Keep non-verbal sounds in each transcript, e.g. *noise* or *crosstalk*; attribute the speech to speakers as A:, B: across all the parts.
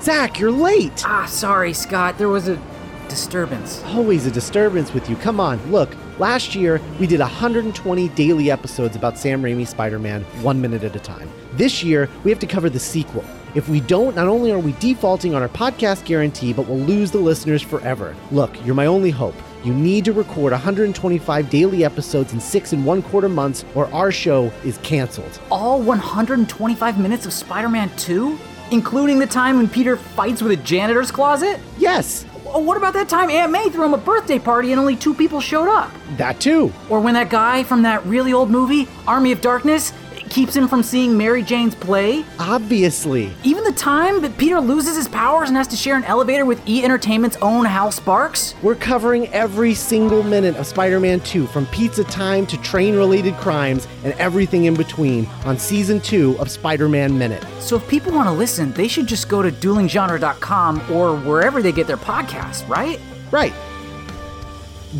A: Zach, you're late.
B: Ah, sorry, Scott. There was a disturbance.
A: Always a disturbance with you. Come on, look. Last year, we did 120 daily episodes about Sam Raimi's Spider Man, one minute at a time. This year, we have to cover the sequel. If we don't, not only are we defaulting on our podcast guarantee, but we'll lose the listeners forever. Look, you're my only hope. You need to record 125 daily episodes in six and one quarter months, or our show is canceled.
B: All 125 minutes of Spider Man 2? Including the time when Peter fights with a janitor's closet?
A: Yes,
B: Oh, what about that time Aunt May threw him a birthday party and only two people showed up?
A: that too.
B: Or when that guy from that really old movie, Army of Darkness, keeps him from seeing Mary Jane's play?
A: Obviously.
B: Even the time that Peter loses his powers and has to share an elevator with E Entertainment's own Hal Sparks?
A: We're covering every single minute of Spider Man 2, from pizza time to train related crimes and everything in between, on season 2 of Spider Man Minute.
B: So if people want to listen, they should just go to duelinggenre.com or wherever they get their podcasts, right?
A: Right.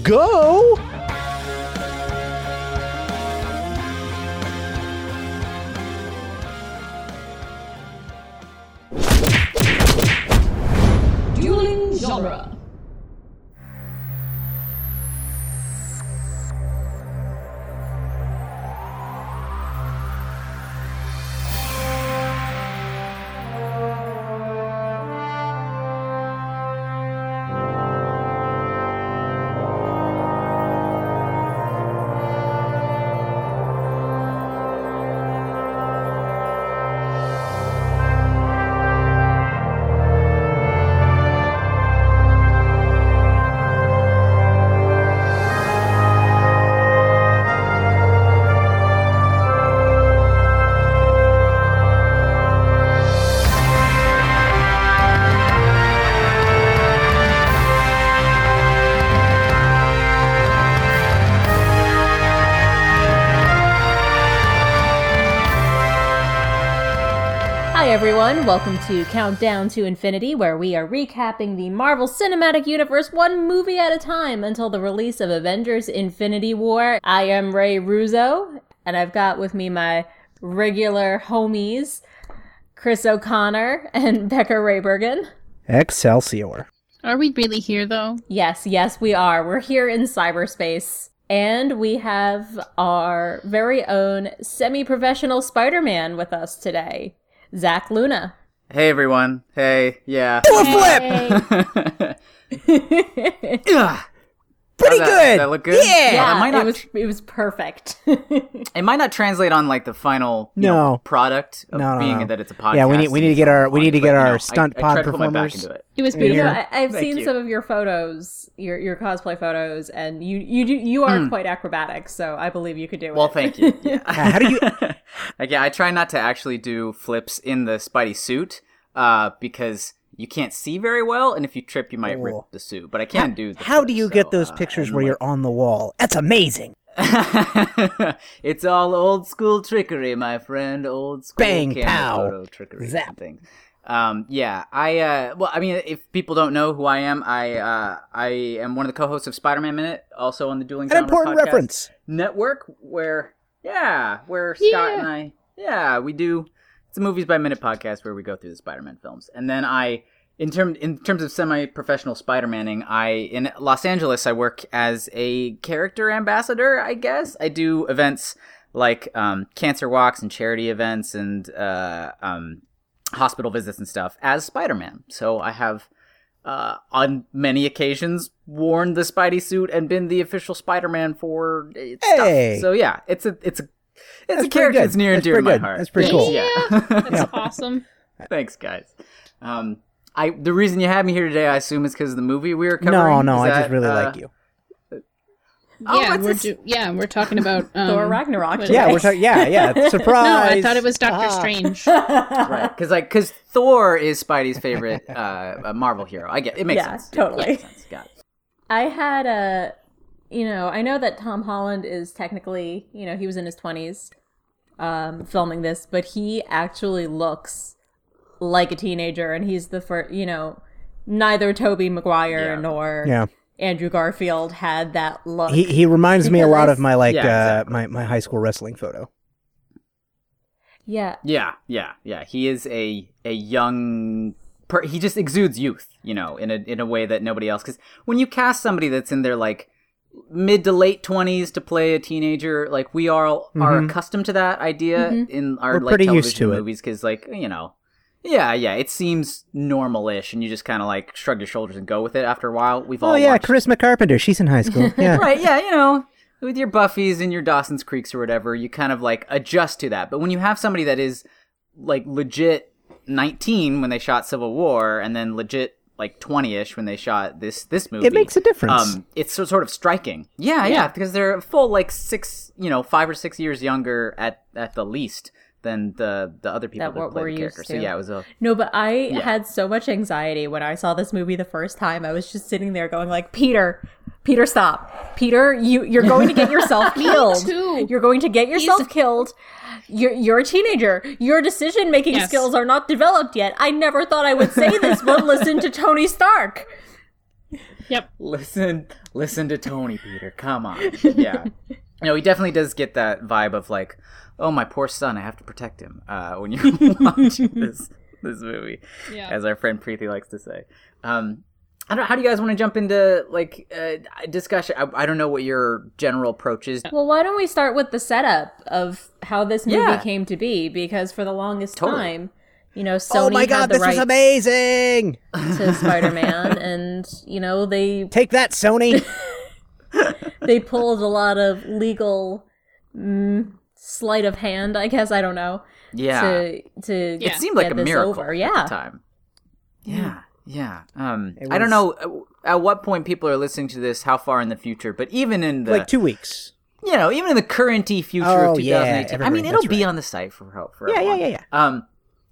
A: Go!
C: Dueling genre.
D: Hi, everyone. Welcome to Countdown to Infinity, where we are recapping the Marvel Cinematic Universe one movie at a time until the release of Avengers Infinity War. I am Ray Russo, and I've got with me my regular homies, Chris O'Connor and *laughs* Becca Raybergen.
E: Excelsior.
F: Are we really here though?
D: Yes, yes, we are. We're here in cyberspace. And we have our very own semi professional Spider Man with us today, Zach Luna.
G: Hey everyone. Hey, yeah. *laughs*
B: Ugh.
E: Pretty
G: How's that-
E: good.
G: that look good?
E: Yeah.
D: Yeah,
B: it might not-
D: it was it was perfect. *laughs*
G: It might not translate on like the final you
E: No.
G: know, product of
E: No, no,
G: being
E: no.
G: that it's a podcast.
E: Yeah, we need- we need to get our- we
G: and
E: need to
G: it's on,
E: get
G: but,
E: our
G: you know, I-
E: stunt
G: I,
E: pod
G: tried to put my back
E: performers.
G: into it.
F: It was
D: You know,
F: beautiful.
D: I, I've
G: Thank
D: seen
G: you.
D: some of your photos, your your cosplay photos, and you you do, you are quite acrobatic. So I believe you could do it.
G: Hmm. Well, thank you. Yeah.
E: How
G: *laughs*
E: do you?
G: like, yeah, I try not to actually do flips in the Spidey suit uh, because you can't see very well, and if you trip, you might rip
E: Oh.
G: the suit. But I can do. The
E: How do
G: flips,
E: you get
G: so,
E: those
G: uh,
E: pictures
G: and,
E: where
G: like,
E: you're on the wall? That's amazing.
G: *laughs* it's all old school trickery, my friend. Old school
E: Bang,
G: camera
E: pow,
G: photo trickery
E: zap.
G: and things. Um, yeah, I uh, well, I mean, if people don't know who I am, I uh, I am one of the co-hosts of Spider-Man Minute, also on the Dueling
E: An
G: Genre
E: important
G: Podcast
E: reference.
G: Network, where yeah, where Scott
F: Yeah.
G: and I yeah we do it's a movies by minute podcast where we go through the Spider-Man films, and then I. In, term, in terms of semi-professional Spider-Maning, I in Los Angeles I work as a character ambassador. I guess I do events like um, cancer walks and charity events and uh, um, hospital visits and stuff as Spider-Man. So I have uh, on many occasions worn the Spidey suit and been the official Spider-Man for uh,
E: Hey!
G: stuff. So yeah, it's a it's a it's
E: That's
G: a
E: pretty
G: character
E: good.
G: that's near and
E: That's
G: dear to
E: pretty
G: my
E: good.
G: heart.
E: That's pretty cool.
G: Yeah. *laughs*
F: That's awesome.
G: Thanks, guys. Um, I the reason you have me here today, I assume, is because of the movie we were covering.
E: No, no,
G: Is
E: I
G: that,
E: just really
G: uh, *laughs*
E: like you.
G: Oh,
F: yeah,
G: what's
F: we're
G: this-
F: do- yeah, we're talking about
D: *laughs*
F: um,
D: Thor Ragnarok.
F: what-
D: today.
E: Yeah, we're talking.
G: *laughs*
E: Yeah,
D: *laughs*
E: yeah. Surprise.
F: No, I thought it was Doctor
E: Ah.
F: Strange.
G: right? Because like, because Thor is Spidey's favorite uh, uh, Marvel hero. I get it makes
D: Yeah,
G: sense.
D: totally.
G: It makes sense. Got it.
D: I had a, you know, I know that Tom Holland is technically, you know, he was in his twenties, um, filming this, but he actually looks like a teenager, and he's the first, you know, neither Toby Maguire
G: Yeah.
D: nor
E: Yeah.
D: Andrew Garfield had that look.
E: *laughs* He he reminds me a
D: Because
E: lot
D: I
E: of my like
G: Yeah,
E: uh, my my high school wrestling photo.
D: yeah,
G: Yeah, yeah, yeah. He is a a young per, he just exudes youth, you know, in a in a way that nobody else. Because when you cast somebody that's in their like mid to late twenties to play a teenager, like we are are accustomed to that idea
D: Mm-hmm.
G: in our
E: Mm-hmm. We're
G: like
E: pretty
G: television
E: used to it.
G: movies. Because like you know, yeah, yeah, it seems normalish, and you just kind of like shrug your shoulders and go with it. After a while, we've all
E: Oh yeah,
G: watched
E: Charisma Carpenter. She's in
F: *laughs*
E: high school.
G: *laughs*
E: Yeah.
G: right yeah you know with your buffies and your dawson's creeks or whatever you kind of like adjust to that but when you have somebody that is like legit 19 when they shot civil war and then legit like 20ish when they shot this this movie
E: makes a difference.
G: um it's so, sort of striking yeah, yeah because they're a full like six you know five or six years younger at at the least than the the other people
D: That
G: that,
D: what
G: play
D: we're
G: the
D: used
G: character so
D: to.
G: yeah it was a
D: No, but I had so much anxiety when I saw this movie the first time. I was just sitting there going like, Peter, Peter, stop. Peter, you,
E: *laughs*
D: you're going to get yourself killed.
F: too.
D: You're going to get yourself killed. You're, you're a teenager. Your decision making
F: Yes.
D: skills are not developed yet. I never thought I would say this,
E: *laughs*
D: but listen to Tony Stark.
F: Yep.
G: listen listen to tony peter come
D: *laughs*
G: on yeah no he definitely does get that vibe of like oh my poor son i have to protect him uh, when you're *laughs* watching this this movie
F: Yeah.
G: as our friend preeti likes to say um I don't, how do you guys want to jump into like uh, discussion? I, I don't know what your general approach is.
D: Well, why don't we start with the setup of how this movie
G: Yeah.
D: came to be? Because for the longest
G: Totally.
D: time, you know, Sony
E: oh my
D: had
E: god,
D: the
E: this
D: rights
E: is amazing!
D: to Spider-Man, and you know they
E: Take that,
G: *laughs*
E: Sony.
D: they pulled a lot of legal mm, sleight of hand, I guess. I don't know.
G: Yeah,
D: To to
F: Yeah.
G: it seemed like
D: get
G: a
D: this
G: miracle
D: over.
G: at
D: Yeah.
G: the time. Yeah, yeah. Um,
E: It
G: I don't
E: was-
G: know uh, at what point people are listening to this, how far in the future, but even in the
E: like two weeks.
G: you know, even in the currenty future of
E: Oh, yeah,
G: 2018. I mean,
E: evergreen,
G: it'll
E: that's
G: be
E: right.
G: on the site for for for
E: Yeah, yeah,
G: everyone.
E: yeah, yeah.
G: Um,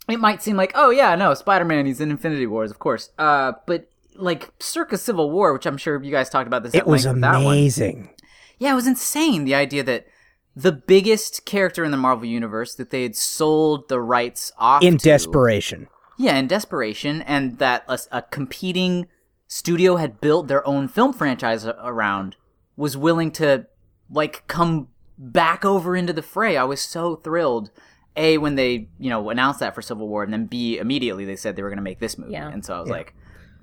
G: it might seem like, oh yeah, no, Spider Man, he's in Infinity Wars, of course. Uh, but like circa Civil War, which I'm sure you guys talked about this.
E: It
G: at
E: was
G: length with that one.
E: amazing.
G: Yeah, it was insane. The idea that the biggest character in the Marvel universe that they had sold the rights off
E: In
G: to-
E: desperation.
G: yeah, in desperation, and that a, a competing studio had built their own film franchise a- around was willing to like come back over into the fray. I was so thrilled. A when they you know announced that for Civil War, and then B immediately they said they were going to make this movie,
D: Yeah.
G: and so I was like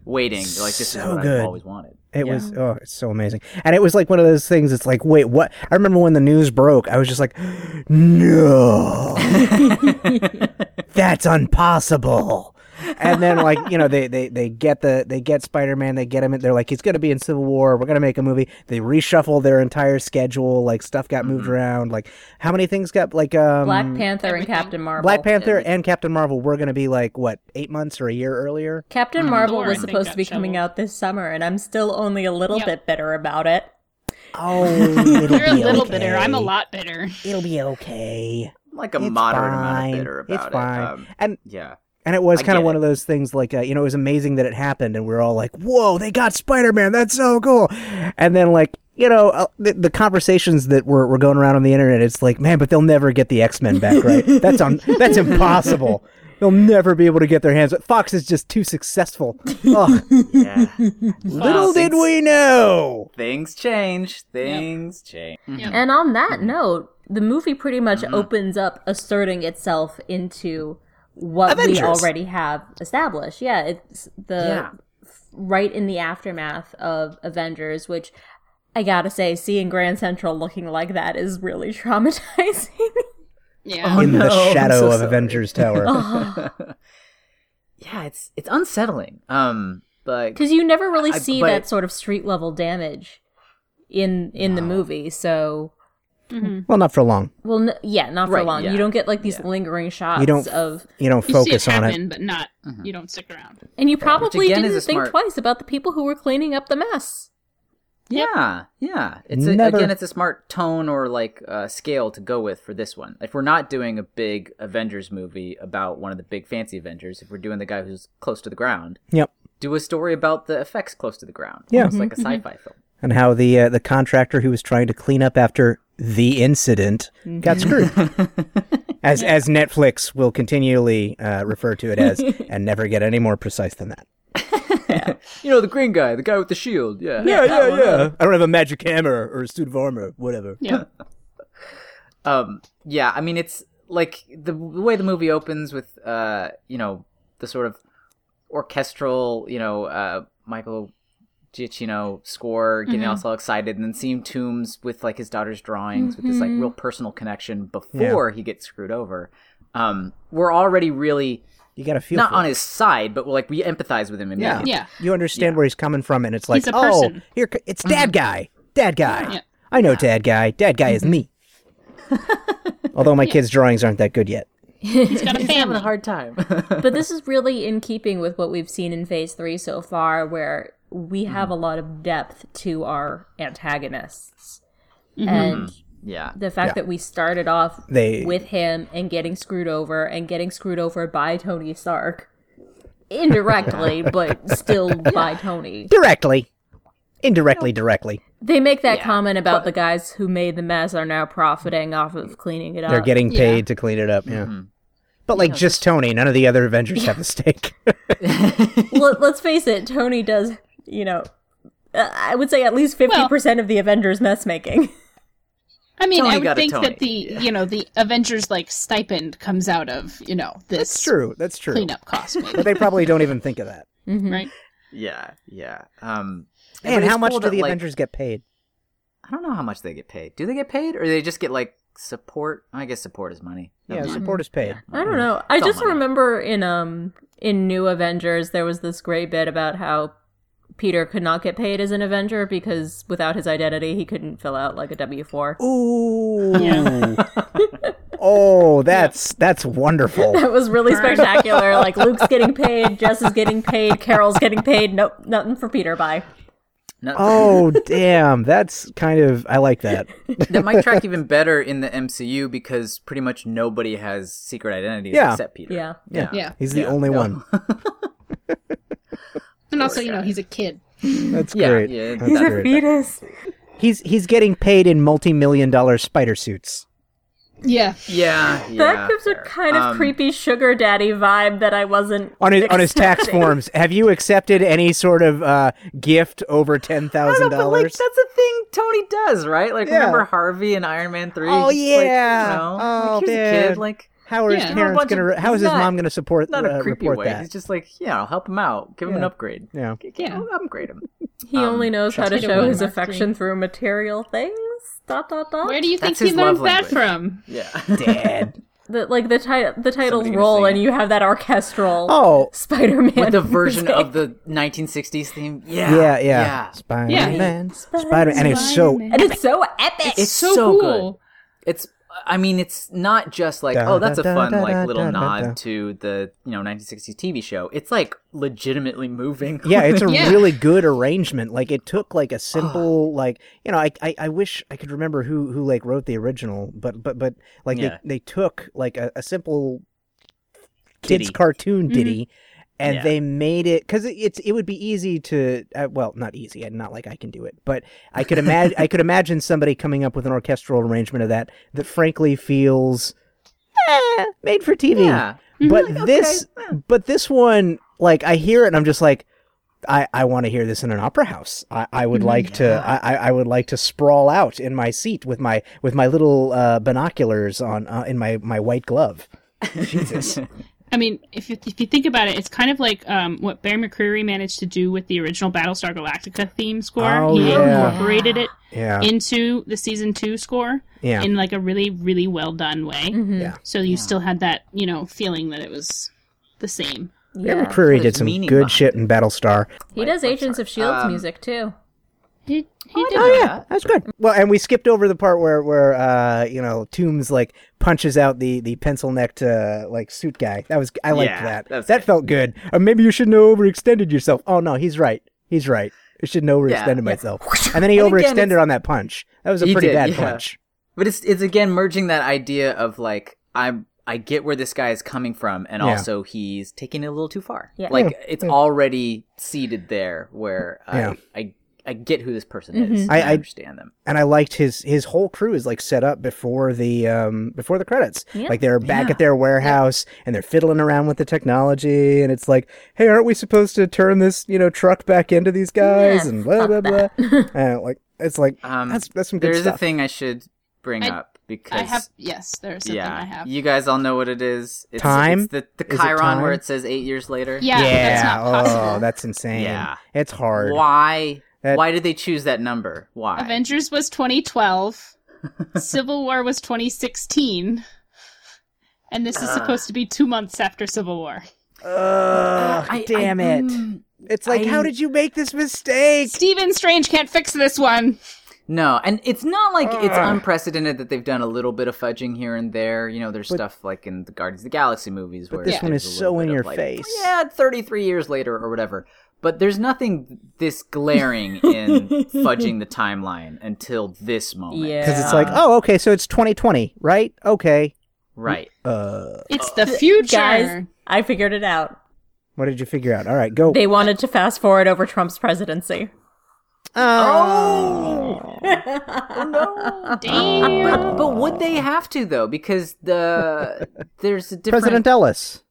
G: waiting, like this is
E: So
G: what
E: good.
G: I've always wanted.
E: It was oh, it's so amazing, and it was like one of those things. It's like, wait, what? I remember when the news broke, I was just like,
D: *laughs*
E: no, that's impossible. And then like you know they, they they get the they get Spider Man, they get him. in- They're like, he's gonna be in Civil War. We're gonna make a movie. They reshuffle their entire schedule. Like stuff got moved around. Like how many things got like um
D: Mm-hmm. Black Panther and Captain Marvel.
E: Black Panther and Captain Marvel were gonna be like what eight months or a year
F: *laughs*
E: earlier.
D: Captain
G: Mm.
D: Marvel
F: Thor, I
D: was
F: think,
D: supposed
F: got
D: to be coming
F: shoveled.
D: out this summer, and I'm still only a little
F: Yep.
D: bit bitter about it.
E: Oh,
F: *laughs*
E: it'll
F: You're a
E: be
F: little
E: okay.
F: bitter. I'm a lot bitter.
E: It'll be okay.
G: Like a
E: It's
G: moderate amount
E: fine.
G: of bitter about
E: It's
G: it.
E: fine.
G: Um,
E: And *laughs*
G: yeah,
E: and it was
G: I
E: kind
G: get
E: of one
G: it.
E: of those things like uh, you know it was amazing that it happened and we are all like whoa they got spider-man that's so cool and then like you know uh, the, the conversations that were, were going around on the internet it's like man but they'll never get the x-men back
G: *laughs*
E: right that's on that's impossible they'll never be able to get their hands fox is just
G: *laughs*
E: too successful Ugh,
G: yeah.
E: little did we know
G: Things change. Things change.
D: And on
G: Mm-hmm.
D: that note, the movie pretty much opens up asserting itself into what
E: Avengers.
D: we already have established. Yeah, it's the
G: Yeah.
D: right in the aftermath of Avengers, which I gotta say, seeing Grand Central looking like that is really *laughs* traumatizing.
F: Yeah.
E: in
G: Oh, no,
E: the
G: I'm
E: shadow
G: so
E: of
G: sorry. *laughs*
E: avengers tower
G: Yeah, it's it's unsettling. Um, but
D: Because you never really
G: I-
D: see
G: but-
D: that sort of street level damage in in the movie. So,
E: well not for long
D: well, n- yeah, not for
G: Right,
D: long.
G: yeah,
D: You don't get like these lingering shots
E: you don't
D: of,
E: you don't
F: You
E: focus
F: see it
E: on
F: happen,
E: it
F: but not. You don't stick around.
D: and you probably
G: again
D: didn't
G: is a
D: think
G: smart-
D: twice about the people who were cleaning up the
G: *laughs*
D: mess.
G: Yeah, yeah. It's a,
E: Never-
G: again, it's a smart tone or like uh, scale to go with for this one. If we're not doing a big Avengers movie about one of the big fancy Avengers, if we're doing the guy who's close to the ground,
E: yep
G: do a story about the effects close to the ground.
E: Yeah.
G: it's like a sci-fi film.
E: and how the uh, the contractor who was trying to clean up after the incident got screwed. as as Netflix will continually uh, refer to it as, and never get any more precise than that.
G: You know, the green guy, the guy with the shield. Yeah,
E: yeah, yeah. I don't have a magic hammer or a suit of armor, whatever.
F: Yeah.
G: um yeah i mean it's like the, the way the movie opens with uh you know the sort of orchestral, you know, uh, Michael Giacchino score, getting us all excited, and then seeing Toombs with like his daughter's drawings with this like real personal connection before he gets screwed over. Um, we're already really
E: You got to feel
G: not
E: for
G: on
E: it.
G: his side, but we're like we empathize with him immediately.
F: Yeah.
E: You understand where he's coming from, and it's like,
F: He's a
E: oh,
F: person.
E: here c- it's Dad Guy. Dad Guy.
F: Yeah.
E: I know Dad Guy. Dad Guy is me. Although my kids' drawings aren't that good yet.
F: He's got a
G: having
F: family.
G: a hard time.
D: But this is really in keeping with what we've seen in phase three so far, where we
G: Mm-hmm.
D: have a lot of depth to our antagonists. And
G: Mm-hmm. yeah,
D: the fact that we started off
E: They-
D: with him and getting screwed over and getting screwed over by Tony Stark
E: *laughs*
D: indirectly, but still by Tony.
E: Directly, indirectly, directly.
D: They make that comment about the guys who made the mess are now profiting off of cleaning it up.
E: They're getting paid to clean it up. Yeah.
G: Mm-hmm.
E: But like just Tony, none of the other Avengers have a stake.
D: Well, let's face it, Tony does, you know, uh, I would say at least 50% of the Avengers mess making.
F: I mean,
G: Tony
F: I
G: got
F: would
G: a
F: think
G: Tony,
F: that the you know the Avengers like stipend comes out of you know this
E: *laughs* That's true. That's true.
F: cleanup cost, maybe,
E: *laughs* But they probably don't even think of *laughs* that.
F: right?
G: yeah, yeah. Um, but
E: And
G: it's
E: how much
G: cool
E: do
G: that,
E: the
G: like,
E: Avengers get paid?
G: I don't know how much they get paid. Do they get paid, or they just get like support? I guess support is money.
E: Oh, Yeah, support is paid.
D: I don't know. I just
G: Someone.
D: remember in um in New Avengers there was this great bit about how Peter could not get paid as an Avenger because without his identity he couldn't fill out like a W four.
E: Ooh. *laughs* oh, that's that's wonderful. *laughs*
D: That was really spectacular. like Luke's getting paid, Jess is getting paid, Carol's getting paid. Nope, nothing for Peter. Bye.
G: No,
E: Oh, damn. That's kind of I like that.
G: that
E: *laughs*
G: might track even better in the MCU because pretty much nobody has secret identities
E: Yeah.
G: except Peter.
D: Yeah.
E: Yeah.
F: Yeah.
E: He's the only *laughs* one.
F: And also, you know, he's a kid.
E: That's
G: Yeah,
E: great.
G: yeah,
E: That's
G: he's a
E: great.
D: Fetus.
E: He's he's getting paid in multi-million dollar spider suits.
F: Yeah.
G: Yeah,
D: That
G: yeah.
D: gives a kind of creepy sugar daddy vibe that I wasn't
E: On his, on his tax
D: expecting.
E: forms, have you accepted any sort of uh, gift over ten
G: I
E: thousand
G: don't know, but like
E: dollars?
G: that's a thing Tony does, right? Like
E: Yeah.
G: remember Harvey and Iron Man three?
E: Oh,
G: Like, you
E: yeah.
G: know,
E: Oh,
G: like, here's a
E: man.
G: kid. Like
E: How are his
F: Yeah. Give him a
E: parents
G: bunch
E: gonna?
G: of-
E: re- how is his
G: not-
E: mom gonna support?
G: not
E: uh,
G: a creepy
E: report
G: way.
E: that?
G: He's just like, yeah, I'll help him out. Give him an upgrade.
E: Yeah.
F: Yeah.
G: I'll upgrade him.
D: He
E: Um,
D: only knows how to
F: Peter
D: show
F: Wayne
D: his
F: Mark III.
D: affection through material things. Dot dot dot.
F: Where do you think
G: That's
F: he
G: his love
F: learned that
G: language.
F: from?
G: Yeah.
E: Dad.
D: the like the title the titles
G: Somebody gonna
D: roll
G: sing
D: and
G: it.
D: you have that orchestral
E: Oh,
D: Spider-Man
G: With *laughs* the version of the 1960s theme. Yeah.
E: yeah, yeah. Spider Man, Spider Man, and it's
D: *laughs*
E: so
D: and it's so epic.
G: It's so, good.
F: cool.
G: It's I mean, it's not just like,
E: Da,
G: oh, that's a
E: da,
G: fun
E: da, da,
G: like little
E: da, da,
G: nod
E: da.
G: to the, you know, 1960s TV show. It's like legitimately moving.
E: yeah it's a
F: Yeah.
E: really good arrangement like it took like a simple like you know I, I i wish i could remember who who like wrote the original but but but like
G: Yeah.
E: they, they took like a, a simple kids
G: Ditty. Mm-hmm.
E: cartoon ditty and
G: Yeah.
E: they made it because it, it's it would be easy to uh, well not easy and not like i can do it but
G: *laughs*
E: i could imagine i could imagine somebody coming up with an orchestral arrangement of that that frankly feels eh, made for tv
G: Yeah. Mm-hmm.
E: but this but this one like i hear it and i'm just like i i want to hear this in an opera house i i
G: Mm-hmm.
E: would like to I, I i would like to sprawl out in my seat with my with my little uh binoculars on uh, in my my white glove jesus
F: I mean, if you, if you think about it, it's kind of like um, what Barry McCreary managed to do with the original Battlestar Galactica theme score.
E: Oh,
F: he
E: yeah.
F: incorporated it
E: yeah
F: into the season two score
E: yeah
F: in like a really, really well done way.
E: Yeah.
F: So you still had that, you know, feeling that it was the same.
E: Barry
D: yeah.
E: McCreary did
G: There's
E: some
G: meaning
E: good
G: behind
E: shit in battlestar
D: He does Agents of Shields E
G: Um,
D: music too.
F: He, he did.
E: oh
F: that.
E: yeah that's good well and we skipped over the part where where uh you know tombs like punches out the the pencil necked uh like suit guy that was i liked
G: Yeah,
E: that
G: that was
E: that
G: good.
E: felt good or maybe you shouldn't have overextended yourself oh no he's right he's right i shouldn't have
G: Yeah,
E: overextended
G: yeah.
E: myself and then he
G: And again,
E: overextended
G: it's-
E: on that punch that was a
G: He
E: pretty
G: did,
E: bad
G: yeah.
E: punch
G: *laughs* But it's it's again merging that idea of like I'm I get where this guy is coming from, and
E: Yeah.
G: also he's taking it a little too far.
D: Yeah.
G: Like it's already seeded there, where I,
E: Yeah.
G: I I get who this person is.
E: I-
G: I,
E: I-
G: understand them.
E: and I liked his his whole crew is like set up before the um before the credits. Like they're back at their warehouse and they're fiddling around with the technology and it's like, hey, aren't we supposed to turn this you know truck back into these guys
D: Yeah,
E: and blah blah
D: fuck
E: blah. and like it's like
G: Um,
E: that's that's some good
G: There is
E: stuff.
G: a thing I should bring
F: I-
G: up. because
F: I have yes, there's something
G: yeah,
F: I have.
G: you guys all know what it is. It's,
E: Time?
G: It's the the
E: Is it
G: Chiron where
E: time?
G: it says eight years later.
F: yeah, that's not possible.
E: oh, that's insane.
G: Yeah.
E: It's hard.
G: Why?
E: That-
G: Why did they choose that number? Why?
F: Avengers was *laughs* 2012. Civil War was 2016. And this
G: Uh.
F: is supposed to be two months after Civil War.
G: *laughs*
E: Ugh,
B: I- I-
E: damn it.
B: mm,
E: it's like,
B: I-
E: how did you make this mistake?
F: Stephen Strange can't fix this one.
G: No, and it's not like it's unprecedented that they've done a little bit of fudging here and there. You know, there's stuff like in the Guardians of the Galaxy movies where
E: this
G: there's
E: one is
G: a little
E: so
G: bit
E: in
G: of,
E: your
G: like,
E: face.
G: Yeah, 33 years later or whatever. But there's nothing this
E: *laughs*
G: glaring in fudging the timeline until this moment.
D: Yeah.
E: Because it's like, oh, okay, so it's 2020, right? Okay.
G: right.
E: Uh,
F: It's the future.
D: Guys, I figured it out.
E: what did you figure out? All right, go.
D: They wanted to fast forward over Trump's presidency.
E: oh.
F: Damn.
G: But but would they have to though? Because the
E: *laughs*
G: there's a different
E: President Ellis.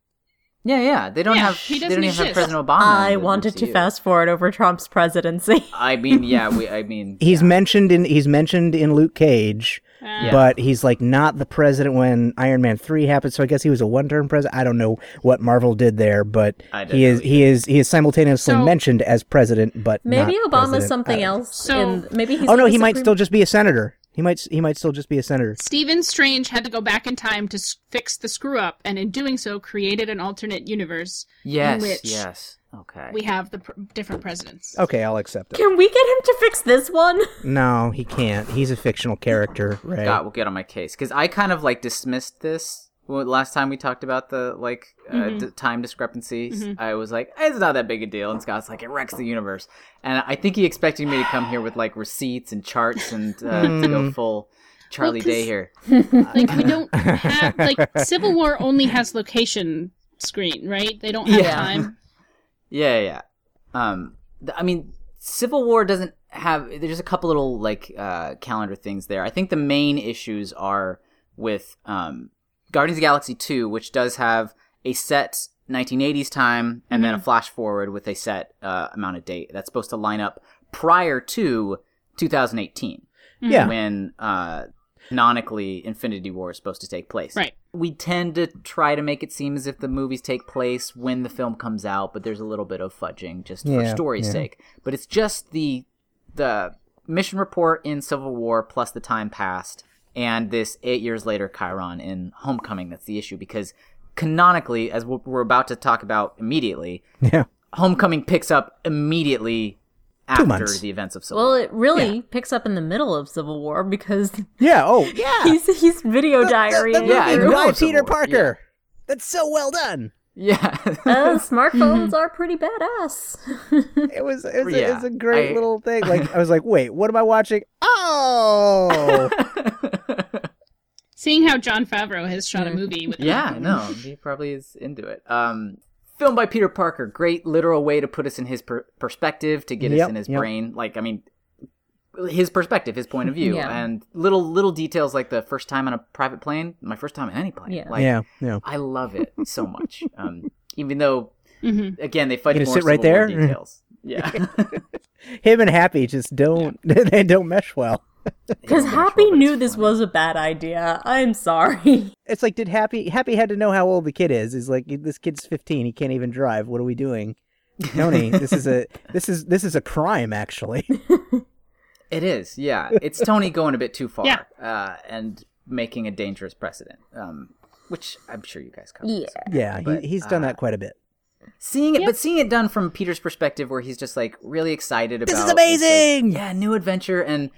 G: Yeah, yeah. They don't
F: Yeah,
G: have
F: he
G: they
F: doesn't
G: don't even have
F: exist.
G: President Obama.
D: I
G: in the
D: wanted to
G: MCU.
D: fast forward over Trump's presidency.
E: *laughs*
G: I mean, yeah, we I
D: *laughs*
G: mean
E: He's mentioned in he's mentioned in Luke Cage,
D: Ah.
F: Uh,
E: but he's like not the president when Iron Man three happened. So I guess he was a one term president. I don't know what Marvel did there, but
G: I don't
E: he is
G: know
E: he is he is simultaneously
F: So-
E: mentioned as president, but
D: Maybe
E: not
D: Obama's
E: president.
D: something
E: I-
D: else.
F: So-
D: in, maybe he's
E: Oh no,
D: like a
E: he might
D: supreme-
E: still just be a senator. He might he might still just be a senator.
F: Stephen Strange had to go back in time to s- fix the screw up, and in doing so, created an alternate universe.
G: Yes,
F: which
G: yes. Okay.
F: We have the pr- different presidents.
E: Okay, I'll accept it.
D: Can we get him to fix this one?
E: No, he can't. He's a fictional character, right?
G: God will get on my case because I kind of like dismissed this when- last time we talked about the like uh,
F: Mm-hmm.
G: d- time discrepancies. I was like, "Eh, it's not that big a deal, and Scott's like, it wrecks the universe. And I think he expected me to come here with like receipts and charts and uh, to
D: Hmm.
G: go full Charlie
F: 'cause-
G: Day here.
F: Like we don't have like Civil War only has location screen, right? They don't have
G: Yeah.
F: time.
G: Yeah, yeah. yeah. Um, th- I mean, Civil War doesn't have. There's a couple little like uh, calendar things there. I think the main issues are with um, Guardians of the Galaxy Two, which does have a set 1980s time and then a flash forward with a set uh, amount of date that's supposed to line up prior to 2018
D: Mm-hmm.
E: Yeah.
G: when uh, canonically Infinity War is supposed to take place.
F: Right.
G: We tend to try to make it seem as if the movies take place when the film comes out, but there's a little bit of fudging just
E: Yeah,
G: for story's
E: yeah.
G: sake. But it's just the the mission report in Civil War plus the time passed and this eight years later Chiron in Homecoming that's the issue because canonically, as we're we're about to talk about immediately, *laughs*
E: Yeah.
G: Homecoming picks up immediately after
E: months.
G: the events of Civil
D: Well,
G: War. *laughs*
D: it really picks up in the middle of Civil War because *laughs*
E: Yeah. Oh, yeah.
D: he's he's video diarying.
G: yeah, in
E: And *laughs*
D: through.
G: the middle
E: why
G: of Civil
E: Peter
G: War,
E: Parker? That's so well done.
G: Yeah.
D: Uh, smartphones are pretty badass.
E: It was it was, a, it
G: Yeah,
E: was a great
G: I- *laughs*
E: little thing. Like I was like, wait, what am I watching? Oh,
F: Seeing how John Favreau has shot a movie with
G: Yeah, no, *laughs* he probably is into it. Um, film by Peter Parker, great literal way to put us in his per- perspective, to get
E: Yep,
G: us in his
E: yep.
G: brain. Like, I mean, his perspective, his point of
E: *laughs*
G: view,
D: Yeah.
G: and little little details like the first time on a private plane, my first time on any plane.
D: Yeah.
G: *laughs* Like,
E: yeah, yeah.
G: I love it so much. Um, even though,
D: Mm-hmm.
G: again, they fudge
E: Gonna
G: more
E: sit right
G: Civil War
E: there? *laughs*
G: details. *laughs* Yeah,
E: Him and Happy just don't *laughs* they don't mesh well.
D: Because Happy knew this was a bad idea. I'm sorry.
E: It's like, did Happy Happy had to know how old the kid is? Is like this kid's fifteen, he can't even drive. What are we doing, Tony? this is a this is this is a crime, actually.
G: *laughs* it is. Yeah, it's Tony going a bit too far,
F: Yeah.
G: uh, and making a dangerous precedent. Um, which I'm sure you guys covered.
D: Yeah.
E: Yeah,
G: But,
E: he, he's done
G: uh,
E: that quite a bit.
G: Seeing it, but seeing it done from Peter's perspective, where he's just like really excited about
E: This is
G: like,
E: amazing.
G: yeah, new adventure, and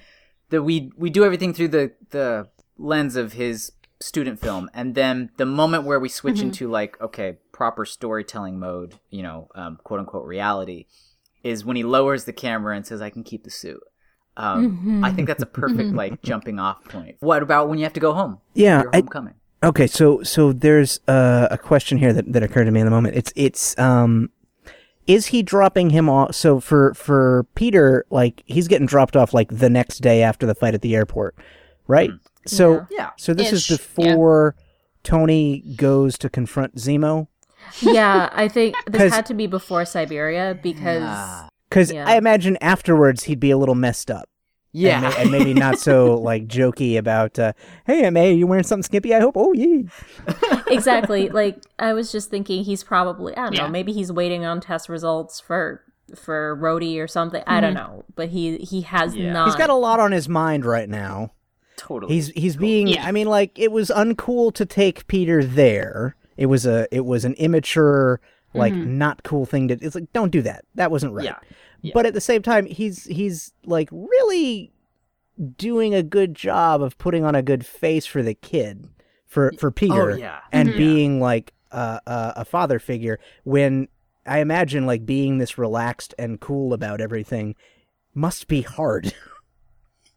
G: the we we do everything through the the lens of his student film, and then the moment where we switch into like okay, proper storytelling mode, you know, um, quote unquote reality, is when he lowers the camera and says, "I can keep the suit." Um, I think that's a perfect like jumping off point. What about when you have to go home?
E: Yeah,
G: Your
E: I-
G: homecoming.
E: Okay, so so there's uh, a question here that, that occurred to me in the moment. It's it's um, is he dropping him off? So for for Peter, like he's getting dropped off like the next day after the fight at the airport, right? So
G: Yeah.
E: so this
F: Ish,
E: is
F: yeah.
E: before Tony goes to confront Zemo
D: Yeah, I think
E: 'Cause-
D: this had to be before Siberia because
E: because
D: Yeah.
E: I imagine afterwards he'd be a little messed up.
G: Yeah.
E: and, may- and maybe not so like jokey about uh, hey ma you wearing something skimpy i hope oh yeah
D: *laughs* exactly. Like I was just thinking, he's probably I don't know.
F: Yeah.
D: Maybe he's waiting on test results for for Rhodey or something. I don't know. But he he has
G: Yeah.
D: not.
E: he's got a lot on his mind right now
G: *laughs* totally.
E: he's he's being
F: Yeah.
E: i mean like it was uncool to take peter there it was a it was an immature like not cool thing to it's like don't do that that wasn't right
G: Yeah. Yeah.
E: but at the same time he's he's like really doing a good job of putting on a good face for the kid for for peter
G: Oh, yeah.
E: and
F: Mhm.
E: being like uh, uh, a father figure when i imagine like being this relaxed and cool about everything must be hard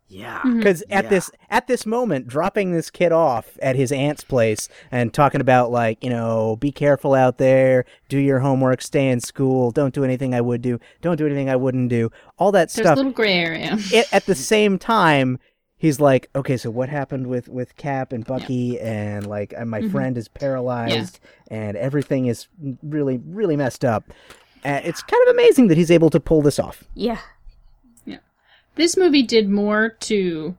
G: yeah.
E: because at
G: Yeah.
E: this at this moment, dropping this kid off at his aunt's place and talking about like you know, be careful out there, do your homework, stay in school, don't do anything I would do, don't do anything I wouldn't do, all that
F: There's
E: stuff.
F: a little gray area.
E: It, at the same time, he's like, okay, so what happened with with Cap and Bucky and like uh, my friend is paralyzed and everything is really really messed up. Uh, it's kind of amazing that he's able to pull this off.
D: yeah.
F: This movie did more to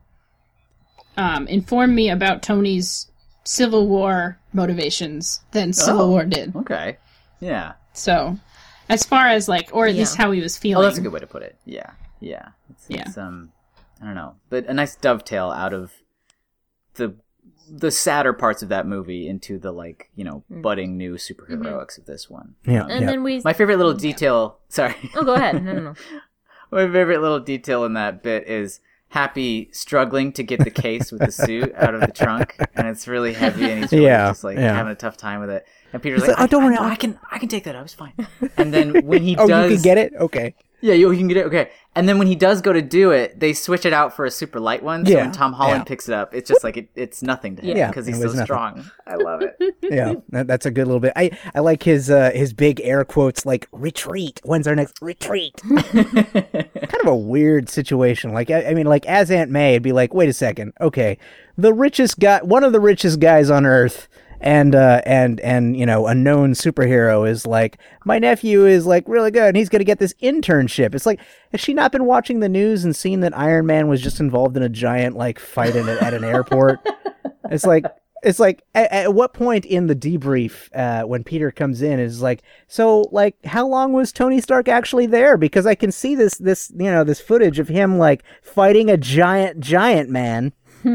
F: um, inform me about Tony's Civil War motivations than Civil
G: Oh.
F: War did.
G: Okay. Yeah.
F: So, as far as like, or at least
D: Yeah.
F: how he was
G: Oh,
F: feeling.
G: that's a good way to put it. Yeah. Yeah. It's,
F: Yeah.
G: it's, um, I don't know, but a nice dovetail out of the the sadder parts of that movie into the like you know budding new superheroics of this one.
E: Yeah,
D: And then we.
G: My favorite little detail. Sorry. *laughs*
D: oh, go ahead. No, no, no.
G: My favorite little detail in that bit is Happy struggling to get the case *laughs* with the suit out of the trunk, and it's really heavy, and he's really
E: Yeah,
G: just like
E: yeah.
G: having a tough time with it. And Peter's
E: He's
G: like,
E: like, "Oh, don't
G: I,
E: worry,
G: I,
E: I'll-
G: I can, I can take that. I was
E: *laughs*
G: fine." And then when he
E: oh,
G: does,
E: you can get it. Okay,
G: yeah, you, you can get it. Okay. And then when he does go to do it, they switch it out for a super light one. So
E: Yeah,
G: when Tom Holland
E: yeah.
G: picks it up, it's just like it, it's nothing to him
E: Yeah,
G: because
E: it
G: he's so
E: was nothing.
G: strong. I love it.
E: yeah, that, that's a good little bit. I, I like his uh, his big air quotes like retreat. When's our next retreat? kind of a weird situation. Like I, I mean, like as Aunt May, it'd be like, wait a second, okay, the richest guy, one of the richest guys on Earth, and uh, and and you know, a known superhero is like, my nephew is like really good, and he's gonna get this internship. It's like, has she not been watching the news and seen that Iron Man was just involved in a giant like fight in, a- at an airport? It's like it's like at, at what point in the debrief uh, when Peter comes in is like, so like how long was Tony Stark actually there? Because I can see this this you know this footage of him like fighting a giant giant man.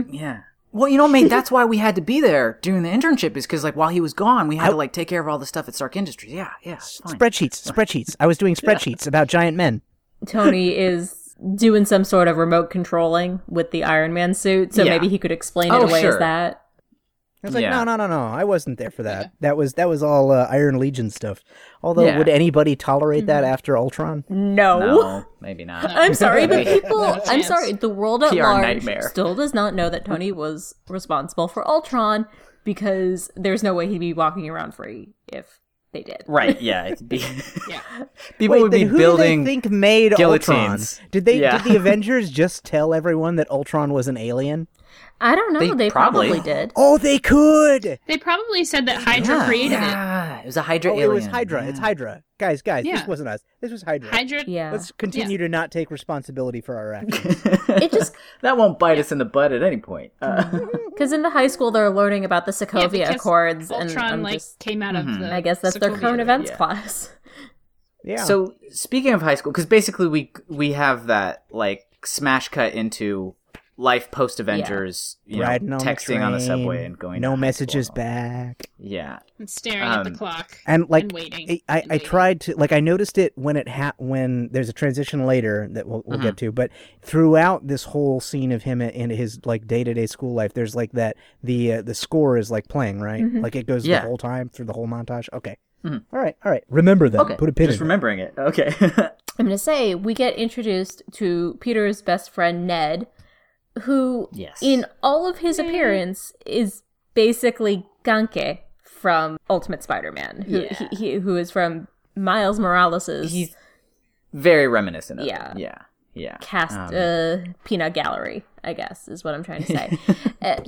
G: Yeah. Well, you know, mate, that's why we had to be there during the internship is because, like, while he was gone, we had to, like, take care of all the stuff at Stark Industries. Yeah, yeah, it's fine.
E: Spreadsheets, spreadsheets. I
G: *laughs*
E: was doing spreadsheets about giant men.
D: Tony is doing some sort of remote controlling with the Iron Man suit, so
G: Yeah.
D: maybe he could explain
G: Oh,
D: it away
G: sure.
D: as that.
E: I was like,
G: Yeah.
E: no, no, no, no. I wasn't there for that. That was that was all uh, Iron Legion stuff. Although,
G: Yeah. Mm-hmm.
E: would anybody tolerate that after Ultron?
D: No.
G: No, maybe not.
D: *laughs* I'm sorry,
G: *laughs*
D: but people,
F: No
D: I'm
F: chance.
D: sorry, the world at
G: PR
D: large
G: nightmare.
D: still does not know that Tony was responsible for Ultron because there's no way he'd be walking around free if they did.
G: Right, yeah. It'd
E: *laughs*
G: be...
F: Yeah.
G: *laughs* People would
E: then
G: be
E: who
G: building.
E: do they think made
G: guillotines.
E: Ultron? Did they?
G: Yeah.
E: Did the Avengers just tell everyone that Ultron was an alien?
D: I don't know.
G: They
D: They,
G: probably-
D: probably. did.
E: Oh, they could.
F: They probably said that Hydra
G: yeah,
F: created
G: yeah. It was a Hydra
E: Oh,
G: alien.
E: it was Hydra. It's
G: Yeah.
E: Hydra. Guys, guys,
F: Yeah.
E: this wasn't us. This was
F: it.
E: Hydra.
F: Hydra.
D: Yeah.
E: Let's continue to not take responsibility for
G: *laughs*
E: our actions.
D: It just
G: That won't bite us in the butt at any point.
E: Mm-hmm.
G: Uh,
D: because in the high school they're learning about the
F: Yeah,
D: Sokovia
F: because
D: Accords, and
F: Ultron
D: I'm
F: like
D: just-
F: came out
E: Mm-hmm.
F: of the.
D: I guess that's their
F: Sokovia
D: current
F: Accords.
D: events
G: yeah.
D: class.
E: Yeah.
G: So speaking of high school, because basically we we have that like smash cut into life post Avengers, you
E: Riding
G: know,
E: on
G: texting
E: the
G: on the
E: train,
G: subway and going. to
E: No
G: high
E: messages
G: school.
E: back.
G: Yeah,
F: And staring at
G: Um,
F: the clock.
E: And like
F: waiting
E: I, I,
F: and
E: I
F: waiting.
E: tried to like I noticed it when it ha- when there's a transition later that we'll, we'll
G: Mm-hmm.
E: get to, but throughout this whole scene of him in his like day to day school life, there's like that the uh, the score is like playing right, like it goes
G: Yeah. Mm-hmm.
E: the whole time through the whole montage. Okay, All right, all right, remember that.
G: okay.
E: Put a pin
G: Just
E: in. it.
G: remembering it. Okay. *laughs*
D: I'm gonna say we get introduced to Peter's best friend Ned, who
G: Yes.
D: in all of his appearance is basically Ganke from Ultimate Spider-Man, who
G: Yeah.
D: he, he, who is from Miles Morales's
G: He's very reminiscent of
D: Yeah.
G: it. Yeah. Yeah.
D: cast
G: Um,
D: uh, peanut gallery. I guess is what I'm trying to
E: *laughs*
D: say. uh,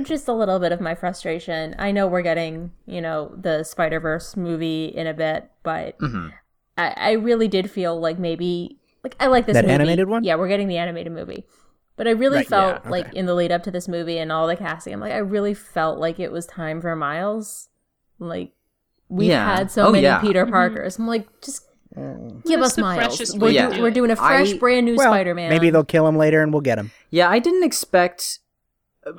D: Just a little bit of my frustration. I know we're getting you know the Spider Verse movie in a bit, but
E: Mm-hmm.
G: mhm.
D: I, I really did feel like maybe like I like this
E: That
D: movie.
E: animated one?
D: Yeah, we're getting the animated movie, But I really
E: Right,
D: felt
E: yeah,
D: like in the lead up to this movie and all the casting, I'm like, I really felt like it was time for Miles. Like we've
G: Yeah.
D: had so
G: Oh,
D: many
G: yeah.
D: Peter Parkers. I'm like, just give
F: That's
D: us
F: the
D: Miles.
F: freshest
D: We're,
F: way
G: to
D: do-
G: do
D: we're
F: it.
D: doing a fresh,
G: I-
D: brand new
E: Well,
D: Spider-Man.
E: Maybe they'll kill him later and we'll get him.
G: Yeah, I didn't expect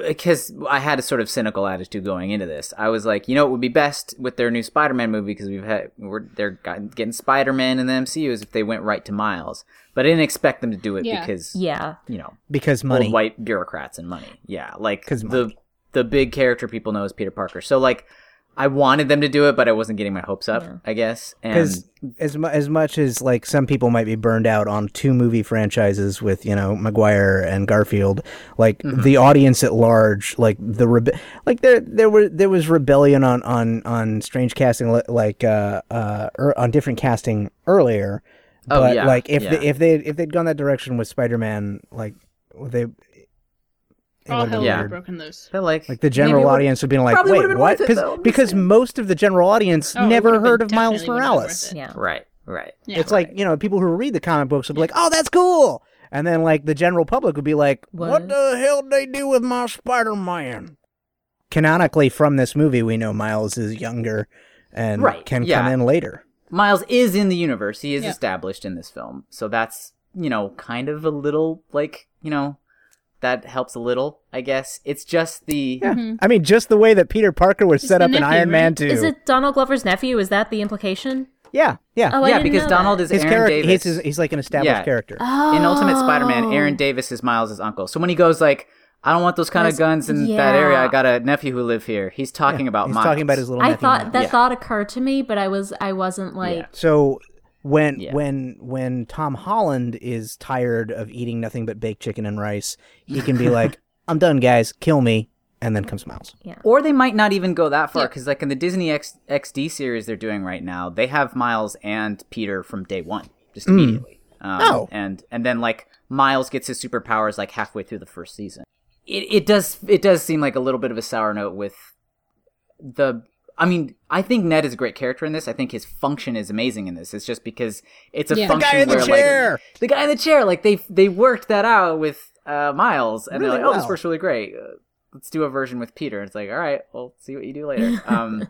G: because I had a sort of cynical attitude going into this. I was like, you know, it would be best with their new Spider-Man movie because we've had we're they're got- getting Spider-Man in the MCU is if they went right to Miles, but I didn't expect them to do it
F: Yeah.
G: because
E: *laughs*
D: yeah.
G: you know
E: Because money.
G: old white bureaucrats and money. Yeah, like
E: 'Cause
G: the
E: money.
G: the big character people know is Peter Parker. So like, I wanted them to do it, but I wasn't getting my hopes up. I guess and
E: Because as mu- as much as like some people might be burned out on two movie franchises with you know Maguire and Garfield, like
G: Mm-hmm.
E: the audience at large, like the rebe- like there there were there was rebellion on on on strange casting li- like uh uh er, on different casting earlier.
G: Oh,
E: but
G: yeah,
E: like if
G: yeah.
E: they, if they if they'd gone that direction with Spider Man, like they it
F: All
E: would've
F: hell
E: been
F: would
G: Yeah.
F: have
E: weird.
F: broken loose.
G: but like,
E: Like the general
G: maybe it
E: audience would be like,
G: probably
E: wait,
G: would've been worth
E: what?
G: it,
E: Because
G: though. I'm just
E: because
G: saying.
E: most of the general audience
F: Oh, it
E: never
F: would've been-
E: heard of
F: definitely
E: Miles
F: would've been
E: Morales.
F: worth it.
D: Yeah.
G: right, right.
F: Yeah.
E: It's like, you know, people who read the comic books would be like, oh, that's cool. And then, like, the general public would be like, what,
D: What?
E: the hell did they do with my Spider Man? Canonically, from this movie, we know Miles is younger and
G: Right,
E: can
G: yeah.
E: come in later.
G: Miles is in the universe. He is
F: Yeah.
G: established in this film. So that's, you know, kind of a little like, you know, that helps a little, I guess. It's just the
E: Yeah.
D: Mm-hmm.
E: I mean, just the way that Peter Parker was
F: He's
E: set
F: the
E: up in
F: nephew,
E: Iron Man
F: right?
E: 2.
D: Is it Donald Glover's nephew? Is that the implication?
E: Yeah, yeah.
D: Oh, I
G: Yeah,
D: didn't
G: because
D: know
G: Donald
D: that.
G: is
E: his
G: Aaron
E: character,
G: Davis.
E: he's, he's like an established
G: Yeah.
E: character.
G: In Ultimate Spider-Man,
D: Oh.
G: Aaron Davis is Miles' uncle. So when he goes like, I don't want those kind of guns in that area.
D: yeah.
G: I got a nephew who live here. He's talking about
E: he's
G: Miles.
E: talking about his little
D: I
E: nephew
D: thought
E: Miles.
D: that
G: Yeah.
D: thought occurred to me, but I was I wasn't like
E: So when
G: Yeah.
E: when when Tom Holland is tired of eating nothing but baked chicken and rice, he can
G: *laughs*
E: be like, "I'm done, guys, kill me," and then comes Miles.
G: Or they might not even go that far
F: Yeah.
G: because, like in the Disney X- XD series they're doing right now, they have Miles and Peter from day one, just immediately. Um,
E: Mm. Oh.
G: and and then like Miles gets his superpowers like halfway through the first season. It it does it does seem like a little bit of a sour note with the. I mean, I think Ned is a great character in this. I think his function is amazing in this. It's just because it's a
F: Yeah. The
G: function
E: guy in the
G: where,
E: chair!
G: like the guy in the chair, like they they worked that out with uh, Miles, and
E: Really
G: they're like, oh, this
E: well.
G: works really great. Uh, let's do a version with Peter. It's like, all right, we'll see what you do
E: *laughs*
G: later. Um,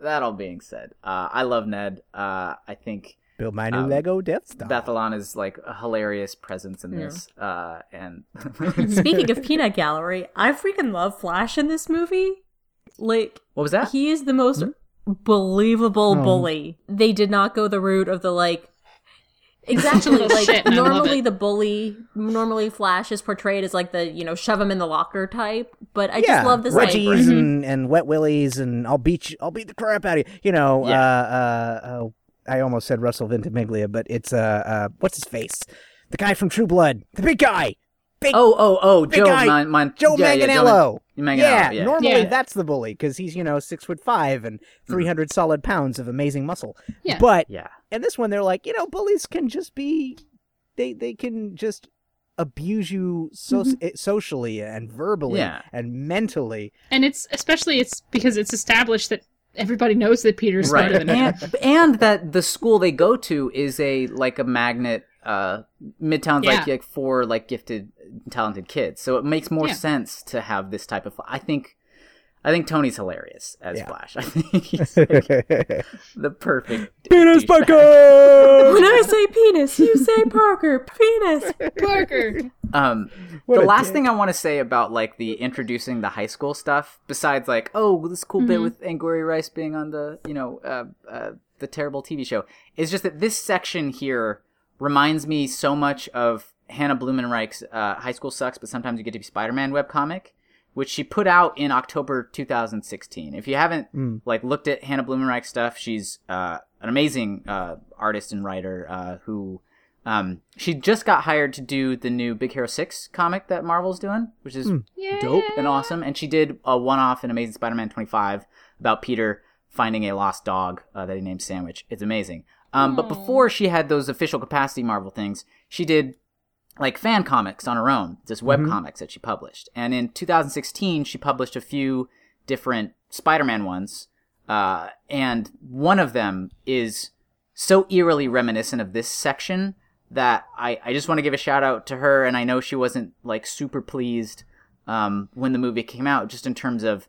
G: that all being said, uh, I love Ned. Uh, I think
E: Build my new
G: Um,
E: Lego Death Star.
G: Bathalon is like a hilarious presence in this. Uh,
E: *laughs*
G: and
D: Speaking
G: *laughs*
D: of Peanut Gallery, I freaking love Flash in this movie. Like
G: what was that?
D: he is the most
E: Hmm?
D: believable bully. They did not go the route of the like
F: *laughs*
D: exactly
F: Little
D: like
F: shit, and I love
D: normally
F: it.
D: the bully normally Flash is portrayed as like the, you know, shove him in the locker type, but I
E: yeah,
D: just love this
E: Reggie's
D: like
E: and, and Wet Willies, and I'll beat you, I'll beat the crap out of you. You know,
G: Yeah.
E: uh, uh, uh, I almost said Russell Ventimiglia, but it's uh, uh, what's his face? The guy from True Blood, the big guy, big
G: Oh, oh, oh,
E: Big
G: Joe,
E: guy,
G: Mon- Mon-
E: Joe
G: yeah, yeah,
E: Manganiello.
G: Man- Manganiello,
E: yeah,
G: yeah.
E: normally
F: Yeah.
E: that's the bully because he's you know six foot five and
G: Mm-hmm.
E: three hundred solid pounds of amazing muscle.
F: Yeah.
E: But
G: yeah,
E: in this one, they're like, you know, bullies can just be, they they can just abuse you so-
F: Mm-hmm.
E: eh, socially and verbally
G: Yeah.
E: and
G: *laughs*
E: mentally.
F: And it's especially it's because it's established that everybody knows that Peter's
G: right.
F: better than
G: *laughs*
F: him.
G: And, and that the school they go to is a like a magnet. Uh, Midtown's like,
F: Yeah.
G: like for like gifted, talented kids. So it makes more
F: Yeah.
G: sense to have this type of. I think, I think Tony's hilarious as
E: Yeah.
G: Flash. *laughs* I think he's
F: *laughs*
G: like the perfect.
E: Penis
G: douchebag. *laughs*
E: Parker.
D: when I say penis, you say Parker,
E: *laughs*
D: penis.
F: Parker.
G: Um,
E: What
G: the
E: a
G: last
E: dick.
G: thing I want to say about like the introducing the high school stuff, besides like oh this cool bit with Angourie Rice being on the you know uh, uh, the terrible TV show, is just that this section here reminds me so much of Hannah Blumenreich's uh, High School Sucks, but sometimes you get to be Spider Man webcomic, which she put out in October 2016. If you haven't
E: Hmm.
G: like looked at Hannah Blumenreich stuff, she's uh, an amazing uh, artist and writer uh, who. Um, she just got hired to do the new Big Hero Six comic that Marvel's doing, which is dope and awesome. And she did a one-off in Amazing Spider-Man 25 about Peter finding a lost dog uh, that he named Sandwich. It's amazing. Um, but before she had those official capacity Marvel things, she did like fan comics on her own, just web comics that she published. And in 2016, she published a few different Spider-Man ones, uh, and one of them is so eerily reminiscent of this section that I, I just want to give a shout out to her. And I know she wasn't like super pleased um, when the movie came out, just in terms of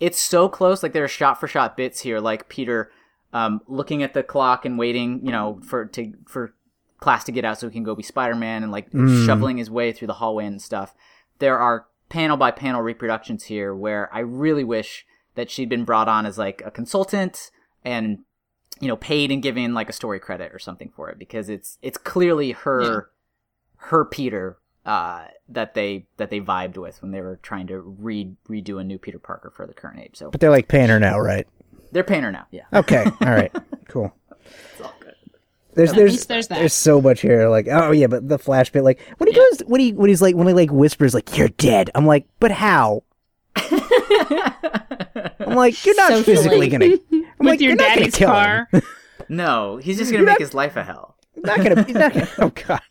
G: it's so close. Like there are shot for shot bits here, like Peter um, looking at the clock and waiting, you know, for to for class to get out so he can go be Spider Man, and like shoveling his way through the hallway and stuff. There are panel by panel reproductions here where I really wish that she'd been brought on as like a consultant and you know paid and given like a story credit or something for it because it's it's clearly her her Peter uh, that they that they vibed with when they were trying to re- redo a new Peter Parker for the current age. So
E: But they're like paying her now, right?
G: they're paying her now. Yeah, *laughs*
E: Okay. All right. Cool.
G: it's all good.
E: There's there's
F: least there's that.
E: there's so much here. Like oh yeah, but the flash bit. Like when he goes when he when he's like when he like whispers like you're dead. I'm like but how? I'm like you're not
D: Socially.
E: physically gonna. I'm *laughs*
F: With
E: like,
F: your
E: "You're not gonna
F: daddy's
E: kill him."
F: car.
G: No, he's just gonna make his life a hell.
E: *laughs* Not gonna. He's not gonna. *laughs* Oh god.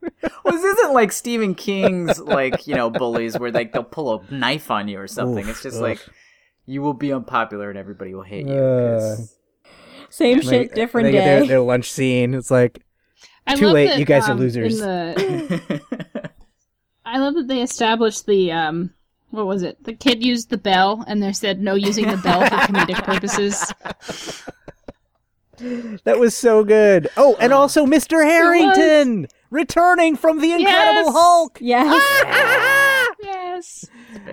G: Well, this isn't like Stephen King's like you know bullies where like they'll pull a knife on you or something. it's just like you will be unpopular and everybody will hate you. It's-
D: Same shit, different
E: They get their-
D: day.
E: their lunch scene. It's like
F: *laughs* I
E: Too
F: love
E: late,
F: that,
E: you guys are
F: um, in
E: losers.
F: the-
E: *laughs*
F: I love that they established the um what was it? The kid used the bell and they said no using the bell for
E: *laughs*
F: comedic purposes.
E: That was so good. Oh, and also Mr. Harrington returning from the
D: *laughs*
F: Yes!
E: Incredible *laughs* Hulk.
D: Yes.
F: Yes.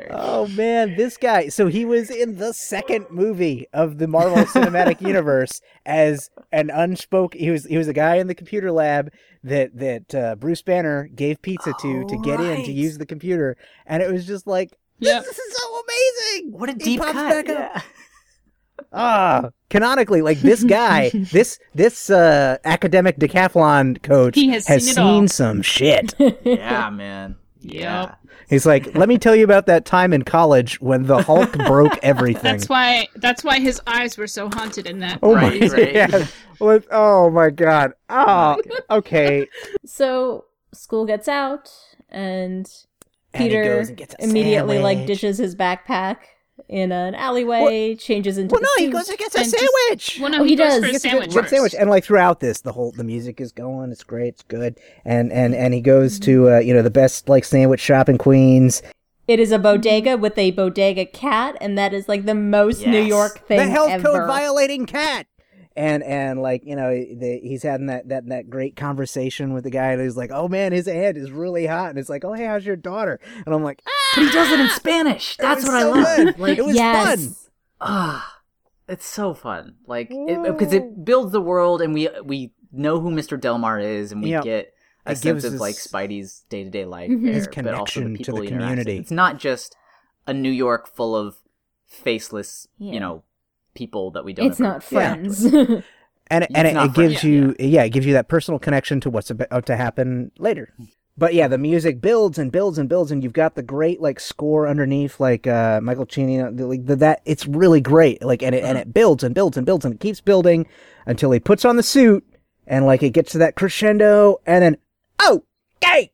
E: Oh man, this guy. So he was in the second movie of the Marvel Cinematic Universe as an unspoke he was he was a guy in the computer lab that that uh, Bruce Banner gave pizza to to get in
D: Alright.
E: to use the computer and it was just like
F: Yep.
E: this is so amazing.
G: What a
E: He
G: deep
E: pops
G: cut.
E: back up.
G: yeah.
E: Ah, canonically, like this guy, this this uh, academic decathlon coach
F: He has seen it
E: seen
F: all.
E: some shit.
D: *laughs*
G: Yeah, man. Yeah.
E: He's like, let me tell you about that time in college when the Hulk broke everything.
F: That's why that's why his eyes were so haunted in that.
E: oh my
G: Right, right.
E: yeah. Let- oh my god. Oh, okay.
D: So school gets out, and
E: And he
D: Peter
E: goes and gets a
D: immediately like
E: sandwich.
D: dishes his backpack in an alleyway, changes into
E: Well,
D: the
E: no, he
D: suit.
E: goes and gets a
F: And just-
E: sandwich.
F: Well, no,
D: Oh,
F: he,
D: he
F: goes
D: does.
F: for
D: He
F: a
D: gets a
F: sandwich.
E: Good
F: first.
E: sandwich. And like throughout this, the whole the music is going. It's great. It's good. And and and he goes to uh, you know the best like sandwich shop in Queens.
D: It is a bodega with a bodega cat, and that is like the most New
G: Yes.
D: York thing
E: the health
D: ever.
E: code violating cat. And and like you know the, he's having that, that that great conversation with the guy and he's like oh man his hand is really hot and it's like oh hey how's your daughter and I'm like ah,
B: But he does it in Spanish. That's
E: it
B: what
E: was
B: I
E: so
B: love.
E: good. it was
D: yes.
E: fun
G: Ah, it's so fun. Like because it, builds the world, and we we know who Mr. Delmar is, and we
E: Yeah.
G: get a
E: It
G: sense
E: gives
G: of
E: us-
G: like Spidey's day to day life,
D: Mhm.
G: there,
D: His
G: but also
E: connection
G: the
E: to
G: people
E: the
G: he interacts with.
E: community.
G: It's not just a New York full of faceless,
D: Yeah.
G: you know, people that we don't.
D: It's
G: ever-
D: not friends.
E: *laughs* and it- and
G: It's
E: it,
G: not
E: it gives
G: fun, yeah.
E: you yeah. it gives you that personal connection to what's about to happen later but yeah the music builds and builds and builds and you've got the great like score underneath like uh michael cheney uh, the- like the, that it's really great like and it,
G: Uh-huh.
E: and it builds and builds and builds and it keeps building until he puts on the suit and like it gets to that crescendo and then oh okay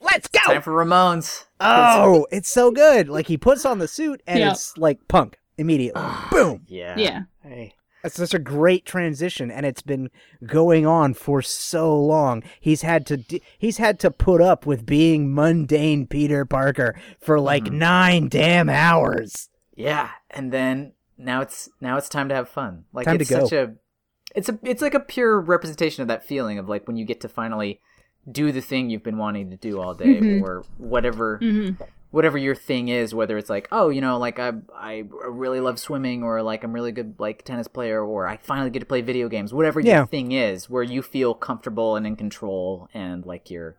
E: let's go
G: Time for Ramones.
E: oh it's so good like he puts on the suit and
F: Yeah.
E: it's like punk immediately
G: Ah.
E: boom
G: Yeah.
F: Yeah.
G: Hey.
E: that's such a great transition, and it's been going on for so long. He's had to d he's had to put up with being mundane Peter Parker for like
G: Mm-hmm.
E: nine damn hours.
G: Yeah, and then now it's now it's time to have fun. Like
E: Time to
G: it's
E: go.
G: such a it's a it's like a pure representation of that feeling of like when you get to finally do the thing you've been wanting to do all day or whatever whatever your thing is whether it's like oh you know like I I really love swimming or like I'm really good like tennis player or I finally get to play video games whatever
E: Yeah.
G: your thing is where you feel comfortable and in control and like you're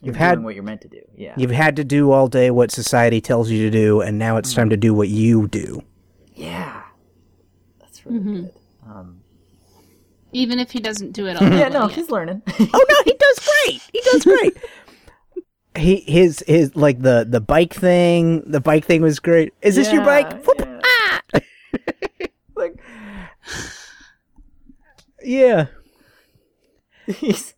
G: you're
E: You've
G: doing
E: had-
G: what you're meant to do. Yeah.
E: You've had to do all day what society tells you to do, and now it's
G: Mm-hmm.
E: time to do what you do.
G: Yeah. That's really good. Um
F: Even if he doesn't do it
E: *laughs*
F: all.
G: yeah, no, he's *laughs* learning.
E: Oh no, he does great. He does great. *laughs* he his his like the the bike thing. The bike thing was great. Is this your
G: Yeah,
E: bike? Ah! Whoop.
G: yeah. *laughs* like
E: Yeah.
G: he's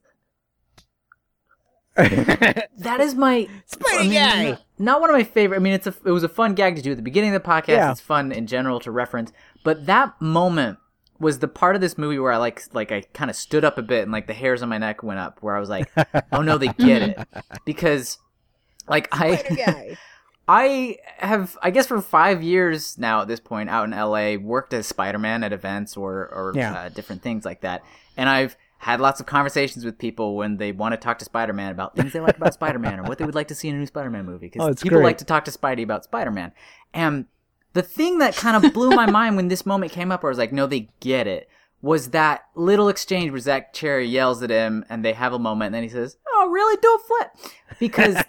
G: that is my
E: Spider
G: I mean,
E: guy.
G: Not, not one of my favorite. I mean, it's a it was a fun gag to do at the beginning of the podcast.
E: Yeah.
G: It's fun in general to reference, but that moment was the part of this movie where I like like I kind of stood up a bit and like the hairs on my neck went up where I was like, oh no, they get it because like
H: Spider
G: I
H: guy.
G: *laughs* I have I guess for five years now at this point out in L.A. worked as Spider Man at events or or
E: Yeah.
G: uh, different things like that, and I've had lots of conversations with people when they want to talk to Spider Man about things they like
E: *laughs*
G: about Spider Man or what they would like to see in a new Spider Man movie
E: Oh,
G: because
E: it's
G: people
E: great.
G: like to talk to Spidey about Spider Man and the thing that kind of blew my mind when this moment came up, where I was like, no, they get it, was that little exchange where Zach Cherry yells at him and they have a moment and then he says, oh, really? Don't flip. Because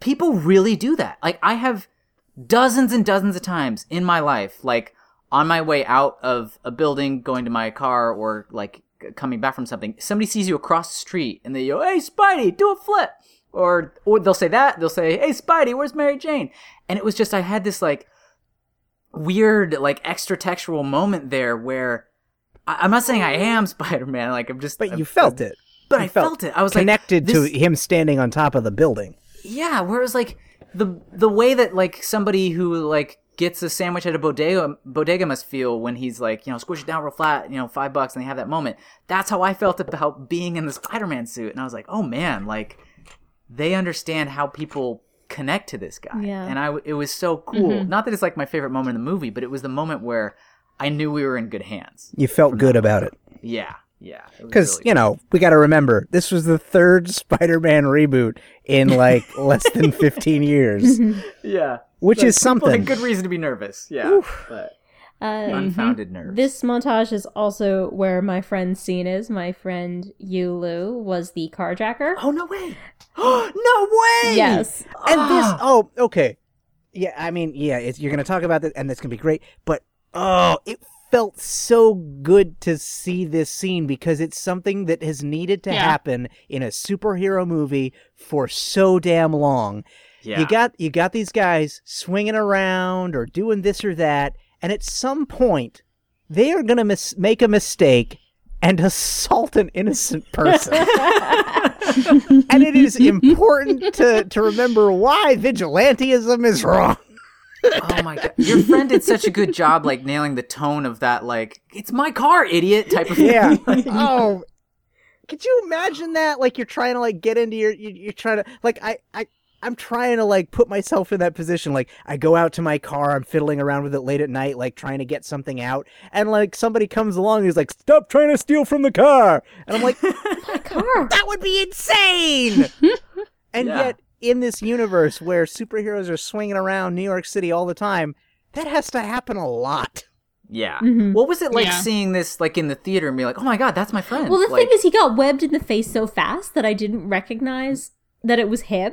G: people really do that. Like, I have dozens and dozens of times in my life, like on my way out of a building, going to my car, or like c- coming back from something, somebody sees you across the street and they go, "Hey, Spidey, do a flip," or or they'll say that, they'll say, "Hey, Spidey, where's Mary Jane?" And it was just I had this like weird like extratextual moment there where I- I'm not saying I am *laughs* Spider Man, like I'm just,
E: But
G: I'm-
E: you felt it.
G: but
E: You
G: I felt it. I was like,
E: connected
G: this-
E: to him standing on top of the building.
G: yeah, whereas like the the way that like somebody who like gets a sandwich at a bodega bodega must feel when he's like you know squish it down real flat you know five bucks and they have that moment. That's how I felt about being in the Spider Man suit, and I was like, oh man, like they understand how people connect to this guy.
D: Yeah.
G: and I w- it was so cool. Not that it's like my favorite moment in the movie, but it was the moment where I knew we were in good hands.
E: You felt good about it.
G: Yeah, yeah, It was
E: Because,
G: really
E: you know, we got to remember, this was the third *laughs* Spider Man reboot in like less
G: *laughs*
E: than 15 years,
G: cool. yeah,
E: which is
G: People had
E: something.
G: good reason to be nervous. Yeah, but
D: Uh,
G: unfounded nerves.
D: This montage is also where my friend scene is. My friend Yulu was the carjacker.
G: Oh no way! no way!
E: *laughs*
D: Yes.
E: And this, oh, okay. Yeah, I mean, yeah, it's, you're going to talk about that, and that's going to be great. But, oh, it felt so good to see this scene because it's something that has needed to
F: Yeah.
E: happen in a superhero movie for so damn long.
G: Yeah.
E: You got you got these guys swinging around or doing this or that, and at some point, they are gonna mis- make a mistake and assault an innocent person. and it is important to to remember why vigilantism is wrong.
G: oh my god! Your friend did such a good job, like nailing the tone of that, like "It's my car, idiot" type of thing.
D: *laughs*
E: Yeah. oh. Could you imagine that? Like you're trying to like get into your you- you're trying to like I I I'm trying to like put myself in that position. Like I go out to my car, I'm fiddling around with it late at night, like trying to get something out, and like somebody comes along who's like, "Stop trying to steal from the car," and
D: *laughs*
E: I'm like,
D: Car.
E: "That would be
D: *laughs*
E: insane." and
G: Yeah.
E: yet, in this universe where superheroes are swinging around New York City all the time, that has to happen
D: *laughs*
E: a lot.
G: Yeah.
D: Mhm.
G: What was it like
F: Yeah.
G: seeing this, like in the theater, and be like, "Oh my god, that's my friend"?
D: Well, the
G: like,
D: thing is, he got webbed in the face so fast that I didn't recognize that it was him.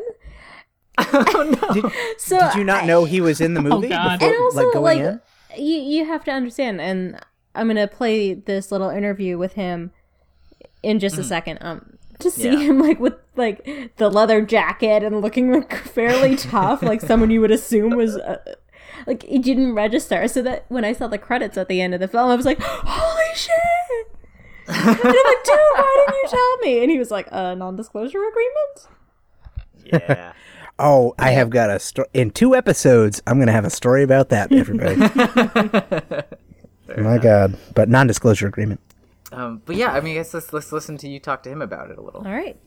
G: oh no!
D: So Oh,
E: Did you not know he was
D: *laughs*
E: in the movie?
F: God.
E: before,
D: and also
E: like
D: like,
E: going in?
D: you you have to understand and i'm gonna play this little interview with him in just
E: Mm.
D: a second um to see
G: Yeah.
D: him *laughs* like with like the leather jacket and looking like
E: *laughs*
D: fairly tough like someone you would assume was uh, like it didn't register so that when i saw the credits at the end of the film i was like holy shit
E: *laughs*
D: and i'm like dude why didn't you tell me and he was like uh, non-disclosure agreement
G: yeah.
E: Oh, I have got a story. In two episodes, I'm going to have a story about that,
G: *laughs*
E: everybody. My God. But non disclosure agreement.
G: Um, but yeah, I mean, I guess let's let's listen to you talk to him about it a little.
D: All right.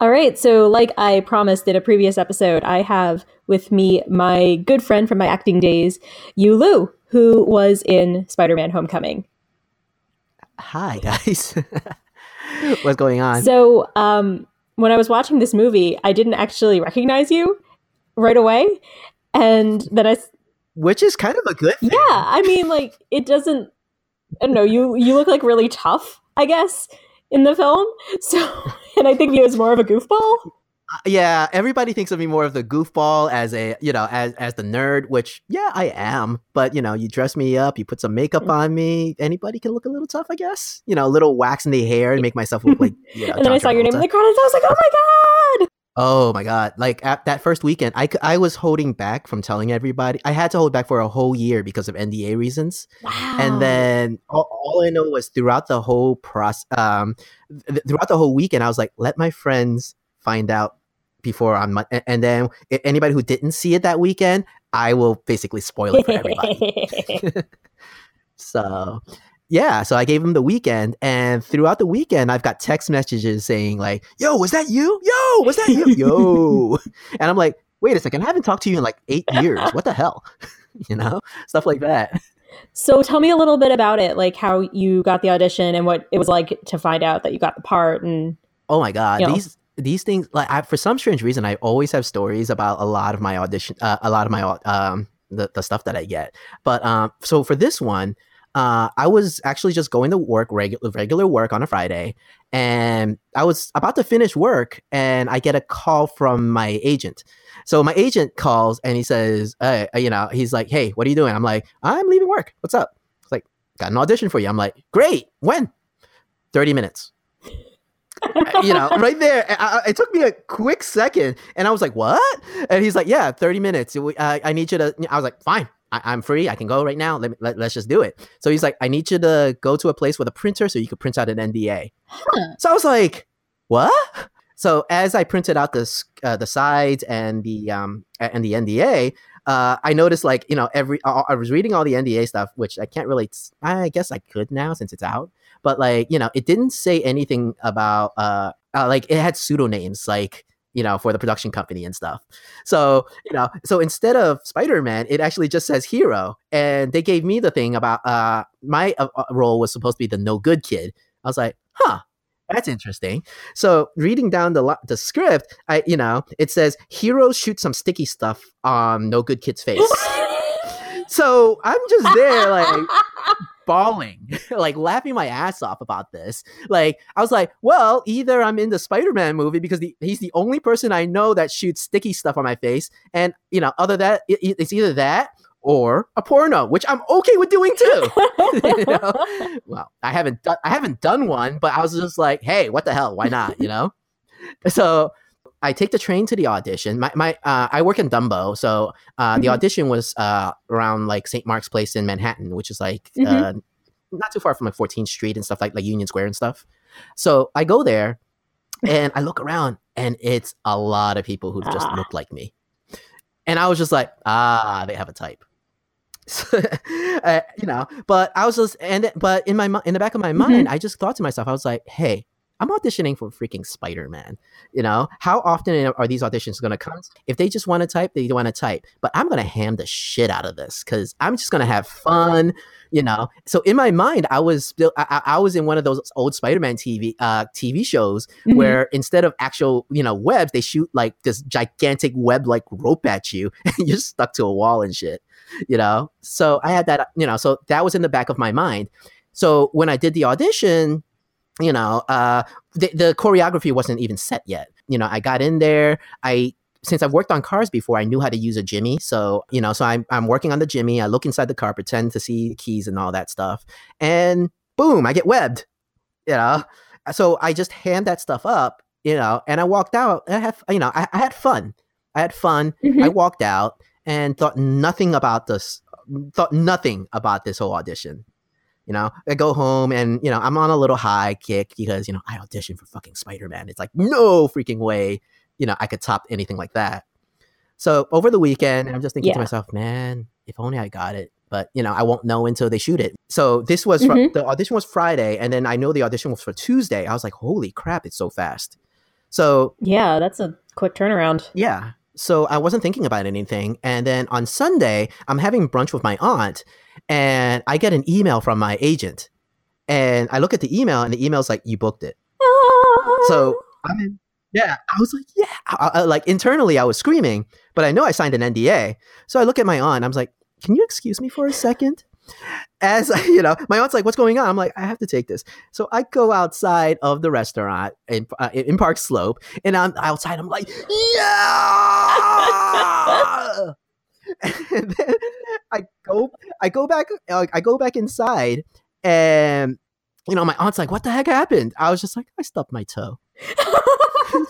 D: All right. So, like I promised in a previous episode, I have with me my good friend from my acting days, Yu Lu, who was in Spider Man Homecoming.
I: Hi guys. *laughs* What's going on?
D: So, um, when I was watching this movie, I didn't actually recognize you right away. And then I, s-
I: Which is kind of a good thing.
D: yeah, I mean, like, it doesn't, I don't know, you, you look like really tough, I guess, in the film. So, *laughs* and I think you was more of a goofball.
I: Yeah, everybody thinks of me more of the goofball as a, you know, as as the nerd, which yeah, I am. But you know, you dress me up, you put some
D: Mm.
I: makeup on me, anybody can look a little tough, I guess. You know, a little wax in the hair and make myself look like you know,
D: *laughs* and then I
I: John
D: saw your name
I: Travolta.
D: in the credits. I was like, oh my god!
I: Oh my god! Like at that first weekend, I, cou- I was holding back from telling everybody. I had to hold back for a whole year because of NDA reasons.
D: Wow.
I: And then all, all I know was throughout the whole process, um, th- throughout the whole weekend, I was like, let my friends find out before on my. a- And then a- anybody who didn't see it that weekend, I will basically spoil it for everybody. *laughs* So yeah, so I gave him the weekend, and throughout the weekend, I've got text messages saying like, "Yo, was that you? Yo, was that you? Yo," and I'm like, "Wait a second, I haven't talked to you in like eight years. What the hell?" *laughs* you know, stuff like that.
D: *laughs* So tell me a little bit about it, like how you got the audition and what it was like to find out that you got the part.
I: *laughs*
D: And *laughs*
I: Oh my god,
D: Yeah.
I: these these things like I, for some strange reason, I always have stories about a lot of my audition, uh, a lot of my au- um the, the stuff that I get. But um, so for this one, uh, I was actually just going to work regular regular work on a Friday, and I was about to finish work, and I get a call from my agent. So my agent calls and he says, uh, you know, he's like, "Hey, what are you doing?" I'm like, "I'm leaving work. What's up?" He's like, "Got an audition for you." I'm like, "Great. When?" Thirty minutes *laughs* you know, right there. I, I- it took me a quick second, and I was like, "What?" And he's like, "Yeah, thirty minutes. We- I, I need you to." I was like, "Fine, I, I'm free. I can go right now. Let me, let, let's just do it." So he's like, "I need you to go to a place with a printer so you can print out an NDA." So I was like, "What?" So as I printed out the s- uh, the sides and the um a- and the NDA. Uh, I noticed, like you know, every I, I was reading all the NDA stuff, which I can't really. I guess I could now since it's out but like you know it didn't say anything about uh, uh like it had pseudonames like you know for the production company and stuff so you know so instead of spider-man it actually just says hero and they gave me the thing about uh my uh, uh, role was supposed to be the no good kid i was like huh that's interesting. So reading down the lo- the script, I you know it says hero shoots some sticky stuff on no good
D: *laughs*
I: kid's face. so I'm just there like bawling, *laughs* like laughing my ass off about this. Like I was like, well, either I'm in the Spider-Man movie because the, he's the only person I know that shoots sticky stuff on my face, and you know, other that it, it- it's either that or a porno, which I'm okay with doing too. *laughs* you know? Well, I haven't done I haven't done one, but I was just like, hey, what the hell? Why not? You know. *laughs* so. I take the train to the audition. My, my uh, I work in Dumbo, so uh, the
D: Mhm.
I: audition was uh, around like St. Mark's Place in Manhattan, which is like uh,
D: Mhm.
I: not too far from like 14th Street and stuff like like Union Square and stuff. So I go there, and I look around, and it's a lot of people who just
D: Ah.
I: look like me, and I was just like, ah, they have a type. *laughs* So, uh, you know, but I was just and but in my mi- in the back of my mind, I just thought to myself, I was like, hey, I'm auditioning for freaking Spider Man. You know, how often are these auditions going to come? If they just want to type, they want to type. But I'm going to ham the shit out of this because I'm just going to have fun. You know, so in my mind, I was still I, I I was in one of those old Spider Man TV uh, TV shows
D: Mhm.
I: where instead of actual you know webs, they shoot like this gigantic web like rope at you, *laughs* and you're stuck to a wall and shit. You know, so I had that. You know, so that was in the back of my mind. So when I did the audition, you know, uh, the, the choreography wasn't even set yet. You know, I got in there. I since I've worked on cars before, I knew how to use a jimmy. So you know, so I'm I'm working on the jimmy. I look inside the car, pretend to see the keys and all that stuff, and boom, I get webbed. You know, so I just hand that stuff up. You know, and I walked out. And I have you know, I, I had fun. I had fun. I walked out and thought nothing about this. Thought nothing about this whole audition. You know, I go home and you know I'm on a little high kick because you know I auditioned for fucking Spider Man. It's like no freaking way, you know I could top anything like that. So over the weekend, I'm just thinking to
D: Yeah.
I: myself, man, if only I got it. But you know I won't know until they shoot it. So this was fr-
D: Mhm.
I: the audition was Friday, and then I know the audition was for Tuesday. I was like, holy crap, it's so fast. So
D: yeah, that's a quick turnaround.
I: yeah. So I wasn't thinking about anything. And then on Sunday, I'm having brunch with my aunt, and I get an email from my agent. And I look at the email, and the email's like, You booked it.
D: *laughs*
I: So I'm in. Yeah. I was like, Yeah. I, I- like internally, I was screaming, but I know I signed an NDA. So I look at my aunt, I'm like, Can you excuse me for a second? As *laughs* I- you know, my aunt's like, "What's going on?" I'm like, "I have to take this." So I go outside of the restaurant in uh, in Park Slope, and I'm outside. I'm like, yeah. *laughs* and then I go, I go back, uh, I go back inside, and you know, my aunt's like, "What the heck happened?" I was just like, "I stubbed my toe."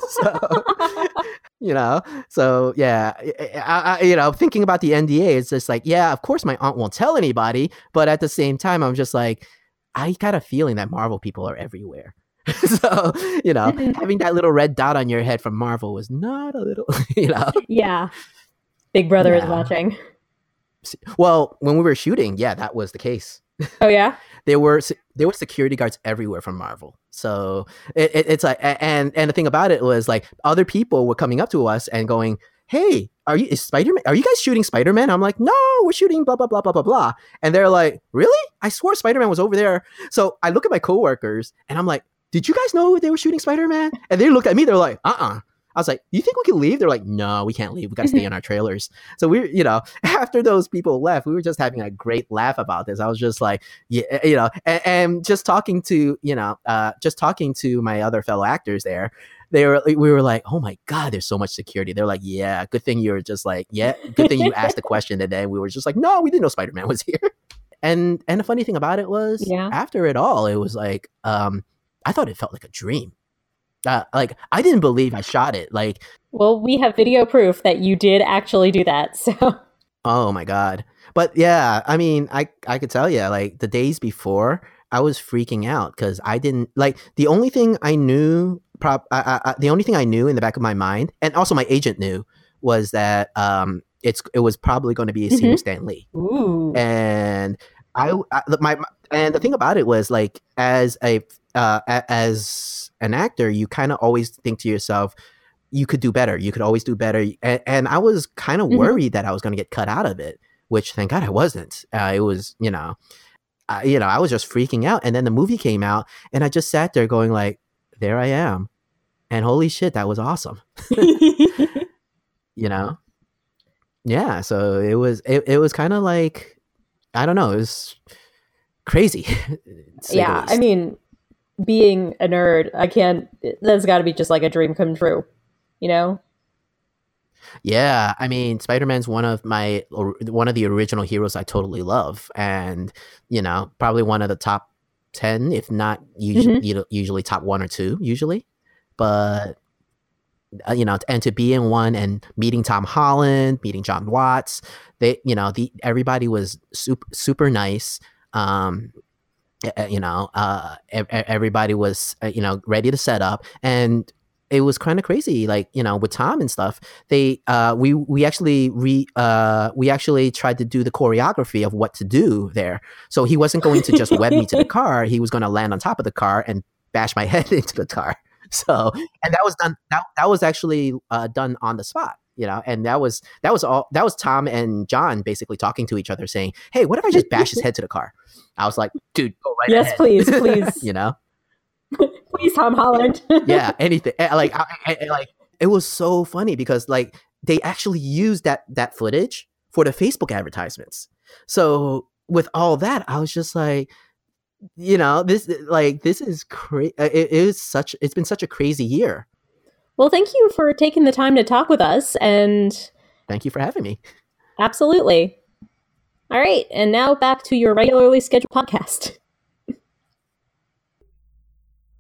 I: so, *laughs* you know, so yeah, I, I, I- you know, thinking about the NDA, it's just like, yeah, of course, my aunt won't tell anybody, but at the same time, I'm just like, I got a feeling that Marvel people are everywhere. *laughs* so, you know, having that little red dot on your head from Marvel was not a little, *laughs* you know.
D: yeah. Big Brother is
I: Yeah.
D: watching.
I: se- well, when we were shooting, yeah, that was the case.
D: Oh yeah.
I: There were se- there were security guards everywhere from Marvel. So it, it, it's like, a- and and the thing about it was like other people were coming up to us and going, "Hey, are you is Spider Man? Are you guys shooting Spider Man?" I'm like, "No, we're shooting blah blah blah blah blah blah." And they're like, "Really? I swore Spider Man was over there." So I look at my coworkers and I'm like, "Did you guys know they were shooting Spider Man?" And they looked at me. They're like, "Uh uh I was like, "Do you think we can leave?" They're like, "No, we can't leave. We got to stay in our trailers." So we, you know, *laughs* after those people left, we were just having a great laugh about this. I was just like, "Yeah, you know," and, and just talking to, you know, uh, just talking to my other fellow actors there. They were, we were like, "Oh my god, there's so much security." They're like, "Yeah, good thing you were just like, yeah, good thing you asked the question today." We were just like, "No, we didn't know Spider Man was here." And and the funny thing about it was,
D: Yeah.
I: after it all, it was like, um, I thought it felt like a dream. Uh, like I didn't believe I shot it. Like
D: Well, we have video proof that you did actually do that. So
I: Oh my god. But yeah, I mean, I I could tell you like the days before, I was freaking out cuz I didn't like the only thing I knew prop I, I, I, the only thing I knew in the back of my mind and also my agent knew was that um it's it was probably going to be a scene with Stan Lee.
D: ooh.
I: And I, I the- my, my and the thing about it was like as a uh, a- as an actor, you kind of always think to yourself, you could do better. You could always do better. And, and I was kind of
D: Mhm.
I: worried that I was going to get cut out of it, which thank God I wasn't. Uh, it was, you know, I, you know, I was just freaking out. And then the movie came out, and I just sat there going like, there I am, and holy shit, that was awesome. you know yeah so it was it, it was kind of like i don't know it was crazy *laughs* to say
D: *laughs*
I: the
D: yeah, I
I: least.
D: mean, being a nerd, I can't. That's got to be just like a dream come true, you know?
I: yeah i mean spider-man's one of my or one of the original heroes i totally love and you know probably one of the top 10 if not
D: Mm-hmm.
I: usually usually top one or two usually but uh, you know and to be in one and meeting tom holland meeting john watts they you know the everybody was super super nice um e- e- you know uh e- e- everybody was uh, you know ready to set up and it was kind of crazy like you know with tom and stuff they uh we we actually re uh we actually tried to do the choreography of what to do there so he wasn't going to just web me to the car he was going to land on top of the car and bash my *laughs* head into the car so and that was done that, that was actually uh, done on the spot you know and that was that was all that was tom and john basically talking to each other saying hey what if i just bash his head to the car i was like dude go right
D: Yes,
I: ahead." *laughs*
D: please, please.
I: you know
D: Please, Tom Holland. *laughs*
I: yeah anything Eh, like I, I, I- like it was so funny because like they actually used that that footage for the facebook advertisements so with all that i was just like you know this like this is crazy it it is such it's been such a crazy year
D: Well, thank you for taking the time to talk with us, and
I: thank you for having me
D: absolutely. All right, and now back to your regularly scheduled podcast.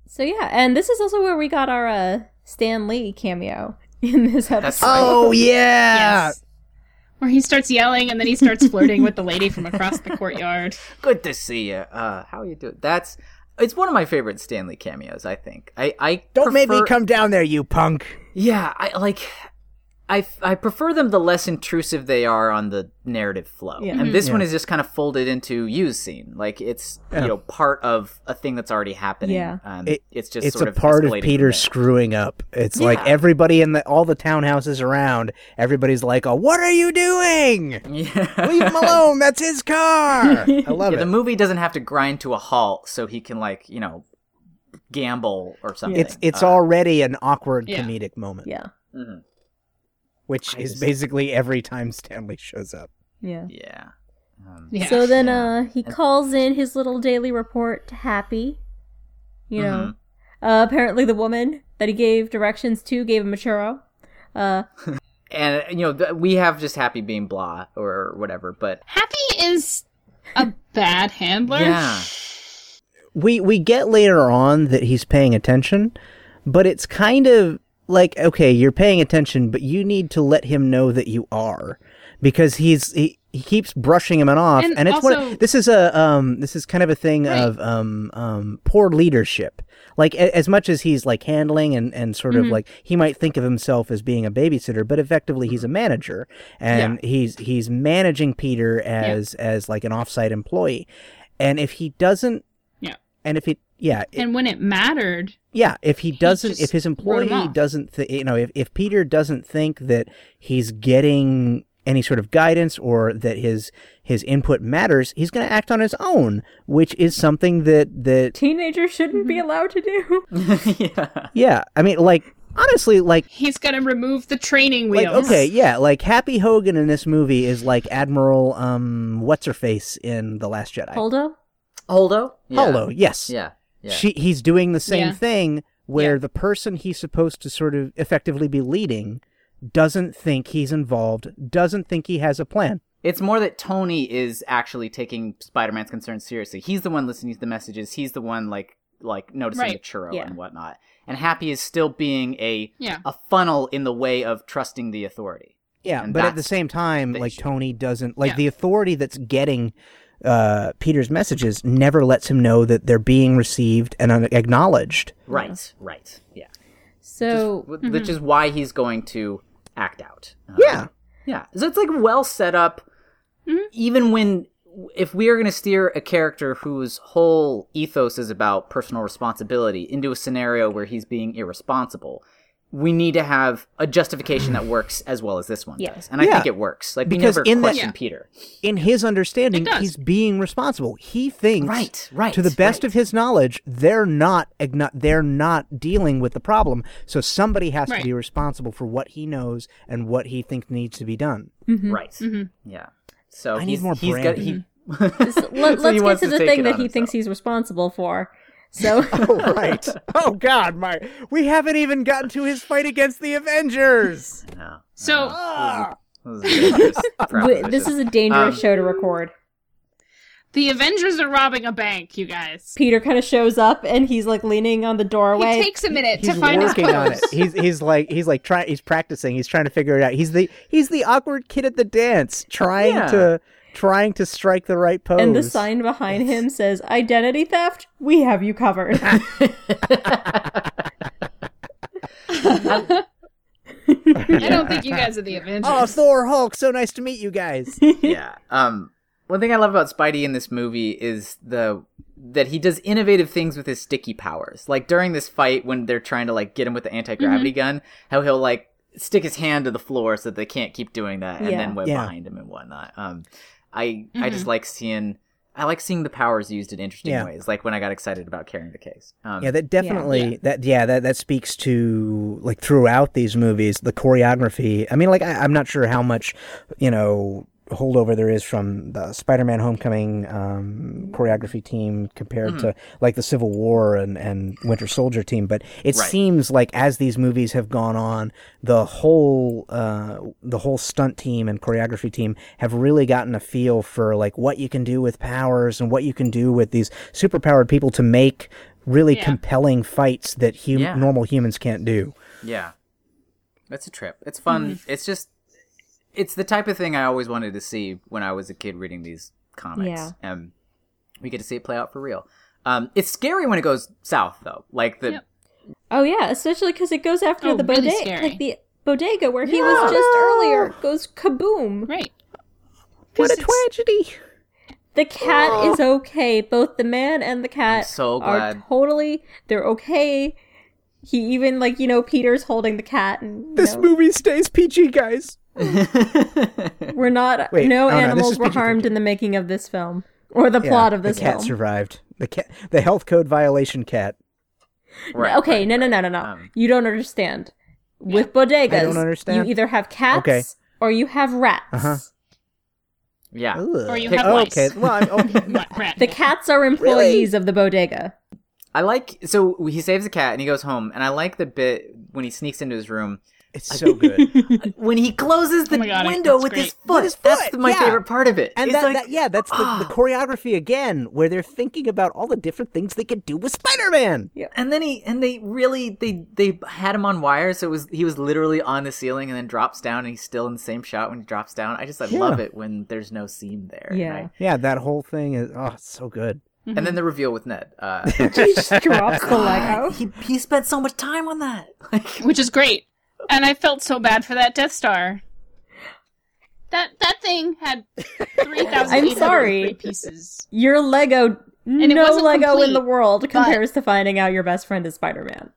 D: So yeah, and this is also where we got our uh, Stan Lee cameo *laughs* in this
G: That's
D: episode.
G: right.
E: Oh yeah.
F: Yes. Where he starts yelling and then he starts flirting with the lady from across the
E: *laughs*
F: courtyard.
G: *laughs* Good to see you. Uh, how you doing? That's it's one of my favorite Stanley cameos. I think. I I
E: Don't make me
G: prefer-
E: come down there, you punk.
G: Yeah, I like. I, f- I prefer them the less intrusive they are on the narrative flow,
D: Yeah.
E: Mm-hmm.
G: and this one is just kind of folded into use scene. Like it's you know part of a thing that's already happening.
D: Yeah.
G: um,
E: It-
G: it's just
E: it's
G: sort
E: a part of
G: escalating from
E: Peter
G: there.
E: screwing up. It's like
G: Yeah.
E: everybody in the all the townhouses around, everybody's like, "Oh, what are you doing?
G: Yeah.
I: *laughs*
E: Leave him alone. That's his car." I
G: *laughs*
E: love
G: Yeah, the
E: it.
G: movie doesn't have to grind to a halt so he can like you know gamble or something.
E: It's it's
G: Uh,
E: already an awkward
F: Yeah.
E: comedic moment,
D: yeah,
G: mhm.
E: which
G: I
E: is
G: just-
E: basically every time Stanley shows up.
D: yeah.
G: yeah. Um,
F: Yeah.
D: So then
G: Yeah.
D: uh, he calls in his little daily report to Happy. You know,
G: Mhm.
D: uh, apparently the woman that he gave directions to gave him a churro. Uh,
G: and you know th- we have just happy being blah or whatever, but
F: Happy is a bad handler.
G: yeah,
E: we we get later on that he's paying attention, but it's kind of like okay, you're paying attention, but you need to let him know that you are. because he's he, he keeps brushing him off, and,
F: And
E: it's one.
F: also-
E: Of, this is a um this is kind of a thing
F: Right.
E: of um um poor leadership. Like a, as much as he's like handling and and sort
F: Mm-hmm.
E: of like he might think of himself as being a babysitter, but effectively he's a manager, and he's he's managing Peter as as like an offsite employee, and if he doesn't,
F: Yeah.
E: and if he yeah,
F: And when it mattered,
E: yeah, if he doesn't,
F: just
E: if his
F: wrote him
E: employee
F: off.
E: doesn't, th- you know, if, if Peter doesn't think that he's getting any sort of guidance or that his his input matters, he's going to act on his own, which is something that that
D: Teenagers shouldn't
G: Mm-hmm.
D: be allowed to do.
G: yeah.
E: yeah, I mean, like honestly, like.
F: he's gonna remove the training
E: Like,
F: wheels.
E: okay, yeah, like Happy Hogan in this movie is like Admiral um what's her face in The Last Jedi.
D: Holdo?
G: Holdo? Yeah.
E: Hollow, yes.
G: Yeah. Yeah.
E: She he's doing the same
F: Yeah.
E: thing where the person he's supposed to sort of effectively be leading doesn't think he's involved, doesn't think he has a plan.
G: It's more that Tony is actually taking Spider-Man's concerns seriously. He's the one listening to the messages. He's the one like like noticing the
F: Right.
G: churro
D: Yeah.
G: and whatnot. And Happy is still being a
F: Yeah.
G: a funnel in the way of trusting the authority.
E: Yeah,
G: And
E: but at the
G: that's
E: same time,
G: the
E: like
G: issue.
E: Tony doesn't like
F: Yeah.
E: the authority that's getting uh, Peter's messages never lets him know that they're being received and un- acknowledged.
G: Right. Right. Yeah.
D: So
G: Wh- Which is why he's going to act out. Um,
E: Mm-hmm. Yeah, Mm-hmm.
G: Yeah. So it's like well set up. Even when, if we are going to steer a character whose whole ethos is about personal responsibility into a scenario where he's being irresponsible, we need to have a justification that works as well as this one
D: Yeah.
G: does. And I
E: Yeah.
G: think it works. Like, we
E: Because
G: never
E: in that-
G: question
F: Yeah.
G: Peter.
E: in his understanding,
F: It does.
E: he's being responsible. He thinks
G: Right, right,
E: to the best
G: right.
E: of his knowledge, they're not igno- they're not dealing with the problem. So somebody has to
F: Right.
E: be responsible for what he knows and what he thinks needs to be done.
D: Mm-hmm.
G: Right. Yeah. So
E: I need
G: he's,
E: more
G: he's got,
E: brandy.
G: he,
D: let,
G: *laughs* So he
D: us get
G: wants
D: to
G: to
D: the
G: take
D: thing
G: it
D: that
G: on
D: he thinks
G: himself.
D: he's responsible for.
G: *laughs*
D: So
E: *laughs* Oh right. *laughs* oh god, my we haven't even gotten to his fight against the Avengers.
G: no.
F: So
E: Ah.
G: This is
D: *laughs*
G: a dangerous
D: *laughs* w- this
G: proposition.
D: is a dangerous
G: Um,
D: show to record.
F: the Avengers are robbing a bank, you guys.
D: Peter kind of shows up and he's like leaning on the doorway.
F: It takes a minute
E: He's
F: to find his
E: working on it.
F: clothes.
E: He's he's like he's like trying he's practicing. He's trying to figure it out. He's the he's the awkward kid at the dance, trying
G: Yeah.
E: to trying to strike the right pose.
D: and the sign behind him says, Identity theft? We have you
G: *laughs*
D: covered. *laughs*
F: I don't think you guys are the Avengers.
E: Oh, Thor, Hulk, so nice to meet you *laughs* guys.
G: *laughs* yeah. Um, one thing I love about Spidey in this movie is the that he does innovative things with his sticky powers. Like during this fight, when they're trying to like get him with the anti gravity gun, how he'll like stick his hand to the floor so that they can't keep doing that, and
D: Yeah.
G: then went
E: Yeah.
G: behind him and whatnot. Um, I I just like seeing. I like seeing the powers used in interesting
E: Yeah.
G: ways, like when I got excited about carrying the case. Um,
E: Yeah, that definitely that yeah that that speaks to like throughout these movies the choreography. I mean, like I, I'm not sure how much you know holdover there is from the Spider-Man Homecoming um, choreography team compared to like the Civil War and and Winter Soldier team, but it
G: Right.
E: seems like as these movies have gone on, the whole uh, the whole stunt team and choreography team have really gotten a feel for like what you can do with powers and what you can do with these superpowered people to make really
F: Yeah.
E: compelling fights that hum-
G: Yeah.
E: normal humans can't do.
G: Yeah. That's a trip. It's fun. It's just it's the type of thing I always wanted to see when I was a kid reading these comics. Yeah. Um we get to see it play out for real. Um it's scary when it goes south though. Like the
F: Yep.
D: oh, yeah, especially because it goes after
F: Oh,
D: the
F: really
D: bodega.
F: scary.
D: Like the bodega where he was
G: *gasps*
D: just earlier goes kaboom.
F: Right.
E: What a
F: 'Cause it's-
E: tragedy!
D: The cat is okay. Both the man and the cat
G: so
D: are
G: glad.
D: totally they're okay. He even like you know Peter's holding the cat and you
E: This
D: know,
E: movie stays PG, guys.
D: we're not
E: Wait,
D: no
E: oh, no, this
D: animals
E: is
D: were
E: PG-13.
D: harmed in the making of this film or the plot of this
E: the cat
D: film.
E: survived. The cat, the health code violation cat.
G: *laughs* right,
D: okay,
G: right,
D: no, no,
G: right.
D: no, no, no.
G: Um,
D: you don't understand. With bodegas,
E: I don't understand.
D: you either have cats
E: Okay.
D: or you have rats.
E: Uh-huh.
G: yeah.
E: Or
F: you
E: okay,
F: have
E: oh,
F: lice.
E: okay. Well, I-
F: *laughs*
E: oh,
F: What, rat?
D: The cats are employees of the
E: *laughs*
D: bodega.
G: I like so he saves the cat and he goes home and I like the bit when he sneaks into his room
E: It's so good.
B: When he closes the
F: my God, I-
B: window
F: that's
B: with his
F: great.
B: foot.
G: That's my
E: yeah.
G: favorite part of it.
E: And
G: It's
E: that,
G: like-
E: that- yeah, that's the, *gasps* the choreography again, where they're thinking about all the different things they could do with Spider-Man.
G: And then he and they really they they had him on wires. So it was he was literally on the ceiling and then drops down and he's still in the same shot when he drops down. I just I love it when there's no seam there. and
D: Yeah.
G: I-
E: Yeah, that whole thing is oh, it's so good.
G: And then the reveal with Ned.
E: *laughs*
G: Uh,
D: He just drops the Lego.
B: He, he spent so much time on that.
F: which is great. And I felt so bad for that Death Star. That that thing had
G: *laughs*
F: three thousand.
D: I'm sorry.
F: pieces.
D: Your Lego,
F: it
D: no
F: wasn't
D: Lego in
F: complete,
D: the world compares to finding out your best friend is Spider Man.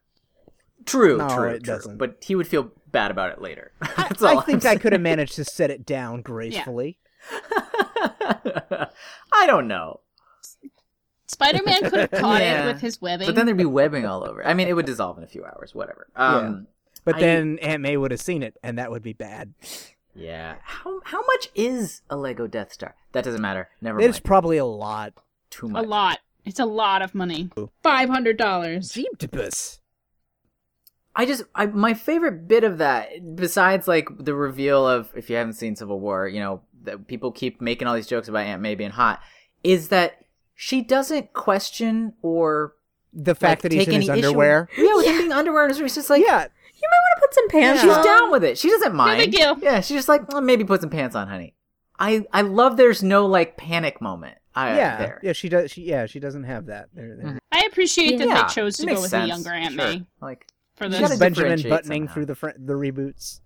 G: true,
E: No,
G: true,
E: it
G: true.
E: doesn't.
G: But he would feel bad about it later. *laughs* That's all
E: I
G: I'm
E: think I
G: saying.
E: *laughs* could have managed to set it down gracefully.
G: *laughs* I don't know.
F: Spider Man could have caught
G: Yeah.
F: it with his webbing.
G: But then there'd be webbing all over. I mean, it would dissolve in a few hours. Whatever. Um,
E: But
G: I-
E: then Aunt May would have seen it, and that would be bad.
G: yeah. How how much is a Lego Death Star? That doesn't matter. Never
E: It's
G: mind.
E: probably a lot.
G: Too
F: a
G: much.
F: lot. It's a lot of money. Five hundred dollars.
E: Jeeptibus.
G: I just I my favorite bit of that besides like the reveal of if you haven't seen Civil War, you know, that people keep making all these jokes about Aunt May being hot is that she doesn't question or
E: The fact
G: like,
E: that he's
G: take
E: in his
G: any issue-
E: underwear.
G: Yeah, with him being underwear and it's just like
E: Yeah,
D: You might want to put some pants
G: she's
D: on.
G: down with it. She doesn't mind.
F: big deal.
G: Yeah, she's just like "Well, maybe put some pants on, honey. I I love there's no like panic moment. I,
E: yeah,
G: Uh, there.
E: yeah. She does. She yeah. She doesn't have that. There, there.
F: I appreciate that
G: Yeah,
F: they chose to
G: it
F: go
G: makes
F: with
G: sense.
F: a younger Aunt
G: Sure.
F: May
G: Like
F: for
G: You
F: this.
G: gotta
E: Just Benjamin
G: differentiate
E: buttoning
G: somehow.
E: through the fr- the reboots.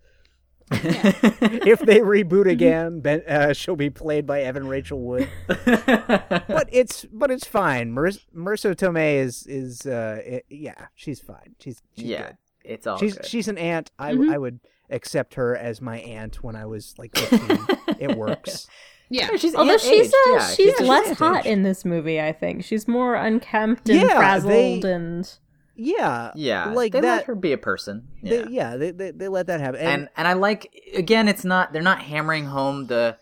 E: if they
G: Mm-hmm.
E: reboot again, ben, uh, she'll be played by Evan Rachel Wood.
G: *laughs*
E: but it's but it's fine. Mar- Marissa Tomei is is uh, i yeah, she's fine. She's, she's
G: yeah, Oh, Mm-hmm.
E: good.
G: it's all
E: she's
G: good.
E: she's an aunt. I I would accept her as my aunt when I was
G: *laughs*
E: like 15. it works.
F: *laughs* Yeah.
G: Yeah, she's
D: Although
G: aunt
D: she's
G: aged.
D: uh,
G: Yeah,
D: she's
G: just
D: less
G: aunt
D: hot
G: aged.
D: in this movie, I think. She's more unkempt and
E: Yeah,
D: frazzled
E: they-
D: and
E: Yeah,
G: Yeah,
E: like
G: they
E: that.
G: let her be a person. Yeah.
E: They, yeah, they, they they let that happen.
G: and and I like again, it's not they're not hammering home the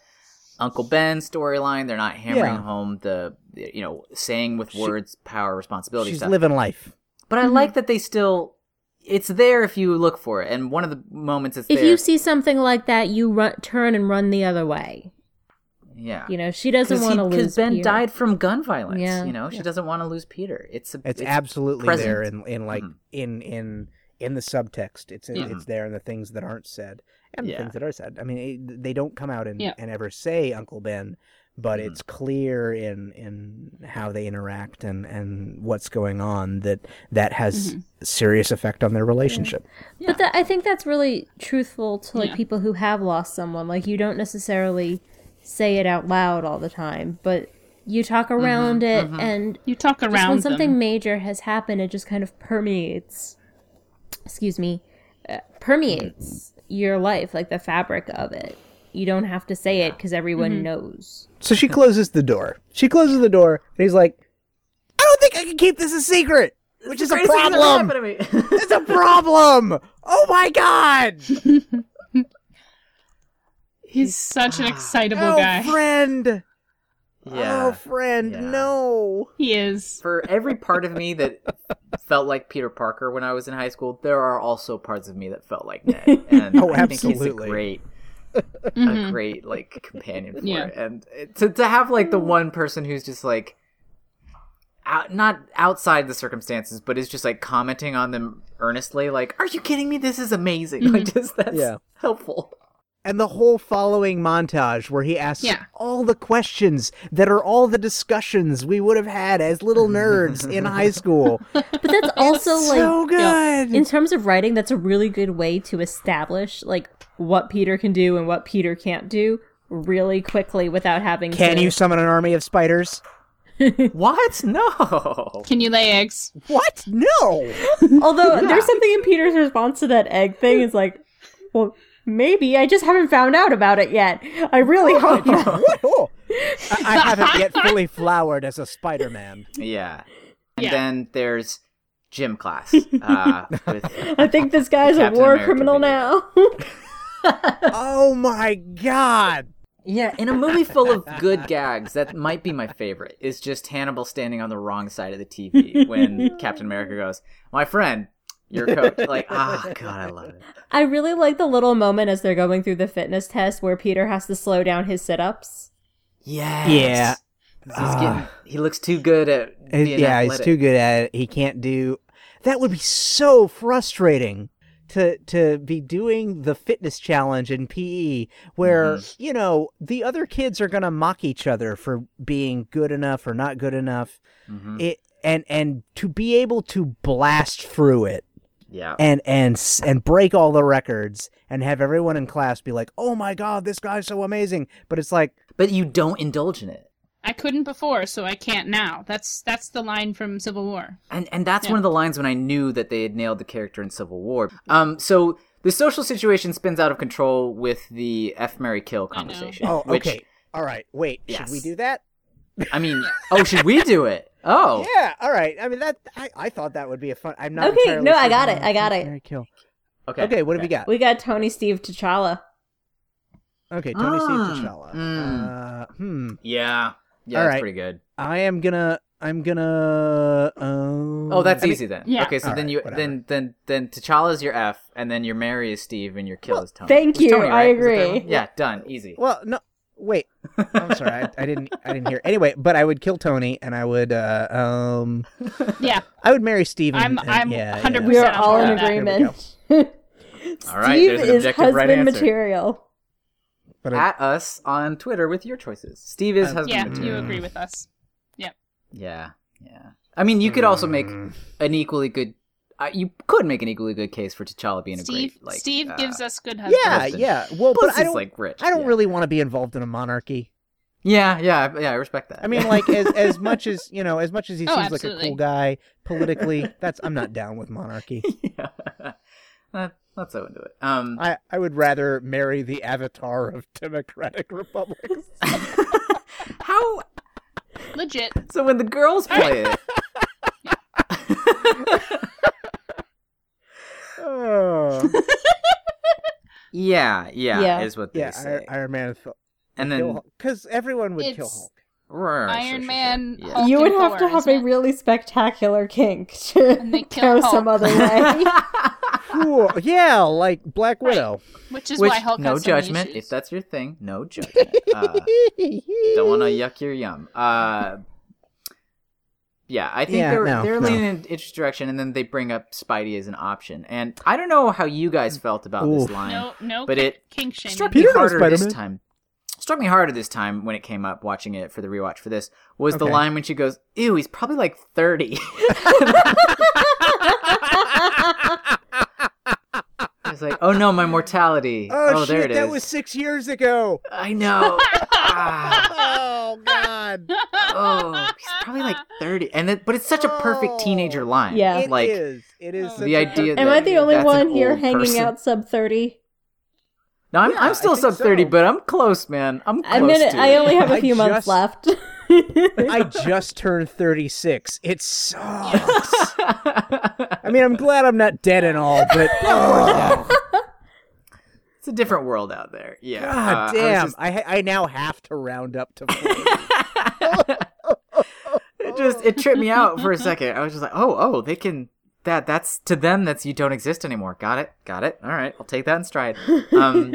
G: Uncle Ben storyline. They're not hammering
E: Yeah.
G: home the you know saying with words power responsibility
E: she's
G: stuff.
E: living Mhm. life.
G: but I like that they still it's there if you look for it. And one of the moments it's
D: if
G: there.
D: you see something like that, you run, turn and run the other way.
G: yeah.
D: You know, she doesn't
G: he-
D: want to lose.
G: Ben
D: Peter.
G: died from gun violence.
D: Yeah.
G: You know, she doesn't want to lose Peter. It's a,
E: It's, absolutely
G: present.
E: there in in like
G: Mhm.
E: in in in the subtext. It's in,
G: Yeah.
E: it's there in the things that aren't said and
G: Yeah.
E: the things that are said. I mean, it, they don't come out and,
F: Yeah.
E: and ever say Uncle Ben, but
G: Mhm.
E: it's clear in in how they interact and and what's going on that that has serious effect on their relationship.
D: But that, I think that's really truthful to like
F: Yeah.
D: people who have lost someone. Like you don't necessarily say it out loud all the time, but you talk around it, and
F: You talk
D: just
F: around
D: when something
F: them.
D: major has happened, it just kind of permeates. Excuse me, uh, permeates your life, like the fabric of it. You don't have to say it because everyone knows.
E: So she closes the door. She closes the door, and he's like, "I don't think I can keep this a secret." Which is a problem. It's a problem. Oh my god.
F: He's such an excitable
E: Oh,
F: guy.
E: friend.
G: yeah.
E: Oh, friend,
G: Yeah.
E: no.
F: He is.
G: for every part of me that felt like Peter Parker when I was in high school, there are also parts of me that felt like
E: *laughs*
G: Ned. And
E: Oh,
G: I think he's a
E: absolutely.
G: great, a great like companion for
F: Mm-hmm. Yeah. Mm.
G: it. And it- to to have like the one person who's just like out, not outside the circumstances, but is just like commenting on them earnestly, like, "Are you kidding me? This is amazing!"
F: Mm-hmm.
G: Like, just that's
E: Yeah. *laughs*
G: helpful.
E: And the whole following montage where he asks
F: Yeah.
E: all the questions that are all the discussions we would have had as little nerds in *laughs* high school.
D: But that's also like
E: so good.
D: in terms of writing that's a really good way to establish like what peter can do and what peter can't do really quickly without having
E: Can
D: to
E: you summon an army of spiders?
F: *laughs*
G: What? No.
F: Can you lay eggs?
E: What?
F: *laughs*
E: No.
D: although there's something in peter's response to that egg thing is like well maybe i just haven't found out about it yet i really hope not
E: What? Oh. I-, I haven't
F: *laughs*
E: yet fully flowered as a Spider-Man.
G: Yeah. And
F: Yeah.
G: then there's gym
F: *laughs*
G: class uh, with
D: i think this guy's a
G: Captain
D: war
G: America
D: criminal
G: video.
D: now *laughs*
E: Oh my god.
G: Yeah, in a movie full of good gags, that might be my favorite. Is
E: *laughs*
G: just Hannibal standing on the wrong side of the TV when Captain America goes, "My friend, your coach. Like, ah, God, I love it.
D: I really like the little moment as they're going through the fitness test where Peter has to slow down his sit ups.
G: Yes.
E: Yeah.
G: He's
E: Ah.
G: getting, he looks too good at
E: He's-
G: being
E: yeah,
G: athletic.
E: he's too good at it. He can't do. That would be so frustrating to to be doing the fitness challenge in PE, where
G: Mm-hmm.
E: you know the other kids are gonna mock each other for being good enough or not good enough.
G: Mhm.
E: It and and to be able to blast through it
G: Yeah.
E: and and s- and break all the records and have everyone in class be like, "Oh my god, this guy's so amazing!" But
G: *laughs*
E: it's like,
G: But you don't indulge in it.
F: I couldn't before, so I can't now. That's that's the line from Civil War.
G: And and that's
F: Yeah.
G: one of the lines when I knew that they had nailed the character in Civil War. Um, so the social situation spins out of control with the F Mary Kill
F: I know.
G: conversation.
E: "Oh,
G: which,
E: okay, all right, wait, should we
G: Yes.
E: do that?"
G: I mean, oh, should we do it? Oh,
E: Yeah, all right. I mean that I, I thought that would be a fun. I'm not
D: Okay,
E: entirely
D: no, I
E: sure
D: got
E: how
D: it, I got
E: to
D: it.
E: Mary Kill.
G: okay.
E: Okay, what have we got?
D: We got Tony Steve T'Challa.
E: Okay, Tony
D: Ah.
G: Mm,
E: Steve T'Challa.
G: mm.
E: Uh, hmm.
G: Yeah, yeah,
E: All
G: that's
E: right.
G: pretty good.
E: I am gonna. I'm gonna. Um,
G: Oh, that's
E: I mean-
G: easy then.
F: yeah.
G: Okay, so
E: All
G: then
E: right,
G: you
E: whatever.
G: then then then T'Challa's your F, and then your Mary is Steve, and your Kill is Tony.
D: thank
G: It was
D: you,
G: Tony,
D: I
G: right? Was it Tony?
D: agree.
G: Yeah, done. Easy.
E: Well, no, wait.
G: *laughs*
E: I'm sorry. I, I didn't. I didn't hear. Anyway, but I would kill Tony, and I would. Uh, um,
F: Yeah,
E: I would marry Steven.
F: I'm-
E: and,
F: I'm
E: yeah, yeah.
F: 100%
D: We are
F: Sounds
D: all in
F: like that.
D: agreement. *laughs*
G: All right,
D: Steve
G: there's an
D: is
G: objective
D: husband
G: right answer.
D: material.
E: But I-
G: At us on Twitter with your choices. Steve
E: Um,
G: is husband
F: yeah,
G: material.
F: you agree with us.
G: Yeah, yeah. I mean, you could also make
E: Hmm.
G: an equally good. Uh, you could make an equally good case for T'Challa being
F: Steve
G: a great. Like,
F: Steve
G: uh,
F: gives us good husband.
E: yeah,
G: husband.
E: yeah. Well,
G: Plus
E: but I
G: he's,
E: don't.
G: like rich.
E: I don't
G: yeah.
E: really want to be involved in a monarchy.
G: Yeah, yeah, yeah. I respect that.
E: I mean, like as
F: *laughs*
E: as much as you know, as much as he
F: Oh,
E: seems like a cool
F: absolutely.
E: guy politically, that's I'm not down with monarchy.
G: *laughs* yeah. *laughs* not, not so into it. Um,
E: I I would rather marry the avatar of
F: *laughs*
E: democratic republics.
G: *laughs* how?
F: Legit.
G: So when the girls
F: *laughs*
G: play it,
E: Oh,
G: yeah, yeah,
D: Yeah.
G: is what they
E: yeah,
G: say.
E: Iron, Iron Man th-
G: and then
E: because everyone would kill
F: It's-
E: Hulk.
F: Iron
G: Roar, sure, sure, sure.
F: Man,
G: Yeah.
F: Hulk *laughs*
D: you would
F: and
D: have to
F: Thor,
D: have
F: isn't
D: a
F: it?
D: really spectacular kink *laughs* to
F: And they
D: go
F: kill
D: some
F: Hulk. *laughs*
D: other way.
E: Cool. Yeah, like Black
F: Right. *laughs*
E: Widow.
F: Which is
G: Which
F: why Hulk
G: no
F: has so many
G: judgment
F: issues.
G: if that's your thing. No judgment. Uh, don't want to yuck your yum. Uh, yeah, I think
E: Yeah,
G: they're
E: no,
G: they're
E: no.
G: leaning in an interesting direction, and then they bring up Spidey as an option. And I don't know how you guys felt about
E: Oof.
G: this line.
F: no no
G: but it
F: kink shaming.
G: struck
E: Peter
G: me
E: knows
G: harder this
E: Spider-Man.
G: time. Struck me harder this time when it came up watching it for the rewatch for this was the
E: Okay.
G: line when she goes, "Ew, he's probably like *laughs* 30. I was like, "Oh no, my mortality!
E: Oh, shit,
G: there it is."
E: that was six years ago.
G: I know.
E: *laughs*
G: Ah.
E: Oh God,
G: oh, he's probably like thirty, and it, but it's such a perfect
E: Oh,
G: teenager line.
D: Yeah.
E: It
G: like
E: is. It is
F: the
E: such
G: the
E: a-
G: idea.
D: Am
G: that
D: I the only
G: that's an
D: one here
G: old
D: hanging
G: person-
D: out sub 30?
G: No, I'm,
E: Yeah, I
G: I'm still
E: think
G: sub thirty,
E: so.
G: but I'm close, man. I'm close
D: I'm gonna,
G: to
D: I
G: it. *laughs*
D: only have a
E: I
D: few months
E: just-
D: left.
E: I just turned 36. It sucks. I mean, I'm glad I'm not dead and all,
G: *laughs*
E: but oh,
G: it's a different world out there. Yeah. Uh, I
E: god
G: was
E: damn,
G: just-
E: I, ha I now have to round up
G: *laughs*
E: to 40.
G: it just it tripped me out for a second. I was just like, oh, oh, they can that that's to them that's you don't exist anymore. Got it, got it. All right, I'll take that in stride. *laughs*
D: *laughs*
G: Um,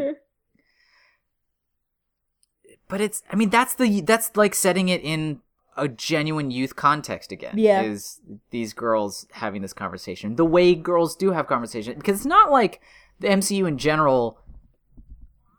G: but it's I mean that's the that's like setting it in a genuine youth context again.
D: Yeah.
G: is these girls having this conversation the way girls do have conversation because it's not like the MCU in general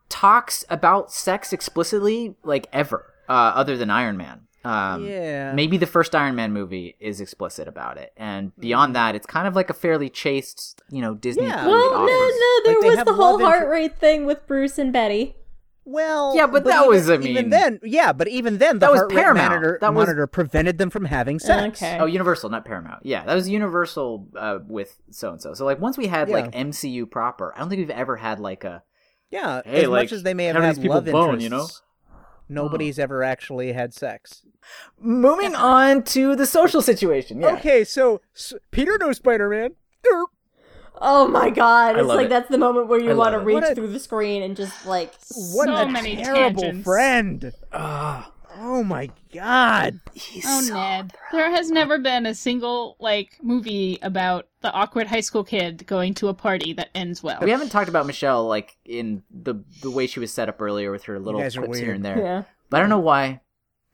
G: talks about sex explicitly like ever uh, other than Iron Man. Um,
E: yeah.
G: maybe the first Iron Man movie is explicit about it, and beyond that, it's kind of like a fairly chaste, you know, Disney.
E: Yeah.
G: thing
D: Mm. well,
G: that
D: no,
G: offers.
D: no, there
E: Like, they
D: was
E: have
D: the whole
E: love inter-
D: heart rate thing with Bruce and Betty.
E: Well,
G: Yeah, but that
E: even,
G: was, I mean-
E: even then, yeah, but even then, the
G: That was
E: heart rate
G: Paramount.
E: monitor,
G: That was-
E: monitor prevented them from having sex.
D: Okay.
G: Oh, Universal, not Paramount. Yeah, that was Universal uh, with so and so. So like once we had like MCU proper, I don't think we've ever had like a
E: Yeah,
G: Hey,
E: as
G: like,
E: much as they may have
G: how do
E: had
G: these people
E: love
G: bone,
E: interests,
G: you know?
E: nobody's ever actually had sex.
G: Moving on to the social situation. Yeah.
E: Okay, so, s Peter knows Spider-Man. Derp.
D: Oh my god.
G: I
D: It's
G: love
D: like
G: it.
D: that's the moment where
G: I
D: you
G: love
D: want to
G: it.
D: reach
E: What a-
D: through the screen and just like
E: What
F: So
E: a
F: many
E: terrible
F: tangents.
E: friend. Oh my god.
F: Oh, Ned. There has never been a single like movie about the awkward high school kid going to a party that ends well.
G: We haven't talked about Michelle like in the the way she was set up earlier with her little
E: guys
G: clips
E: are
G: here
E: weird.
G: and there.
D: Yeah.
G: But I don't know why.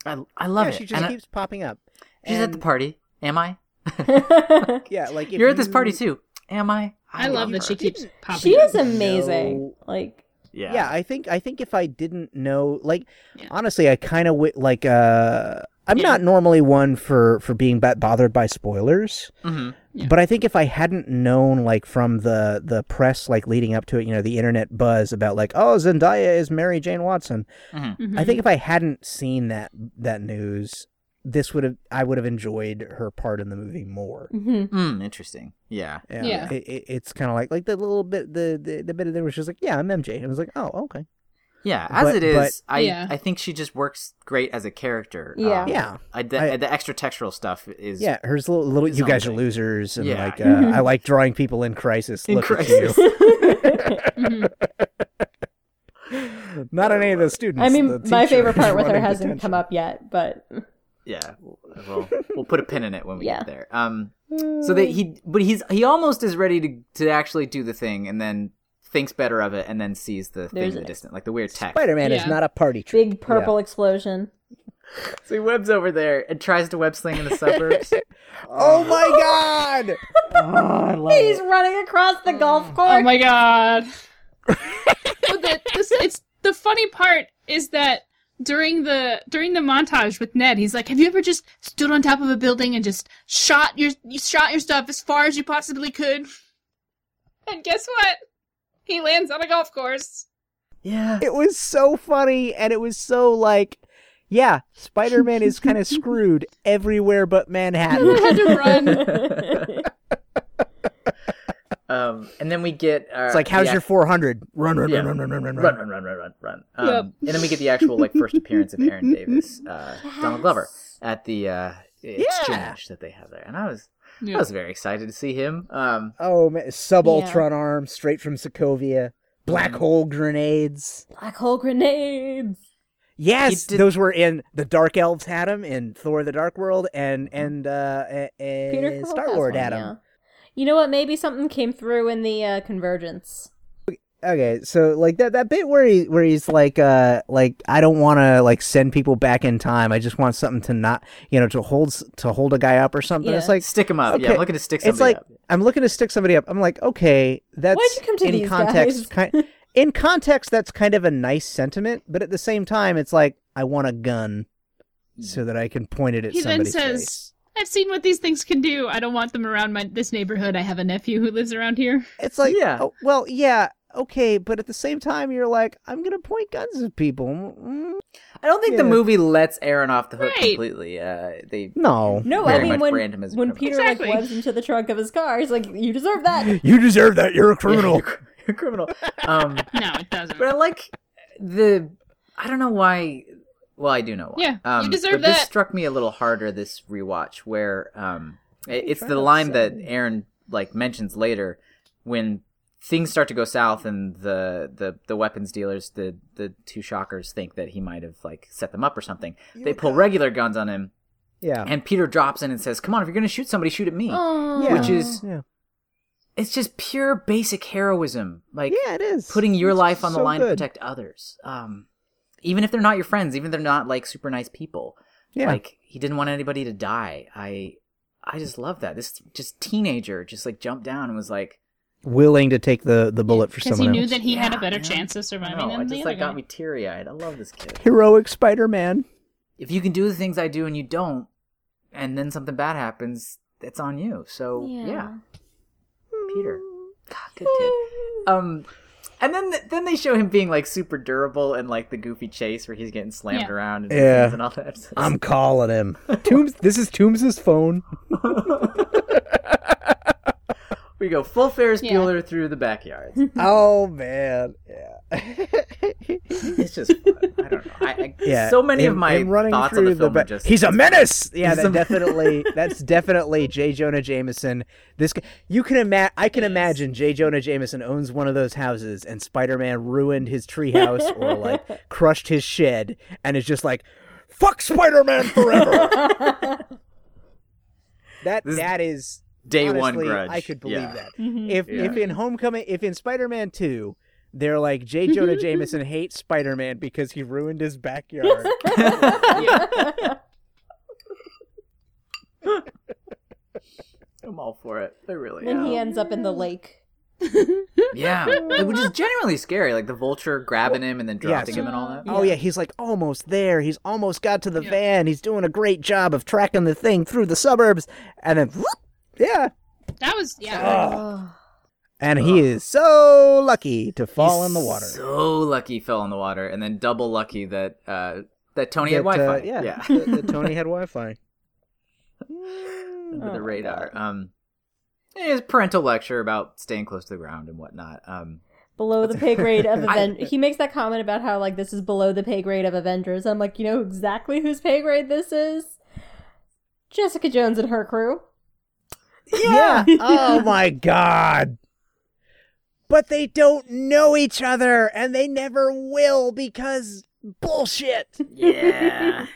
G: I I love
E: Yeah,
G: it.
E: she just
G: And I-
E: keeps popping up.
G: she's at the
E: And-
G: party. Am I?
D: *laughs*
E: Yeah, like if
G: You're at this
E: you-
G: party too. Am I?
F: I love that
G: her.
F: she keeps popping.
D: she is
F: up.
D: amazing.
E: No.
D: Like,
G: Yeah.
E: yeah i think i think if i didn't know like
F: Yeah.
E: honestly i kind of w- like uh i'm
F: Yeah.
E: not normally one for for being b- bothered by spoilers
G: hmm
F: Yeah.
E: but i think if i hadn't known like from the the press like leading up to it you know the internet buzz about like oh zendaya is mary jane watson
F: Mhm.
E: i think
D: Mm-hmm.
E: if i hadn't seen that that news this would have i would have enjoyed her part in the movie more
D: mhm.
G: Mm, interesting. Yeah.
F: Yeah.
E: It, it, it's kind of like like the little bit the the, the bit of there was just like yeah i'm mj and i was like oh okay
G: Yeah. As
E: But-
G: it is, I
F: Yeah.
G: I think she just works great as a character.
D: Yeah.
G: Um,
E: yeah
G: I, the,
E: I-
G: the extra textual stuff is
E: Yeah, hers little, little
G: his
E: you
G: own
E: guys
G: thing.
E: are losers, and
G: Yeah.
E: like uh,
D: Mm-hmm.
E: I like drawing people in crisis.
G: in
E: Look at
G: crisis.
F: Mhm.
E: you. *laughs* Not on any of the students.
D: *laughs* I mean,
E: the
D: my
E: teacher
D: favorite
E: is
D: part with her
E: running
D: hasn't
E: detention.
D: come up yet, but
G: yeah. Well, we'll put a pin in it when we
D: Yeah.
G: get there. Um. So that he, but he's he almost is ready to to actually do the thing, and then thinks better of it, and then sees the thing
D: There's
G: in the
D: a-
G: distance, like the weird tech.
E: Spider-Man is
F: Yeah.
E: not a party trick.
D: big purple explosion.
G: So he webs over there and tries to web sling in *laughs* the suburbs.
E: Oh my
G: *laughs*
E: god!
G: Oh,
E: Oh.
D: He's running across the golf
F: Oh
E: Mm.
D: course.
F: my *laughs* god. but the, this, it's the funny part is that during the during the montage with Ned, he's like, "Have you ever just stood on top of a building and just shot your you shot your stuff as far as you possibly could?" And guess what? He lands on a golf course.
G: yeah.
E: It was so funny, and it was so like, yeah, Spider-Man is
D: *laughs*
E: kind of screwed everywhere but Manhattan.
F: He had to *laughs* run.
G: Um, and then we get. Uh,
E: It's like, how's
G: the
E: your 400? Run, run,
G: Yeah.
E: run, run, run,
G: run,
E: run, run.
G: run, run, run, run, run. Um, And then we get the actual like first appearance of Aaron Davis, *laughs* uh, Donald Glover, at the uh, exchange that they have there, and I was I was very excited to see him. Um,
E: Oh man, subaltron arm straight from Sokovia. Black
D: Mm-hmm.
E: hole grenades.
D: Black hole grenades.
E: Yes,
G: did-
E: those were in the Dark Elves had them in Thor: The Dark World, and and uh, a- a-
D: Peter Quill
E: Star
D: has
E: Lord
D: one,
E: had
D: yeah.
E: them.
D: You know what? Maybe something came through in the uh, convergence.
E: Okay, so like that that bit where he where he's like uh like I don't want to like send people back in time. I just want something to not you know to hold s- to hold a guy up or something.
D: Yeah.
E: It's like
G: stick him up. Yeah,
E: Okay.
G: I'm looking to stick
E: it's
G: somebody
E: like
G: up.
E: I'm looking to stick somebody up. I'm like, okay, that's
D: Why'd you come to
E: in
D: these
E: context.
D: guys?
E: Kind, in context, that's kind of a nice sentiment, but at the same time, it's like I want a gun so that I can point it at
F: He then
E: somebody's
F: says,
E: face.
F: I've seen what these things can do. I don't want them around my this neighborhood. I have a nephew who lives around here.
E: It's like,
G: Yeah.
E: oh, well, yeah, okay, but at the same time, you're like, I'm gonna point guns at people. Mm,
G: I don't think the
E: Yeah.
G: movie lets Aaron off the hook
F: Right.
G: completely. Uh, they *laughs*
E: No,
D: No,
G: Very
D: I mean
G: much
D: when,
G: brand him as a
D: when
G: criminal.
D: Peter
F: Exactly.
D: like webs into the trunk of his car, he's like, "You deserve
G: *laughs*
D: that."
E: you deserve that. You're a
G: Yeah, you're cr- you're criminal. Um,
F: No, it doesn't.
G: but I like the. I don't know why. Well, I do know why.
F: Yeah, you
G: um,
F: deserve
G: but This
F: that.
G: struck me a little harder this rewatch, where um, it- it's the line that Aaron like mentions later when things start to go south and the the, the weapons dealers, the the two shockers, think that he might have like set them up or something. they pull regular guns on him,
E: *laughs* Yeah,
G: and Peter drops in and says, "Come on, if you're gonna shoot somebody, shoot at me."
D: Aw.
E: yeah,
G: Which is
E: yeah,
G: It's just pure basic heroism. Like
E: yeah, it is
G: putting your
E: It's
G: life on the
E: so
G: line to
E: good.
G: protect others. Um, even if they're not your friends, even if they're not like super nice people.
E: Yeah,
G: Like he didn't want anybody to die. I I just love that. This just teenager just like jumped down and was like,
E: willing to take the the bullet for
F: because
E: someone
F: he knew
E: else.
F: that he had a better
G: Yeah,
F: chance of
G: I
F: surviving
G: don't know.
F: than
G: It
F: the
G: just
F: other
G: like got
F: guy.
G: me teary eyed. I love this kid.
E: Heroic Spider-Man.
G: If you can do the things I do and you don't, and then something bad happens, that's on you. So yeah,
D: Yeah.
G: Peter, God, good kid. Um. And then, then they show him being like super durable and like the goofy chase where he's getting slammed
F: Yeah.
G: around and,
E: Yeah.
G: and all that. stuff.
E: I'm
G: *laughs*
E: calling him. Toombs. This is Toombs's phone.
G: We go full Ferris
F: Yeah.
G: Bueller through the backyards.
E: Oh man, yeah, *laughs*
G: It's just fun. I don't know. I, *laughs* I,
E: yeah.
G: So many of
E: him-
G: my
E: him running
G: thoughts on
E: through
G: the film are
E: ba-
G: just
E: he's a menace. Yeah,
G: *laughs* He's
E: that
G: a- *laughs*
E: definitely. that's definitely J. Jonah Jameson. This g- you can imagine. I can imagine J. Jonah Jameson owns one of those
G: *laughs*
E: houses, and Spider Man ruined his treehouse or like crushed his shed, and is just like. Fuck
G: *laughs*
E: Spider-Man forever. that
G: This is
E: that is
G: Day one
E: honestly,
G: grudge.
E: I could believe
G: Yeah.
E: that. If
G: Yeah.
E: if in Homecoming, if in Spider-Man Two, they're like J. Jonah Jameson hates Spider-Man because he
G: *laughs*
E: ruined his backyard.
G: I'm all for it. I really
D: Then
G: am.
D: he ends up in the lake.
G: Yeah,
D: *laughs*
G: Like, which is genuinely scary. Like the vulture grabbing him and then
E: yeah,
G: dropping
E: so-
G: him and all that.
E: Oh yeah, he's like almost there. He's almost got to the van. He's doing a great job of tracking the thing through the suburbs, and then whoop, yeah,
F: That was yeah.
E: and he is so lucky to fall
G: He's
E: in the water.
G: So lucky, he fell in the water, and then double lucky that uh, that Tony had
E: That,
G: Wi-Fi.
E: uh, yeah,
G: yeah.
E: *laughs* that- that Tony had Wi-Fi.
D: Oh,
G: under the radar. Um, his parental lecture about staying close to the ground and whatnot.
D: *laughs*
G: Um,
D: Below the pay grade
G: *laughs*
D: of Avengers. he makes that comment about how, like, this is below the pay grade of Avengers. I'm like, you know exactly whose pay grade this is? Jessica Jones and her crew.
E: Yeah. oh my god. But they don't know each other and they never will because bullshit.
G: yeah,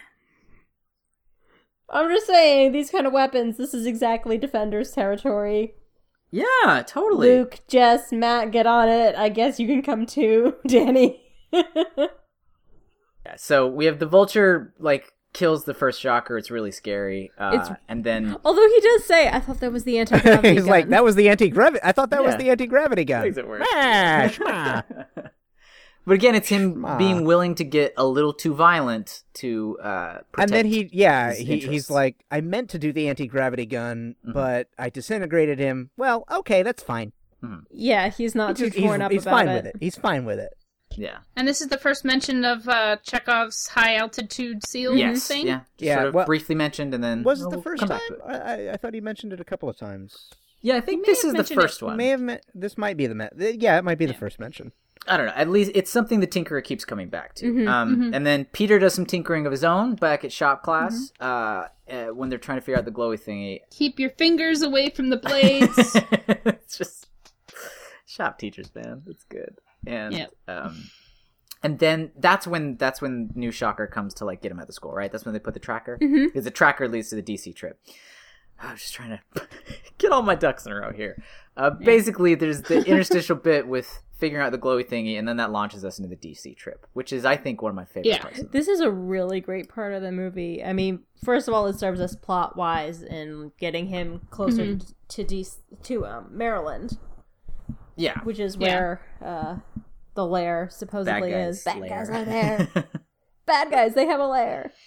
D: I'm just saying, these kind of weapons, this is exactly Defenders territory.
G: yeah, totally.
D: Luke, Jess, Matt, get on it. I guess you can come too, *laughs* Danny.
G: Yeah, So we have the vulture like kills the first shocker. It's really scary. Uh,
D: It's-
G: and then
D: Although he does say, I thought that was the anti
G: *laughs*
D: gravity
E: He's like, that was the anti gravity. I thought that was
G: Yeah.
E: the anti gravity gun.
G: Makes it worse.
E: Ah, shma.
G: But again, it's him
E: Schma.
G: being willing to get a little too violent to uh, protect.
E: and then he, yeah,
G: his
E: he, he's
G: interests.
E: like, I meant to do the anti gravity gun,
G: Mhm.
E: but I disintegrated him. Well, okay, that's fine.
D: Yeah, he's not too
E: He's,
D: torn
E: he's-
D: up
E: he's
D: about
E: fine with it. He's fine with it.
G: yeah,
F: And this is the first mention of uh, Chekhov's high altitude seal
G: yes,
F: thing.
G: yeah, Just
E: Yeah,
G: Sort of
E: well-
G: briefly mentioned, and then
E: Was it
G: oh,
E: the
G: we'll
E: first
G: come
E: time?
G: back to it.
E: I, I- I thought he mentioned it a couple of times.
G: Yeah, I think
F: may
G: this
F: have
G: is the
F: mentioned it.
G: first one.
E: May have me- this might be the me- yeah, it might be the first mention.
G: I don't know. At least it's something the tinkerer keeps coming back to.
F: Mm-hmm,
G: um, And then Peter does some tinkering of his own back at shop class uh, uh, when they're trying to figure out the glowy
F: *laughs*
G: thingy. *laughs*
F: Keep your fingers away from the blades.
G: it's just shop teachers, man. It's good. And
F: Yep.
G: um, and then that's when that's when new shocker comes to like get him out of the school, right? That's when they put the tracker because the tracker leads to the DC trip. I was just trying to *laughs* get all my ducks in a row here. Uh, basically,
D: *laughs*
G: there's the interstitial bit with figuring out the glowy thingy, and then that launches us into the DC trip, which is, I think, one of my favorite
F: Yeah.
G: parts. Of
D: This is a really great part of the movie. I mean, first of all, it serves us plot wise in getting him closer to D- to um, Maryland,
G: yeah,
D: which is
F: Yeah.
D: where uh, the lair
G: bad
D: supposedly
G: guys.
D: is. Bad
G: lair.
D: guys are there. Bad guys, they have a lair.
G: *laughs*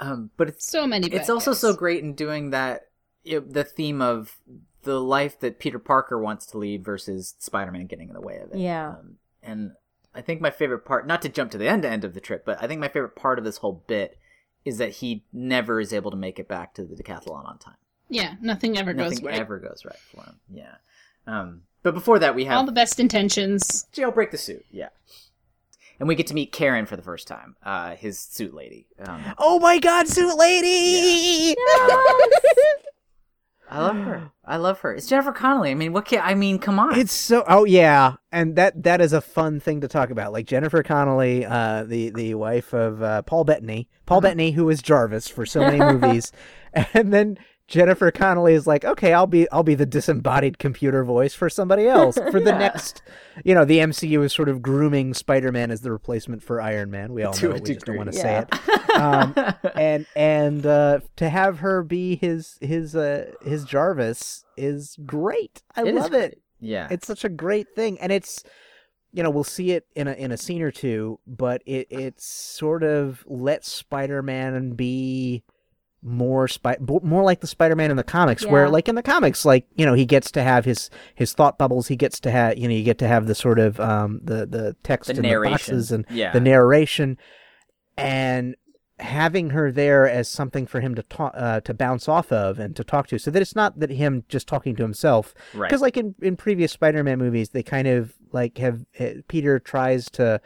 G: um, but it's
F: so many.
G: it's
F: bad
G: also
F: guys.
G: so great in doing that you know, the theme of the life that Peter Parker wants to lead versus Spider-Man getting in the way of it.
D: Yeah.
G: Um, and I think my favorite part, not to jump to the end end of the trip, but I think my favorite part of this whole bit is that he never is able to make it back to the decathlon on time.
F: Yeah, nothing ever goes
G: Nothing
F: right.
G: ever goes right for him. Yeah. Um, but before that, we have
F: All the best intentions.
G: jailbreak the suit. Yeah. And we get to meet Karen for the first time, uh, his suit lady. Um,
E: Oh my god, suit lady! *laughs*
G: I love her. I love her. It's Jennifer Connelly. I mean, what can I mean? Come on.
E: It's so oh yeah, and that that is a fun thing to talk about. Like Jennifer Connelly, uh, the the wife of uh, Paul Bettany,
G: Mm-hmm.
E: Paul Bettany who was Jarvis for
G: *laughs*
E: so many movies, and then Jennifer Connelly is like, okay, I'll be I'll be the disembodied computer voice for
G: *laughs*
E: somebody else for the next. You know, the MCU is sort of grooming Spider Man as the replacement for Iron Man. We all
G: To
E: know
G: a
E: it. We just don't
G: degree.
E: want to say it. um,
G: *laughs*
E: and and uh, to have her be his his uh, his Jarvis is great. I
G: It is
E: love
G: great.
E: it.
G: yeah.
E: It's such a great thing, and it's you know we'll see it in a in a scene or two, but it it's sort of let Spider Man be more spy bo- more like the Spider-Man in the comics where
D: Yeah.
E: like in the comics like you know he gets to have his his thought bubbles he gets to have you know you get to have the sort of um the the text
G: the
E: and the
G: narration.
E: boxes and
G: yeah.
E: the narration and having her there as something for him to talk uh, to bounce off of and to talk to so that it's not that him just talking to himself
G: right.
E: because like in, in previous spider-man movies they kind of like have uh, peter tries to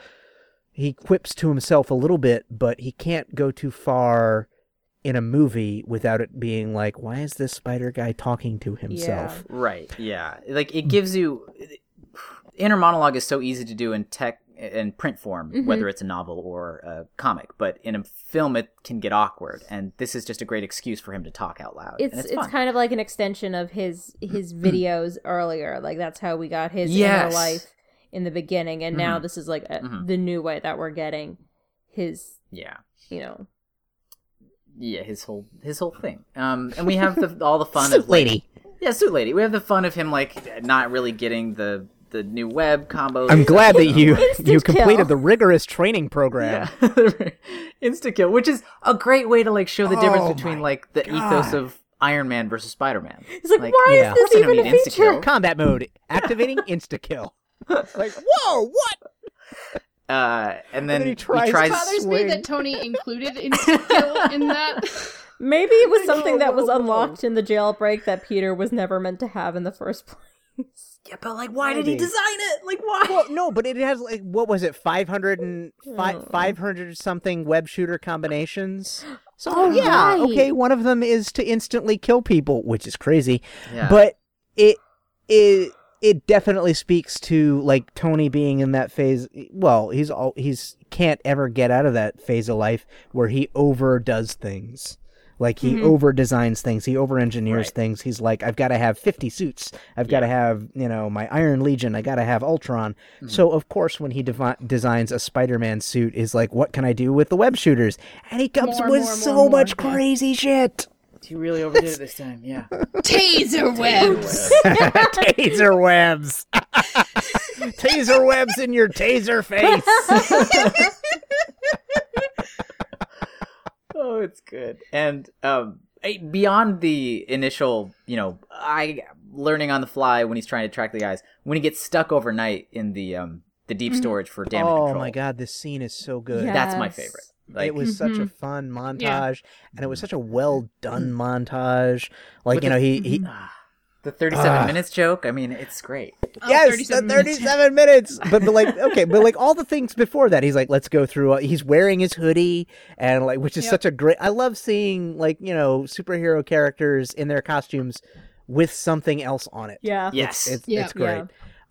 E: he quips to himself a little bit but he can't go too far in a movie without it being like why is this spider guy talking to *laughs* himself
G: Right. Yeah. Like it gives you inner monologue is so easy to do in tech in print form,
E: Mm-hmm.
G: whether it's a novel or a comic, but in a film it can get awkward, and this is just a great excuse for him to talk out loud. and
D: It's it's,
G: it's, fun.
D: kind of like an extension of his
E: *clears throat*
D: his videos earlier. Like that's how we got his
G: Yes.
D: inner life in the beginning, and
E: Mm-hmm.
D: now this is like a,
G: Mhm.
D: the new way that we're getting his.
G: yeah.
D: You know,
G: yeah his whole his whole thing um and we have the, all the fun of lady yeah suit lady we have the fun of him like not really getting the the new web combo
E: I'm
G: *laughs*
E: glad that you
D: Instant
E: you completed
D: kill.
E: the rigorous training program.
G: yeah insta kill which is a great way to like show the difference
E: Oh
G: between
E: my
G: like the ethos of iron man versus spider-man
D: he's like, why
E: yeah.
D: is this even a feature?
E: Combat mode activating
G: *laughs*
E: insta kill. like whoa, what?
G: uh and then,
E: then he
G: he
E: tries-
G: tries,
F: It bothers me that Tony included insta-kill in that.
D: Maybe it
F: *laughs*
D: was something that was unlocked in the jailbreak that Peter was never meant to have in the first place.
G: yeah but like why did he
E: Maybe.
G: design it like why
E: Well, no, but it has like what was it, 500 and fi-
D: Oh.
E: 500 something web shooter combinations. So
D: Oh,
E: yeah,
D: right.
E: okay, one of them is to instantly kill people, which is crazy,
G: Yeah.
E: but it it it definitely speaks to like Tony being in that phase. Well, he's all he's can't ever get out of that phase of life where he overdoes things. Like he
F: Mm-hmm.
E: over designs things, he over engineers
G: Right.
E: things. He's like, I've got to have 50 suits. I've got to have, you know, my Iron Legion. I got to have Ultron.
F: Mm-hmm.
E: So of course, when he devi- designs a Spider-Man suit, is like, what can I do with the web shooters? And he comes
F: More,
E: with
F: more,
E: so
F: more, more,
E: much
F: yeah.
E: crazy shit.
G: he really overdid it this time yeah
F: *laughs* Taser webs.
E: taser webs. *laughs* taser webs in your taser face.
G: Oh, it's good. And um, I- beyond the initial, you know, I learning on the fly when he's trying to track the guys, when he gets stuck overnight in the um the deep storage for damage
E: oh
G: control.
E: my god, this scene is so good.
D: Yeah.
G: that's my
D: Mm-hmm. Yes.
G: favorite. Like,
E: it was such a fun montage, and it was such a well done montage. Like
G: With mm-hmm. the-
E: you know, he, he
G: ah, the thirty-seven
E: Ah.
G: minutes joke. I mean, it's great.
E: yes, the
F: 37 Oh, minutes.
E: thirty-seven minutes. But, but like okay, but like all the things before that, he's like, let's go through. uh, He's wearing his hoodie, and like which is
F: Yep.
E: such a great. I love seeing like you know superhero characters in their costumes with something else on it.
D: Yeah.
G: Yes,
F: *laughs*
E: It's,
F: Yeah.
E: it's great.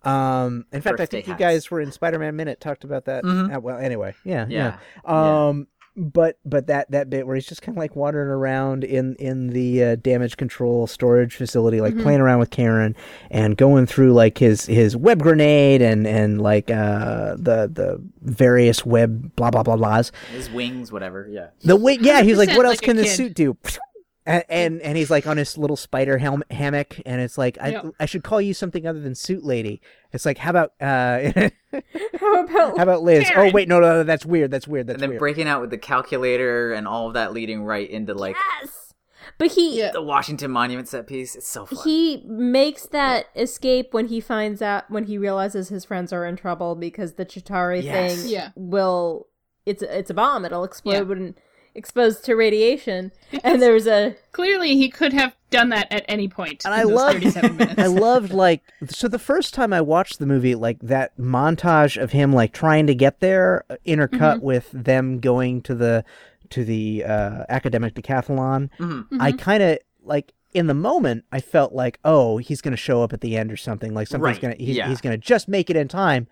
E: Um, in fact, I
G: Birthday
E: think you
G: hats.
E: guys were in Spider-Man Minute talked about that.
G: Mhm.
E: Uh, well, anyway, yeah, yeah.
G: yeah. Yeah.
E: Um, but but that that bit where he's just kind of like wandering around in in the uh, damage control storage facility, like playing around with Karen and going through like his his web grenade and and like uh the the various web blah blah blah blahs.
G: his wings, whatever. Yeah,
E: The wi- yeah, he's like,
F: 100%
E: what else
F: like a
E: can this
F: kid.
E: suit do? And, and and he's like on his little spider helm- hammock, and it's like I
F: Yeah.
E: I should call you something other than suit lady. It's like how about uh
D: *laughs*
E: *laughs*
D: How about
E: how about Liz? Oh
F: Karen.
E: wait, no, no, no, that's weird. That's weird. That's
G: and then
E: weird.
G: breaking out with the calculator and all of that, leading right into like
D: yes? But he
F: Yeah.
G: the Washington Monument set piece. It's so fun.
D: he makes that escape when he finds out when he realizes his friends are in trouble because the Chitari
G: Yes.
D: thing
F: Yeah.
D: will it's it's a bomb. It'll explode
F: Yeah.
D: when exposed to radiation. And there's a
F: Clearly, he could have done that at any point.
E: And
F: in
E: I
F: those
E: love- *laughs*
F: 37 minutes.
E: I loved like so the first time I watched the movie, like that montage of him like trying to get there, uh, intercut
F: Mm-hmm.
E: with them going to the to the uh, academic decathlon.
G: Mhm.
E: I kind of like in the moment I felt like, oh, he's gonna show up at the end or something. Like
G: Right,
E: something's gonna he's,
G: yeah.
E: he's gonna just make it in time.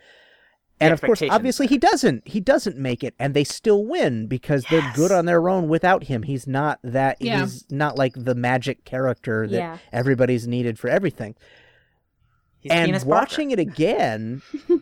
E: And of course,
G: expectations
E: obviously, he doesn't. He doesn't make it, and they still win because they're good on their own without him. He's not that.
F: Yeah.
E: He's not like the magic character that
D: Yeah.
E: everybody's needed for everything
G: He's
E: and
G: Penis Parker.
E: watching
G: *laughs*
E: it again,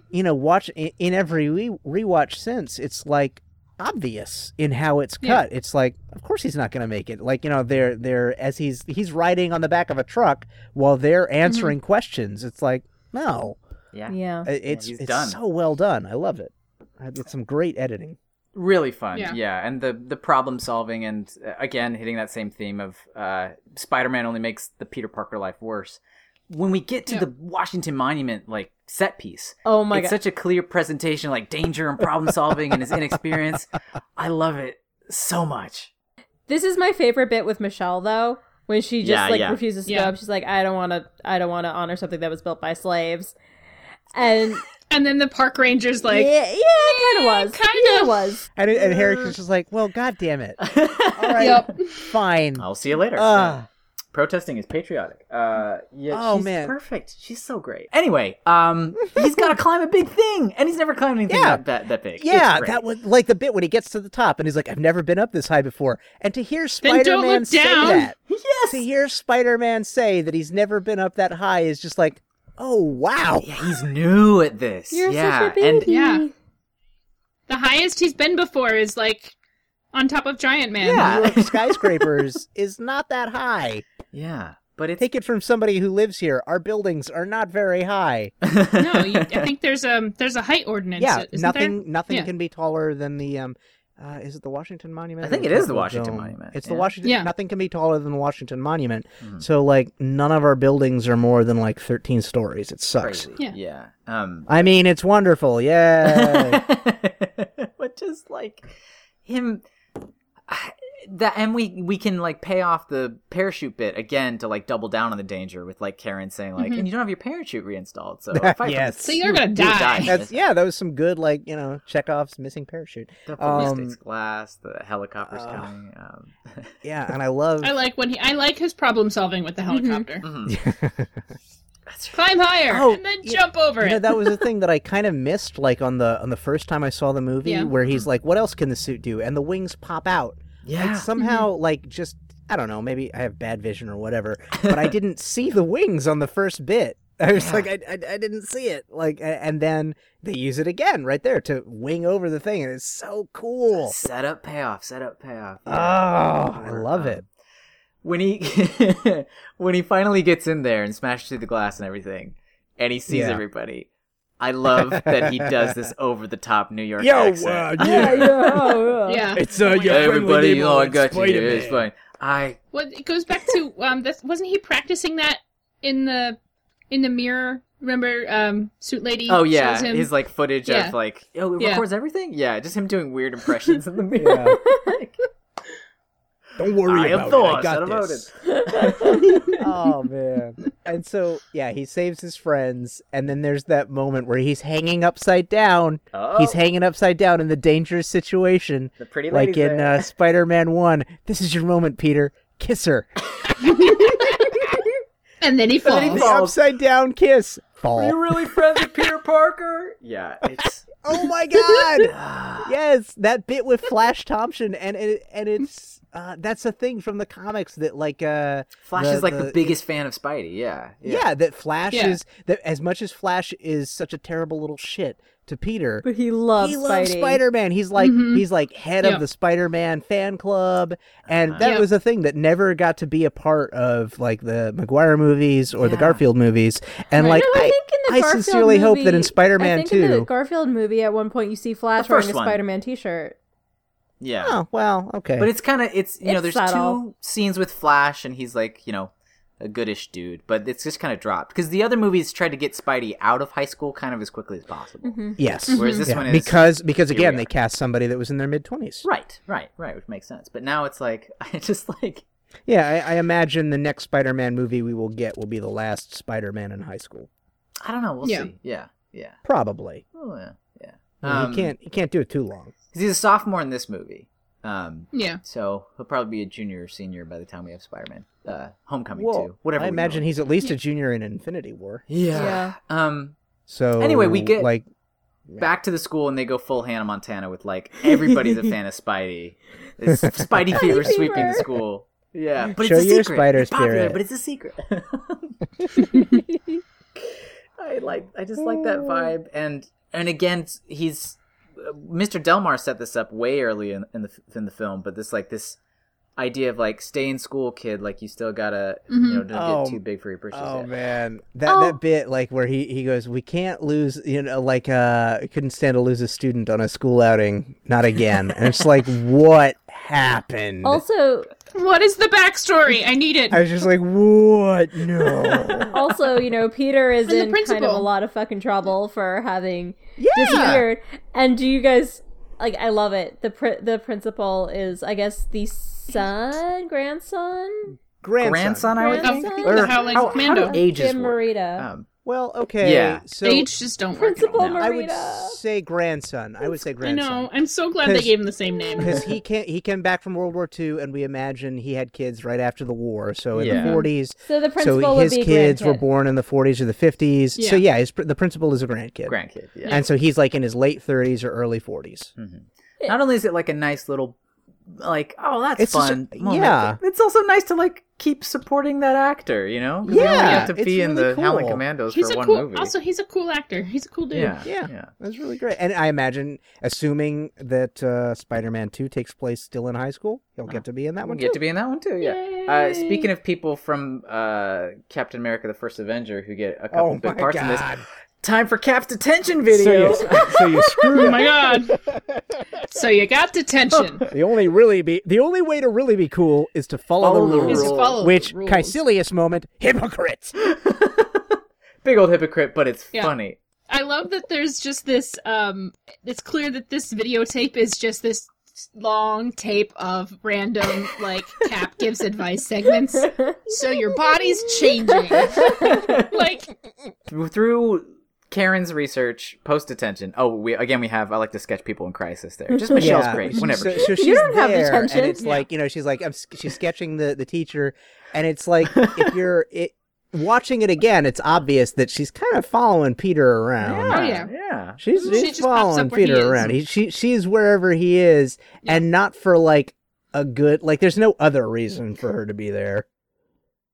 E: you know, watch in, in every re- rewatch since, it's like obvious in how it's
F: Yeah.
E: cut. It's like, of course he's not going to make it. Like you know, they're they're as he's he's riding on the back of a truck while
G: Mm-hmm.
E: they're answering questions. It's like, no,
G: Yeah.
D: yeah.
E: I- it's
G: he's
E: it's
G: done.
E: so well done. I love it. I did some great editing.
G: really fun yeah.
F: Yeah.
G: and the the problem solving and uh, again hitting that same theme of uh spider-man only makes the peter parker life worse when we get to
F: Yeah.
G: the washington monument like set piece
D: Oh my
G: it's
D: god.
G: such a clear presentation like danger and problem solving and his inexperience
E: *laughs*
G: i love it so much
D: This is my favorite bit with Michelle though, when she just
G: Yeah,
D: like
G: yeah.
D: refuses to
F: Yeah.
D: go up. She's like, I don't wanna I don't wanna honor something that was built by slaves. And
F: and then the park ranger's *laughs* like,
D: yeah, yeah, it kinda was.
F: kinda.
D: Yeah, it was.
E: And and
G: Uh. *laughs*
E: Herrick's just like, well, god damn it. All right,
F: Yep.
E: fine.
G: i'll see you later
E: Ah,
G: protesting is patriotic. Uh, yeah,
E: Oh,
G: she's
E: man.
G: perfect. She's so great. Anyway, um, he's got
E: *laughs*
B: gotta climb a big thing, and he's never climbed anything.
G: yeah
B: up.
G: that that big.
E: Yeah,
G: It's great.
E: that was like the bit when he gets to the top and he's like, "I've never been up this high before." And to hear
F: Then don't
E: Spider-Man
F: look
E: say
F: down.
E: that,
B: Yes.
E: to hear Spider-Man say that he's never been up that high is just like, "Oh wow!"
G: Yeah, he's new at this.
D: You're
G: yeah,
D: such a baby.
G: and
F: Yeah.
D: *laughs*
F: The highest he's been before is like on top of Giant Man.
E: New
G: yeah,
E: York skyscrapers is not that high.
G: yeah. But it's
E: Take it from somebody who lives here. Our buildings are not very high.
F: No, you, I think there's um there's a height ordinance.
E: yeah,
F: isn't
E: nothing
F: there?
E: nothing
F: Yeah.
E: can be taller than the um uh, is it the Washington Monument?
G: I
E: or
G: think it is the
E: Capitol
G: Washington
E: Dome?
G: Monument,
E: It's
G: yeah. Mm-hmm.
E: the Washington.
F: Yeah.
E: Nothing can be taller than the Washington Monument. So like none of our buildings are more than like 13 stories. It sucks.
G: crazy.
F: Yeah.
G: yeah. Um,
E: I mean, it's
G: *laughs*
E: wonderful. Yeah.
G: but just like him that and we we can like pay off the parachute bit again to like double down on the danger with like karen saying like and you don't have your parachute reinstalled
E: *laughs*
G: so if I-
E: Yes.
F: Mm-hmm. So you're gonna die.
E: That's yeah, that was some good like, you know, Chekhov's missing parachute.
G: the police
E: Um,
G: takes glass the helicopter's
E: uh,
G: coming
E: *laughs*
G: um,
E: Yeah, and I love
F: I like when he I like his problem solving with the
E: Mm-hmm.
F: helicopter.
G: mhm.
F: Climb higher
E: Oh,
F: and then
E: you-
F: jump over
E: You know,
F: it.
E: that was the
F: *laughs*
E: thing that I kind of missed, like on the on the first time I saw the movie,
F: Yeah.
E: where
G: Mm-hmm.
E: he's like, "What else can the suit do?" And the wings pop out.
G: yeah mm-hmm.
E: Like somehow, like just I don't know. Maybe I have bad vision or whatever, but I didn't see the wings on the first bit. *laughs* I was like, I, I, I didn't see it. Like, a- and then they use it again right there to wing over the thing, and it's so cool.
G: set up payoff set up payoff
E: Oh, I
G: Or,
E: love
G: um,
E: it.
G: when he *laughs* when he finally gets in there and smashes through the glass and everything, and he sees
E: Yeah.
G: everybody. I love that he does
E: *laughs*
G: this over the top New York
E: Yo,
G: accent.
E: uh, yeah,
F: yeah.
E: It's uh,
G: Hey, everybody, you know I got you. Yeah, It's fine. I
F: Well, it goes back
E: *laughs*
F: to um this wasn't he practicing that in the in the mirror? Remember um suit lady
G: oh yeah,
F: shows him
G: his like footage
F: Yeah.
G: of like oh it
F: Yeah.
G: records everything. Yeah, just him doing weird impressions
E: *laughs*
G: in the mirror. *laughs*
E: Don't worry
G: I am
E: about
G: Thor.
E: it. I got
G: son of
E: this.
G: Odin.
E: *laughs* oh man and so yeah he saves his friends and then there's that moment where he's hanging upside down
G: Oh,
E: he's hanging upside down in the dangerous situation
G: the pretty
E: like
G: lady's
E: in
G: there.
E: uh, spider-man 1 this is your moment peter kiss her
F: and
E: *laughs*
F: then he falls.
G: then he
E: the upside down kiss
G: Are
E: fall
G: you really friends with Peter Parker? Yeah, it's
E: oh my
G: *laughs*
E: god yes that bit with flash thompson and it, and it's uh, that's a thing from the comics that like uh
G: Flash
E: The-
G: is like the,
E: the-
G: biggest fan of Spidey. Yeah,
E: yeah, that flash
F: Yeah.
E: is that as much as flash is such a terrible little shit to peter
D: But he loves Mm-hmm.
E: he loves
D: Spidey.
E: Spider Man. He's like
F: Mhm.
E: he's like head
F: Yeah.
E: of the Spider Man fan club, and that
G: Uh-huh.
F: Yeah.
E: was a thing that never got to be a part of like the McGuire movies or the Garfield movies. And like
D: no, I,
E: I,
D: think in the
E: I
D: Garfield
E: sincerely hope that
D: movie-
E: in Spider Man
D: I think in the
E: two.
D: Garfield movie, at one point you see Flash
G: The
D: wearing
G: first
D: a
G: one.
D: Spider-Man T-shirt.
G: yeah.
E: Oh well, okay.
G: But it's kind of it's you know
D: It's
G: there's
D: subtle.
G: two scenes with Flash and he's like you know a goodish dude, but it's just kind of dropped because the other movies tried to get Spidey out of high school kind of as quickly as possible.
F: Mm-hmm.
E: yes,
D: Mm-hmm.
G: Whereas this
E: Yeah,
G: one is
E: because because
G: here we
E: again they
G: are.
E: cast somebody that was in their mid twenties.
G: right, right, right, which makes sense. But now it's like *laughs* I just like
E: Yeah, I, I imagine the next Spider Man movie we will get will be the last Spider Man in high school,
G: I don't know. We'll
F: Yeah.
G: see. Yeah, yeah,
E: probably.
G: oh, yeah, yeah.
E: I mean,
G: Um,
E: you can't you can't do it too long.
G: 'cause he's a sophomore in this movie. Um,
F: Yeah.
G: so he'll probably be a junior or senior by the time we have Spider-Man, uh, Homecoming
E: Well,
G: too. Whatever.
E: I
G: we
E: imagine
G: do.
E: he's at least a junior in Infinity War.
G: Yeah. Um.
E: So
G: Anyway, we get-
E: like
G: back to the school and they go full Hannah Montana with like everybody's a fan of Spidey. It's Spidey fever
D: Spidey
G: sweeping
D: fever.
G: the school. Yeah, but
E: Show
G: it's a
E: your
G: secret.
E: spider
G: it's popular,
E: spirit.
G: but it's a secret. *laughs* I like. I just like that vibe. And and again, s- he's uh, Mr. Delmar set this up way early in, in the f- in the film, but this like this idea of like stay in school, kid. Like you still gotta you know don't
E: Oh,
G: get too big for your britches.
E: Oh
G: yet.
E: man, that
D: Oh.
E: that bit like where he he goes, we can't lose, you know, like uh, couldn't stand to lose a student on a school outing, not again. and it's *laughs* like, what happened?
D: Also,
F: What is the backstory? I need
E: *laughs*
F: it.
E: I was just like, what? No.
D: also, you know, Peter is
F: And
D: in
F: the
D: kind of a
F: principal.
D: lot of fucking trouble for having
E: *laughs* yeah.
D: disappeared. And do you guys like? I love it. The pri- the principal is, I guess, the son, grandson,
E: Grandson.
G: Grandson, I would think.
D: grandson
F: Or- Howling
G: how, how
F: Commando.
G: do ages
D: Jim
G: work?
D: Morita.
G: Um,
E: Well, okay.
G: Yeah.
E: So
F: they each just don't
D: Principal
F: work. at all.
D: Mar-
E: I would
D: Marita.
E: say grandson. I would say
F: I know.
E: grandson.
F: I'm so glad they
E: Cause-
F: gave him the same name.
E: Because
G: *laughs*
E: he can't, he came back from World War II, and we imagine he had kids right after the war. So in
G: Yeah.
E: the 40s,
D: So the
E: so
D: principal would
E: his
D: be
E: kids
D: grandkid.
E: were born in the 40s or the 50s. So
F: Yeah.
E: yeah, his, pr- the principal is a grandkid,
G: grandkid. Yeah. Hmm.
E: and so he's like in his late 30s or early 40s.
G: Not only is it like a nice little, like oh that's
E: It's just-
G: fun.
E: yeah.
G: It's also nice to like keep supporting that actor. You know. 'Cause they only
E: Yeah,
G: Have to
E: it's
G: be in
E: really
G: the Howling
E: cool.
G: Commandos
F: He's
G: for
F: a
G: one
F: cool.
G: movie.
F: Also, he's a cool actor. He's a cool dude.
G: yeah.
E: Yeah.
G: Yeah.
E: That's really great. And I imagine, assuming that uh, Spider-Man 2 takes place still in high school, he'll get to be in that
G: We'll
E: one
G: Uh-huh. get
E: too.
G: to be in that one too. Yeah. Uh, speaking of people from uh, Captain America: The First Avenger who get a couple
E: oh my
G: big parts in this,
E: god!
G: time for Cap's detention
E: So
G: video.
E: you, *laughs* so you
G: *laughs*
E: screwed
F: Oh my god. so you got
E: *laughs*
F: detention.
E: The only really be the only way to really be cool is to follow,
G: Follow
E: the
G: the
E: rules.
F: Is to follow the
E: Which
F: rules.
E: Caecilius moment hypocrites.
G: big old hypocrite, but it's
F: Yeah.
G: funny.
F: I love that there's just this um it's clear that this videotape is just this long tape of random like cap gives advice segments. So your body's changing. like
G: Through- Through Karen's research, post detention. Oh, we again we have. I like to sketch people in crisis. There,
E: *laughs*
G: just Michelle's great. Whenever.
E: So,
G: she-
E: so she's
D: don't have
E: there,
D: detention.
E: and it's like you know she's like I'm, s- she's sketching the the teacher, and it's like
F: *laughs*
E: if you're it, watching it again, it's obvious that she's kind of following Peter around.
F: Oh, yeah.
G: Yeah.
E: She's,
F: She
E: she's
F: just pops
E: following
F: up where he
E: Peter
F: is.
E: around. He, she she's wherever he is, and not for like a good like. There's no other reason for her to be there.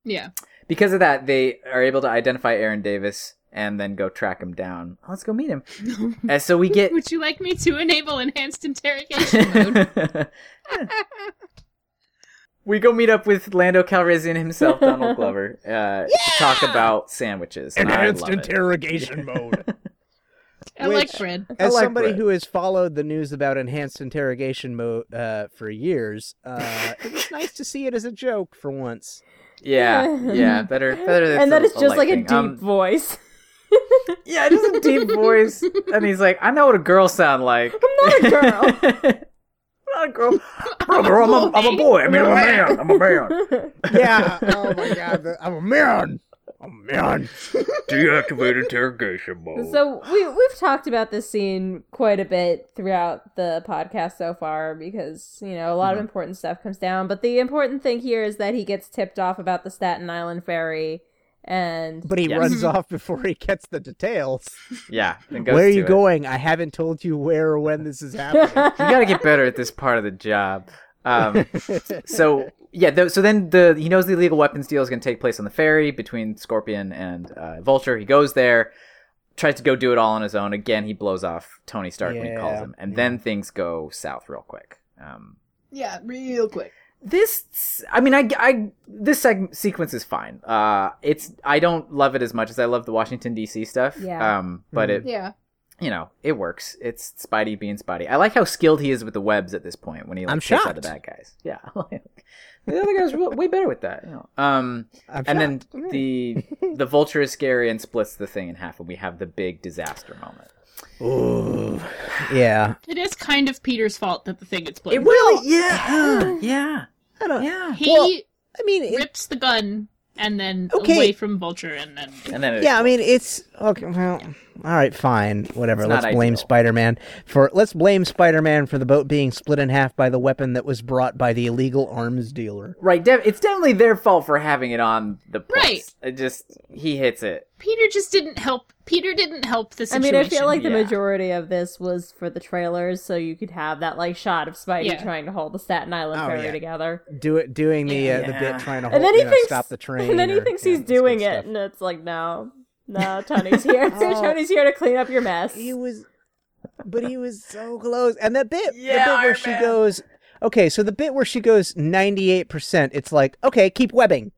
F: yeah.
G: Because of that, they are able to identify Aaron Davis and then go track him down. Let's go meet him.
D: *laughs*
G: and so we get. *laughs*
F: Would you like me to enable enhanced interrogation mode?
G: we go meet up with Lando Calrissian
D: *laughs*
G: himself, Donald Glover, uh, to talk about sandwiches. And I love it.
E: interrogation mode.
F: I
E: Which-
F: like Fred.
E: *laughs* As
G: like
E: somebody
G: bread.
E: who has followed the news about enhanced interrogation mode uh, for years, uh, it was nice to see it as a joke for once.
G: Yeah,
D: *laughs*
G: yeah, better, better. than
D: and that
G: the-
D: is
G: the
D: just like a
G: liking.
D: deep
G: Um,
D: voice.
G: Yeah, just
D: *laughs*
G: a deep voice. And he's like, I know what a girl sound like.
D: I'm not a girl.
G: *laughs* not a girl. I'm a, girl. I'm a, I'm a boy. I mean, I'm a man. I'm
D: *laughs*
G: a man.
E: Yeah. oh my god, I'm a man. I'm a man.
H: Deactivate interrogation mode.
D: So we we've talked about this scene quite a bit throughout the podcast so far because you know a lot of important stuff comes down. But the important thing here is that he gets tipped off about the Staten Island ferry, and
E: But he
G: Yes.
E: runs off before he gets the details.
G: Yeah. and Mm-hmm. goes
E: Where are you
G: to it.
E: going? I haven't told you where or when this is *laughs* happening.
G: You gotta get better at this part of the job. Um, so yeah, th- so then the he knows the illegal weapons deal is gonna take place on the ferry between Scorpion and uh, Vulture. He goes there, tries to go do it all on his own. Again, he blows off Tony Stark when he calls
E: Yeah,
G: him, and then things go south real quick. Um,
F: Yeah, real quick.
G: this i mean i, I this seg- sequence is fine uh it's i don't love it as much as i love the washington dc stuff
D: Yeah.
G: um but it
F: Yeah.
G: you know it works it's spidey being spidey i like how skilled he is with the webs at this point when he like,
E: I'm
G: takes out
E: shocked.
G: the bad guys yeah *laughs* the other guy's real- way better with that you know. um
E: I'm
G: and then
E: shocked. All right. *laughs*
G: the the vulture is scary and splits the thing in half and we have the big disaster moment
E: Ooh. Yeah.
F: It is kind of Peter's fault that the thing gets blown.
G: really
E: *gasps*
G: yeah yeah
E: I don't,
G: yeah
F: he
E: Well, I mean, it-
F: rips the gun and then
E: Okay.
F: away from Vulture and then
G: and then it,
E: yeah, I mean, it's okay. Well, all right, fine, whatever.
G: It's not
E: Let's blame
G: ideal.
E: Spider-Man for let's blame Spider-Man for the boat being split in half by the weapon that was brought by the illegal arms dealer.
G: Right, de- it's definitely their fault for having it on the place.
F: Right.
G: It just he hits it.
F: Peter just didn't help. Peter didn't help the
D: I mean
F: situation.
D: I feel like the
G: yeah.
D: majority of this was for the trailers, so you could have that like shot of Spidey
F: Yeah.
D: trying to hold the Staten Island
E: Oh,
D: ferry
E: yeah.
D: together,
E: Do it, doing the uh, the
G: Yeah.
E: bit trying to hold,
D: and then he
E: you know,
D: thinks
E: stop the train,
D: and then he
E: or-
D: thinks
E: yeah,
D: he's
E: that's good
D: doing it,
E: stuff. Oh.
D: and it's like
E: *laughs*
D: no, no, Tony's here. *laughs* Tony's here to clean up your mess.
E: He was, but he was so close. And that bit,
G: Yeah,
E: the bit where
G: Iron
E: she
G: Man.
E: goes, okay, so the bit where she goes ninety eight percent, it's like okay, keep webbing,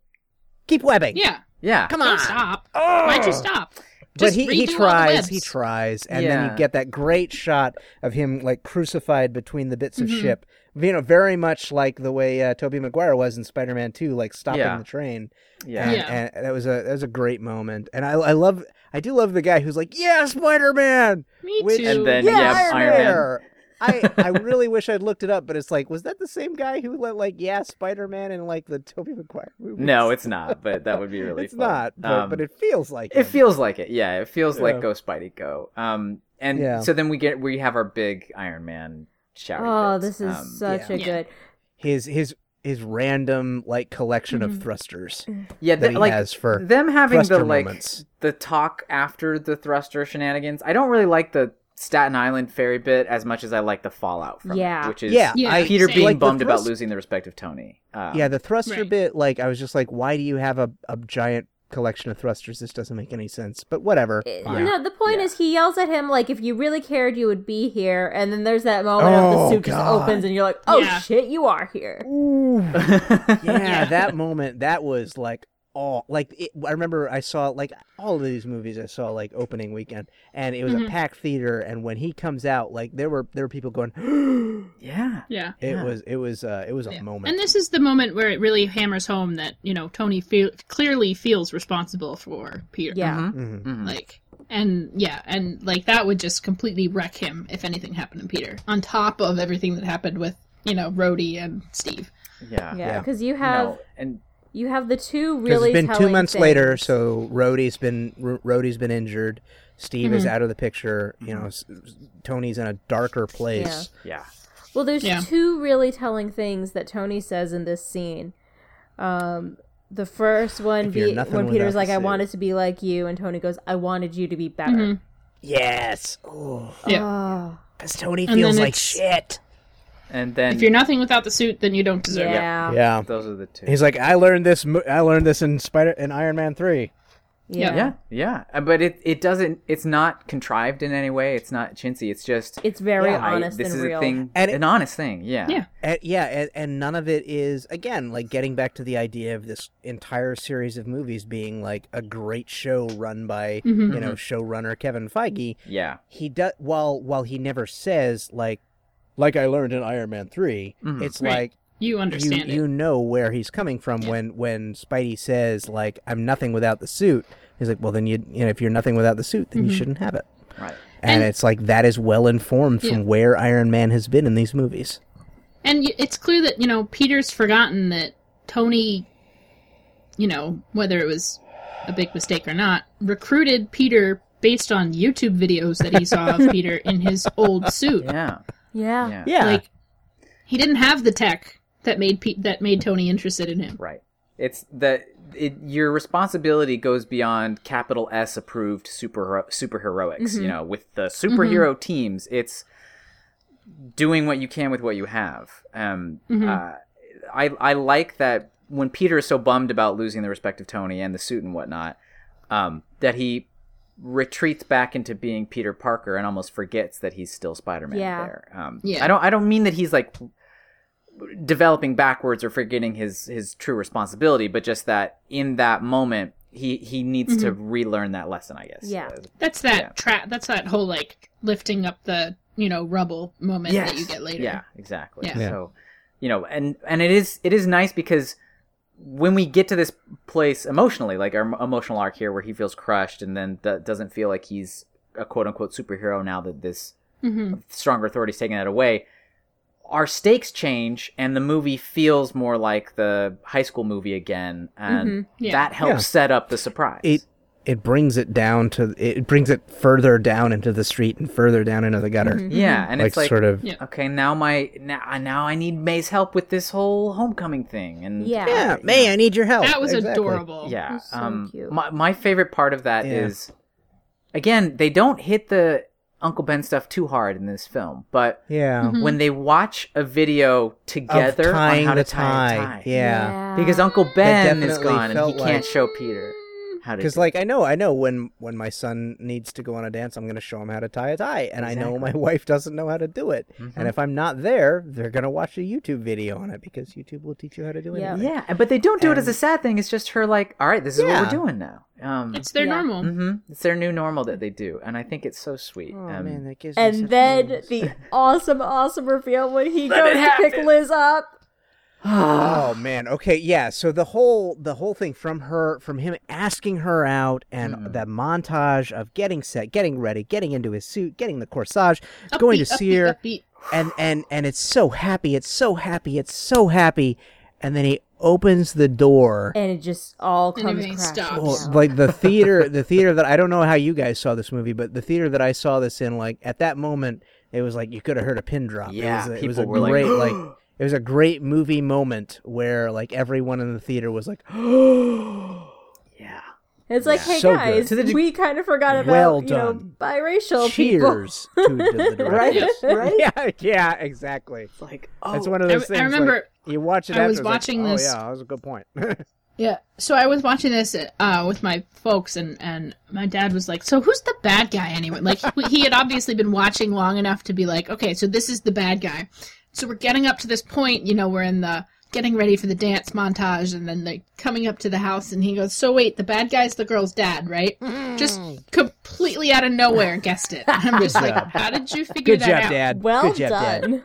E: keep webbing.
F: yeah.
G: Yeah.
E: Come
F: Don't
E: on. Oh.
F: stop.
G: Oh.
F: Why'd you stop?
E: but
F: Just
E: he, he
F: redo all the
E: tries, he
F: webs.
E: tries, and then
G: Yeah.
E: you get that great shot of him like crucified between the bits of
F: Mm-hmm.
E: ship. You know, very much like the way uh, Toby Maguire was in Spider-Man Two, like stopping
G: Yeah.
E: the train.
G: Yeah.
E: And,
F: Yeah.
E: and that was a that was a great moment, and I I love I do love the guy who's like, yeah, Spider-Man,
F: Me
E: Which-
F: too.
G: And then
E: Yeah,
G: yeah,
E: Iron
G: Iron Man.
E: there. I,
G: *laughs*
E: I really wish I'd looked it up, but it's like, was that the same guy who let like yeah Spider Man and like the Tobey Maguire movie?
G: No, it's not. But that would be really.
E: *laughs* it's
G: fun.
E: not, but,
G: Um,
E: but it feels like
G: It
E: him.
G: feels like it. Yeah, it feels
E: Yeah.
G: like Go Spidey Go. Um, and
E: Yeah.
G: so then we get we have our big Iron Man shower. Um,
D: Oh, this is such
E: Um, yeah.
D: a
F: Yeah.
D: good.
E: his his his random like collection
D: Mhm.
E: of thrusters
G: yeah,
E: that
G: th-
E: he
G: like
E: has for
G: them having the
E: thruster
G: like
E: moments.
G: the talk after the thruster shenanigans. I don't really like the Staten Island ferry bit as much as I like the fallout from it,
D: Yeah.
G: which is
E: yeah,
F: Yeah.
E: I,
G: Peter
F: same.
G: being
E: Like the
G: bummed about
E: thrust-
G: losing the respect of Tony. Um, *laughs*
E: yeah, the thruster
F: Right.
E: bit. Like I was just like, why do you have a, a giant collection of thrusters? This doesn't make any sense. But whatever.
D: It-
E: Fine.
D: eh, No, the point
G: Yeah.
D: is he yells at him like, "If you really cared, you would be here." And then there's that moment of
E: Oh,
D: the suit just
E: God.
D: opens, and you're like, "Oh
F: Yeah.
D: shit, you are here."
E: yeah, that moment, that was like all like it, I remember I saw like all of these movies I saw like opening weekend, and it was a
F: Mhm.
E: packed theater. And when he comes out, like there were there were people going, *gasps*
G: yeah.
F: Yeah.
E: it
G: Yeah.
E: was it was uh, it was a
F: Yeah.
E: moment.
F: And this is the moment where it really hammers home that, you know, Tony feel- clearly feels responsible for Peter.
D: Yeah.
E: Mhm.
G: Mhm.
F: Like, and yeah, and like that would just completely wreck him if anything happened to Peter, on top of everything that happened with, you know, Rhodey and Steve.
G: Yeah.
D: Yeah,
E: Yeah.
D: because you have
G: No, and
D: you have the two
E: 'Cause
D: really.
E: it's been two
D: telling
E: months later,
D: things.
E: so Rhodey's been R- Rhodey's been injured. Steve is out of the picture. You know, s- s- Tony's in a darker place.
G: yeah.
D: Well, there's
F: Yeah.
D: two really telling things that Tony says in this scene. Um, the first one
E: If you're
D: be,
E: nothing
D: when
E: without
D: Peter's
E: the
D: like, "I
E: suit."
D: wanted to be like you," and Tony goes, "I wanted you to be better."
F: Mhm.
E: Yes, because
F: Yeah.
D: Oh,
E: Tony
F: And
E: feels
F: then
E: like
F: it's-
E: shit.
G: And then
F: If you're nothing without the suit, then you don't deserve it.
D: yeah, yeah,
E: Yeah,
G: those are the two.
E: he's like, I learned this. mo- I learned this in Spider in Iron Man three.
F: Yeah.
G: yeah, yeah. Uh, But it it doesn't. It's not contrived in any way. It's not chintzy. It's just
D: It's very
G: I-
D: honest
G: this
D: and
G: is
D: real.
G: a thing,
E: And it-
G: an honest thing. Yeah.
F: Yeah.
E: And, yeah, and, and none of it is again like getting back to the idea of this entire series of movies being like a great show run by
F: Mhm.
E: you know showrunner Kevin Feige.
G: Yeah.
E: He does while while he never says like Mm-hmm. like I learned in Iron Man 3
G: Mhm.
E: It's
F: Right.
E: like
F: You
E: you
F: understand
E: you
F: it.
E: know where he's coming from when when Spidey says like I'm nothing without the suit. He's like, well then you you know if you're nothing without the suit then you shouldn't have it.
G: Right.
F: Mm-hmm.
E: And,
F: And-
E: it's like that is well informed
F: Yeah.
E: from where Iron Man has been in these movies.
F: And y- it's clear that, you know, Peter's forgotten that Tony, you know, whether it was a big mistake or not, recruited Peter based on YouTube videos that he saw of Peter in his old suit.
G: Yeah.
D: yeah.
G: Yeah.
E: Yeah.
F: Like he didn't have the tech that made Pete, that made Tony interested in him.
G: Right. It's that it, your responsibility goes beyond capital S approved super superheroics. You know, with the superhero teams, it's doing what you can with what you have. Um, uh, I I like that when Peter is so bummed about losing the respect of Tony and the suit and whatnot, um, that he retreats back into being Peter Parker and almost forgets that he's still Spider Man.
D: Yeah.
G: There. Um,
F: Yeah.
G: I don't I don't mean that he's like developing backwards or forgetting his his true responsibility, but just that in that moment he he needs to relearn that lesson, I guess.
D: Yeah.
F: That's that
G: Yeah.
F: trap. That's that whole like lifting up the you know rubble moment that you
G: Yes.
F: get later.
G: Yeah, exactly.
F: Yeah.
E: Yeah.
G: So, you know, and and it is it is nice because when we get to this place emotionally, like our em- emotional arc here, where he feels crushed and then th- doesn't feel like he's a quote unquote superhero now that this
F: hmm
G: stronger authority's taking that away. Our stakes change, and the movie feels more like the high school movie again, and
F: Mm-hmm. Yeah.
G: that helps
E: Yeah.
G: set up the surprise.
E: it it brings it down to it brings it further down into the street and further down into the gutter
F: Mm-hmm.
G: yeah, and
E: like,
G: it's like
E: sort of
F: Yeah.
G: okay, now my now now I need May's help with this whole homecoming thing, and
D: Yeah.
E: yeah may i need your help
F: That was
E: Exactly.
F: adorable.
G: Oh, Yeah.
D: Oh, He's so
G: um,
D: cute.
G: My, my favorite part of that is,
E: Yeah.
G: again, they don't hit the Uncle Ben stuff too hard in this film, but
E: yeah
F: Mm-hmm.
D: Mm-hmm.
G: when they watch a video
E: Of
G: together on
E: tying
G: how to
E: the
G: tie, a tie.
E: yeah
G: Because Uncle Ben is
E: definitely
G: gone and he
E: felt
G: can't
E: like-
G: show Peter how to.
E: because
G: do
E: like i know i know when when my son needs to go on a dance i'm going to show him how to tie a tie and i know my wife doesn't know how to do it
D: Mm-hmm.
E: and if i'm not there they're going to watch a youtube video on it because youtube will teach you how to do it
D: Yeah.
G: it. yeah, and- but they don't do it as a
E: And-
G: sad thing. It's just her like, all right, this is what
E: Yeah.
G: we're doing now. Um,
F: It's their
D: Yeah.
F: normal.
G: mhm. it's their new normal that they do, and I think it's so sweet.
E: oh
G: um,
E: man that gives me
D: And
E: such
D: then
E: feelings.
D: the awesome, awesome reveal when he goes to pick Liz up.
E: *sighs* oh man okay yeah so the whole the whole thing from her from him asking her out and
D: Mm.
E: the *laughs* montage of getting set getting ready getting into his suit getting the corsage going to
F: Upbeat,
E: see her
F: upbeat, upbeat.
E: and and and it's so happy, it's so happy, it's so happy, and then he opens the door.
D: and it just all
F: And
D: comes
F: everything
D: crashing
F: stops.
E: Well,
D: down.
E: like the theater, the theater that I don't know how you guys saw this movie, but the theater that I saw this in, like at that moment, it was like you could have heard a pin drop.
G: Yeah,
E: it was a, it was
G: people were
E: a
G: like,
E: great like, it was a great movie moment where like everyone in the theater was like, oh,
G: Yeah.
D: It's like, hey
E: So good.
D: guys,
E: To the de-
D: we kind of forgot about
E: Well
D: you know
E: done.
D: biracial people.
E: cheers to the director.
I: Right? Right?
E: Yeah, yeah, exactly.
G: It's like,
E: It's
G: oh,
E: one of
F: I w-
E: those
F: I
E: things. like,
F: remember-
E: you watch it.
F: I was
E: after, it's like,
F: watching this-
E: Oh yeah, that was a good point. *laughs*
F: Yeah. So I was watching this uh, with my folks, and, and my dad was like, "So who's the bad guy anyway?" Like he, he had obviously been watching long enough to be like, "Okay, so this is the bad guy." So we're getting up to this point, you know, we're in the getting ready for the dance montage, and then like coming up to the house, and he goes, "So wait, the bad guy's the girl's dad, right?" Just
G: Mm.
F: completely out of nowhere, guessed it. I'm just
G: *laughs*
F: like, "How did you figure
E: good
F: that
E: job,
F: out?"
E: Dad.
D: Well
E: good job, Dad.
D: done.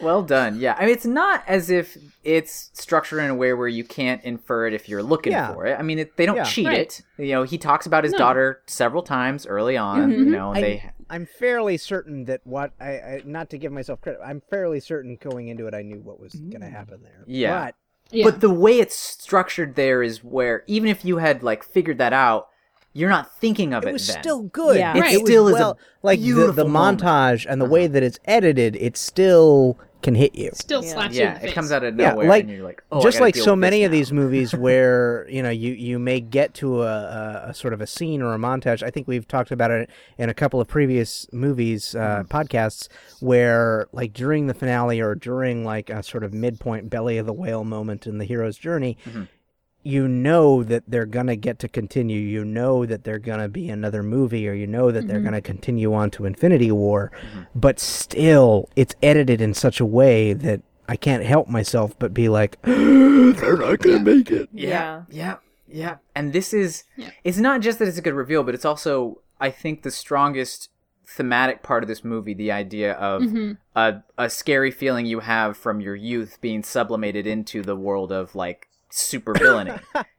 G: well done. Yeah. I mean, it's not as if it's structured in a way where you can't infer it if you're looking
E: Yeah.
G: for it. I mean, it, they don't
E: Yeah.
G: cheat
F: Right.
G: it. You know, he talks about his daughter several times early on.
F: Mm-hmm.
G: You know, and
E: I-
G: they.
E: I'm fairly certain that what I, I not to give myself credit, I'm fairly certain going into it, I knew what was going to happen there.
G: Yeah.
E: But
F: Yeah.
G: But the way it's structured there is where even if you had like figured that out, you're not thinking of it.
E: it was
G: then.
E: still good.
D: Yeah.
E: It,
F: Right.
E: it
G: Still
E: was
G: is a
E: well, like the, the
G: beautiful moment. Uh-huh.
E: montage and the way that it's edited, it still can hit you.
F: Still slaps you in
G: Yeah,
F: the face.
G: it comes out of
E: Yeah,
G: nowhere,
E: like-
G: and you're like, oh, I
E: Just
G: gotta
E: like
G: deal
E: so
G: with this
E: many of
G: now. *laughs*
E: these movies where you know you you may get to a, a, a sort of a scene or a montage. I think we've talked about it in a couple of previous movies uh,
G: Mm.
E: podcasts where like during the finale or during like a sort of midpoint belly of the whale moment in the hero's journey. You know that they're gonna get to continue. You know that they're gonna be another movie, or you know that
G: Mm-hmm.
E: they're gonna continue on to Infinity War, but still, it's edited in such a way that I can't help myself but be like, *gasps*
H: They're not gonna make it.
G: Yeah. Yeah. Yeah. And this is
F: Yeah.
G: it's not just that it's a good reveal, but it's also I think the strongest thematic part of this movie, the idea of
F: Mm-hmm.
G: a a scary feeling you have from your youth being sublimated into the world of like
F: *laughs*
G: super villainy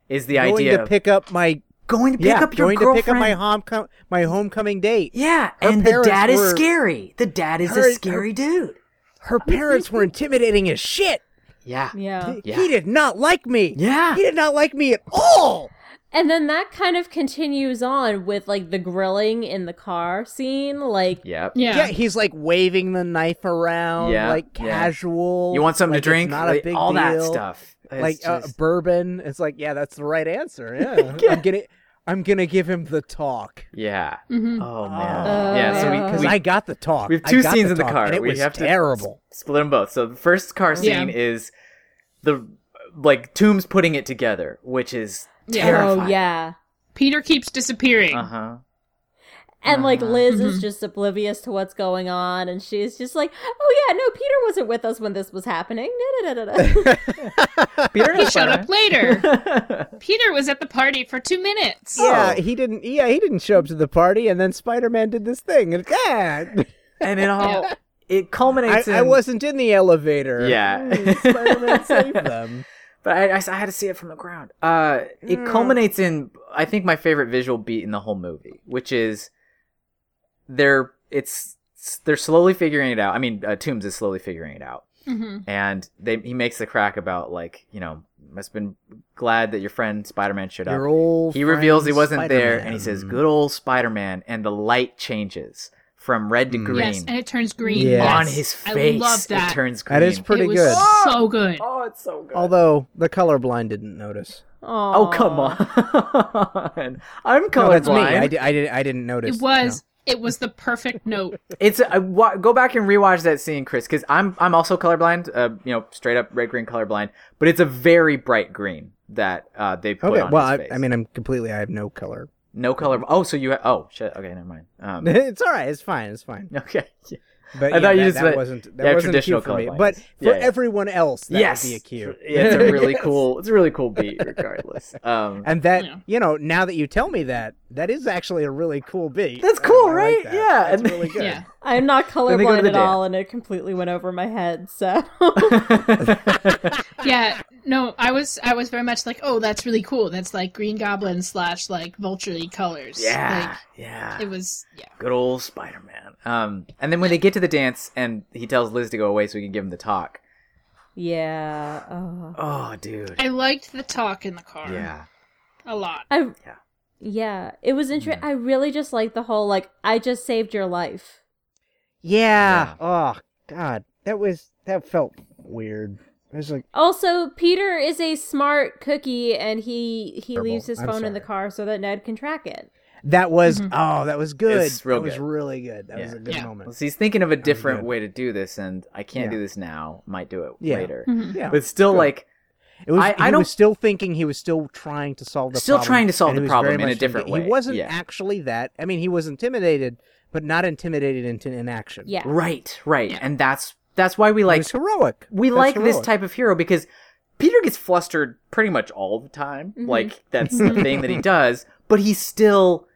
G: is the
E: going
G: idea
E: to
G: of
E: pick up my
G: going to pick
E: yeah,
G: up your
E: going
G: girlfriend.
E: to pick up my homecom- my homecoming date.
G: yeah,
E: her
G: and the
E: parents
G: dad is
E: were-
G: scary. The dad is
E: Her-
G: a scary dude. *laughs*
E: Her parents were intimidating as shit.
G: Yeah.
D: Yeah.
G: Yeah.
E: He did not like me.
G: Yeah.
E: He did not like me at all.
D: And then that kind of continues on with like the grilling in the car scene. Like oh,
G: Yep.
F: Yeah.
E: Yeah, he's like waving the knife around,
G: Yeah,
E: like
G: yeah.
E: casual.
G: You want something
E: like
G: to drink?
E: It's not a
G: Like,
E: big
G: all that
E: deal.
G: stuff. It's
E: like uh,
G: just-
E: bourbon. It's like, yeah, that's the
G: *laughs*
E: right answer. Yeah, I'm gonna, I'm gonna give him the talk
G: yeah.
F: Mhm.
G: Oh man.
D: Oh,
G: yeah. So we,
D: man.
E: because
G: we-
E: I got the talk.
G: we have
E: I
G: two
E: got
G: scenes in the
E: talk,
G: car.
E: and it
G: We
E: was
G: have to- *laughs*
E: terrible.
G: split them both. So the first car
F: Yeah.
G: scene is the like Tombs putting it together, which is
F: Yeah.
G: terrifying.
D: oh yeah.
F: Peter keeps disappearing.
G: Uh huh.
D: And like
G: Uh-huh.
D: Liz is just oblivious to what's going on, and she's just like, "Oh yeah, no, Peter wasn't with us when this was happening." Da, da, da, da, da.
F: He showed up later.
G: *laughs*
F: Peter was at the party for two minutes.
E: *laughs* Yeah,
G: Oh.
E: he didn't. Yeah, he didn't show up to the party, and then Spider Man did this thing. And,
G: *laughs*
E: yeah,
G: and it all it
E: I,
G: culminates. in,
E: I wasn't in the elevator.
G: Yeah.
E: Spider Man saved them.
G: but I, I s- I had to see it from the ground. Uh, it
F: Mm.
G: culminates in I think my favorite visual beat in the whole movie, which is they're it's they're slowly figuring it out. I mean, uh, Tombs is slowly figuring it out,
F: Mhm.
G: and they he makes the crack about like you know must have been glad that your friend Spider Man *laughs* showed up.
E: Your old
G: He reveals he
E: friend
G: wasn't there, and he
E: Spider-Man.
G: says, "Good old Spider-Man," and the light changes from red to
E: Mm.
G: green
F: Yes, and it turns green.
E: Yeah.
G: on
F: Yes.
G: his
F: I
G: face.
F: love that.
G: It turns green.
E: That is pretty
F: it was
E: good.
F: So good.
G: oh, it's so good.
E: Although the colorblind didn't notice.
G: *laughs* oh, come on! *laughs* I'm
E: No,
G: colorblind.
E: that's me. I, di- I, did, I didn't notice.
F: It was. It was the perfect note.
G: It's I wa- go back and rewatch that scene, Chris, because I'm I'm also colorblind. Uh, you know, straight up red green colorblind, but it's a very bright green that uh they
E: No.
G: put
E: Okay.
G: on
E: Well,
G: his
E: I,
G: face.
E: I mean, I'm completely. I have no color. *laughs*
G: no color. Oh, so you? Ha- oh, shit. Okay, never mind. Um, *laughs*
E: it's all right. It's fine. It's fine.
G: okay.
E: But
G: I
E: yeah,
G: thought you
E: that,
G: just
E: that
G: meant-
E: wasn't that
G: yeah,
E: wasn't a
G: traditional
E: cue for me.
G: colorblindness.
E: But
G: Yeah,
E: for
G: yeah.
E: everyone else, that
G: yes.
E: would be a cue.
G: *laughs* Yeah, it's a really
E: *laughs* Yes.
G: cool. It's a really cool beat,
E: *laughs*
G: regardless. Um,
E: And that
F: Yeah.
E: you know, now that you tell me that, that is actually a really cool beat.
G: That's
E: I-
G: cool,
E: I like
G: right?
E: that.
G: Yeah,
E: that's
G: and- *laughs*
E: really good.
F: Yeah.
D: I'm not
G: they go to
D: colorblind
G: the
D: at all, and it completely went over my head. So
F: Yeah. no, I was I was very much like, oh, that's really cool. That's like Green Goblin slash like vulture colors.
G: Yeah, yeah.
F: Like, it was yeah.
G: Good old Spider Man. Um, and then when they get to the dance and he tells Liz to go away so he can give him the talk.
D: *laughs* Yeah. Oh.
G: Oh, dude.
F: I liked the talk in the car.
G: yeah.
F: a lot.
D: I yeah. It was
G: Mm.
D: interesting. I really just like the whole like I just saved your life.
E: Yeah. Oh God, that was that felt weird. I was like,
D: Also, Peter is a smart cookie, and he he
E: Terrible.
D: leaves his
E: I'm
D: phone in the
E: sorry.
D: car so that Ned can track it.
E: that was oh, that was good.
G: It's real
E: that was
G: good.
E: really good. That was
G: Yeah.
E: a good
F: Mm-hmm. Yeah.
G: Well,
E: moment.
G: so he's thinking of a different
E: good.
G: way to do this, and I can't
E: Yeah.
G: do this now. Might do it
E: Yeah.
G: later.
D: Mm-hmm.
F: Mhm.
E: Yeah,
G: But it's still,
E: Good.
G: like,
E: it was.
G: I-
E: he
G: I don't-
E: was still thinking. He was still trying to solve the
G: Still
E: problem,
G: trying to solve
E: and
G: the
E: he was
G: problem
E: very
G: in a
E: much
G: different
E: inti-
G: way.
E: He wasn't
G: Yeah.
E: actually that. I mean, he was intimidated, but not intimidated into inaction.
D: Yeah.
G: right, right, and that's that's why we like
E: it's heroic.
G: we
E: That's
G: like this
E: heroic.
G: type of hero because Peter gets flustered pretty much all the time.
D: Mm-hmm.
G: Like that's the thing that he does, but he still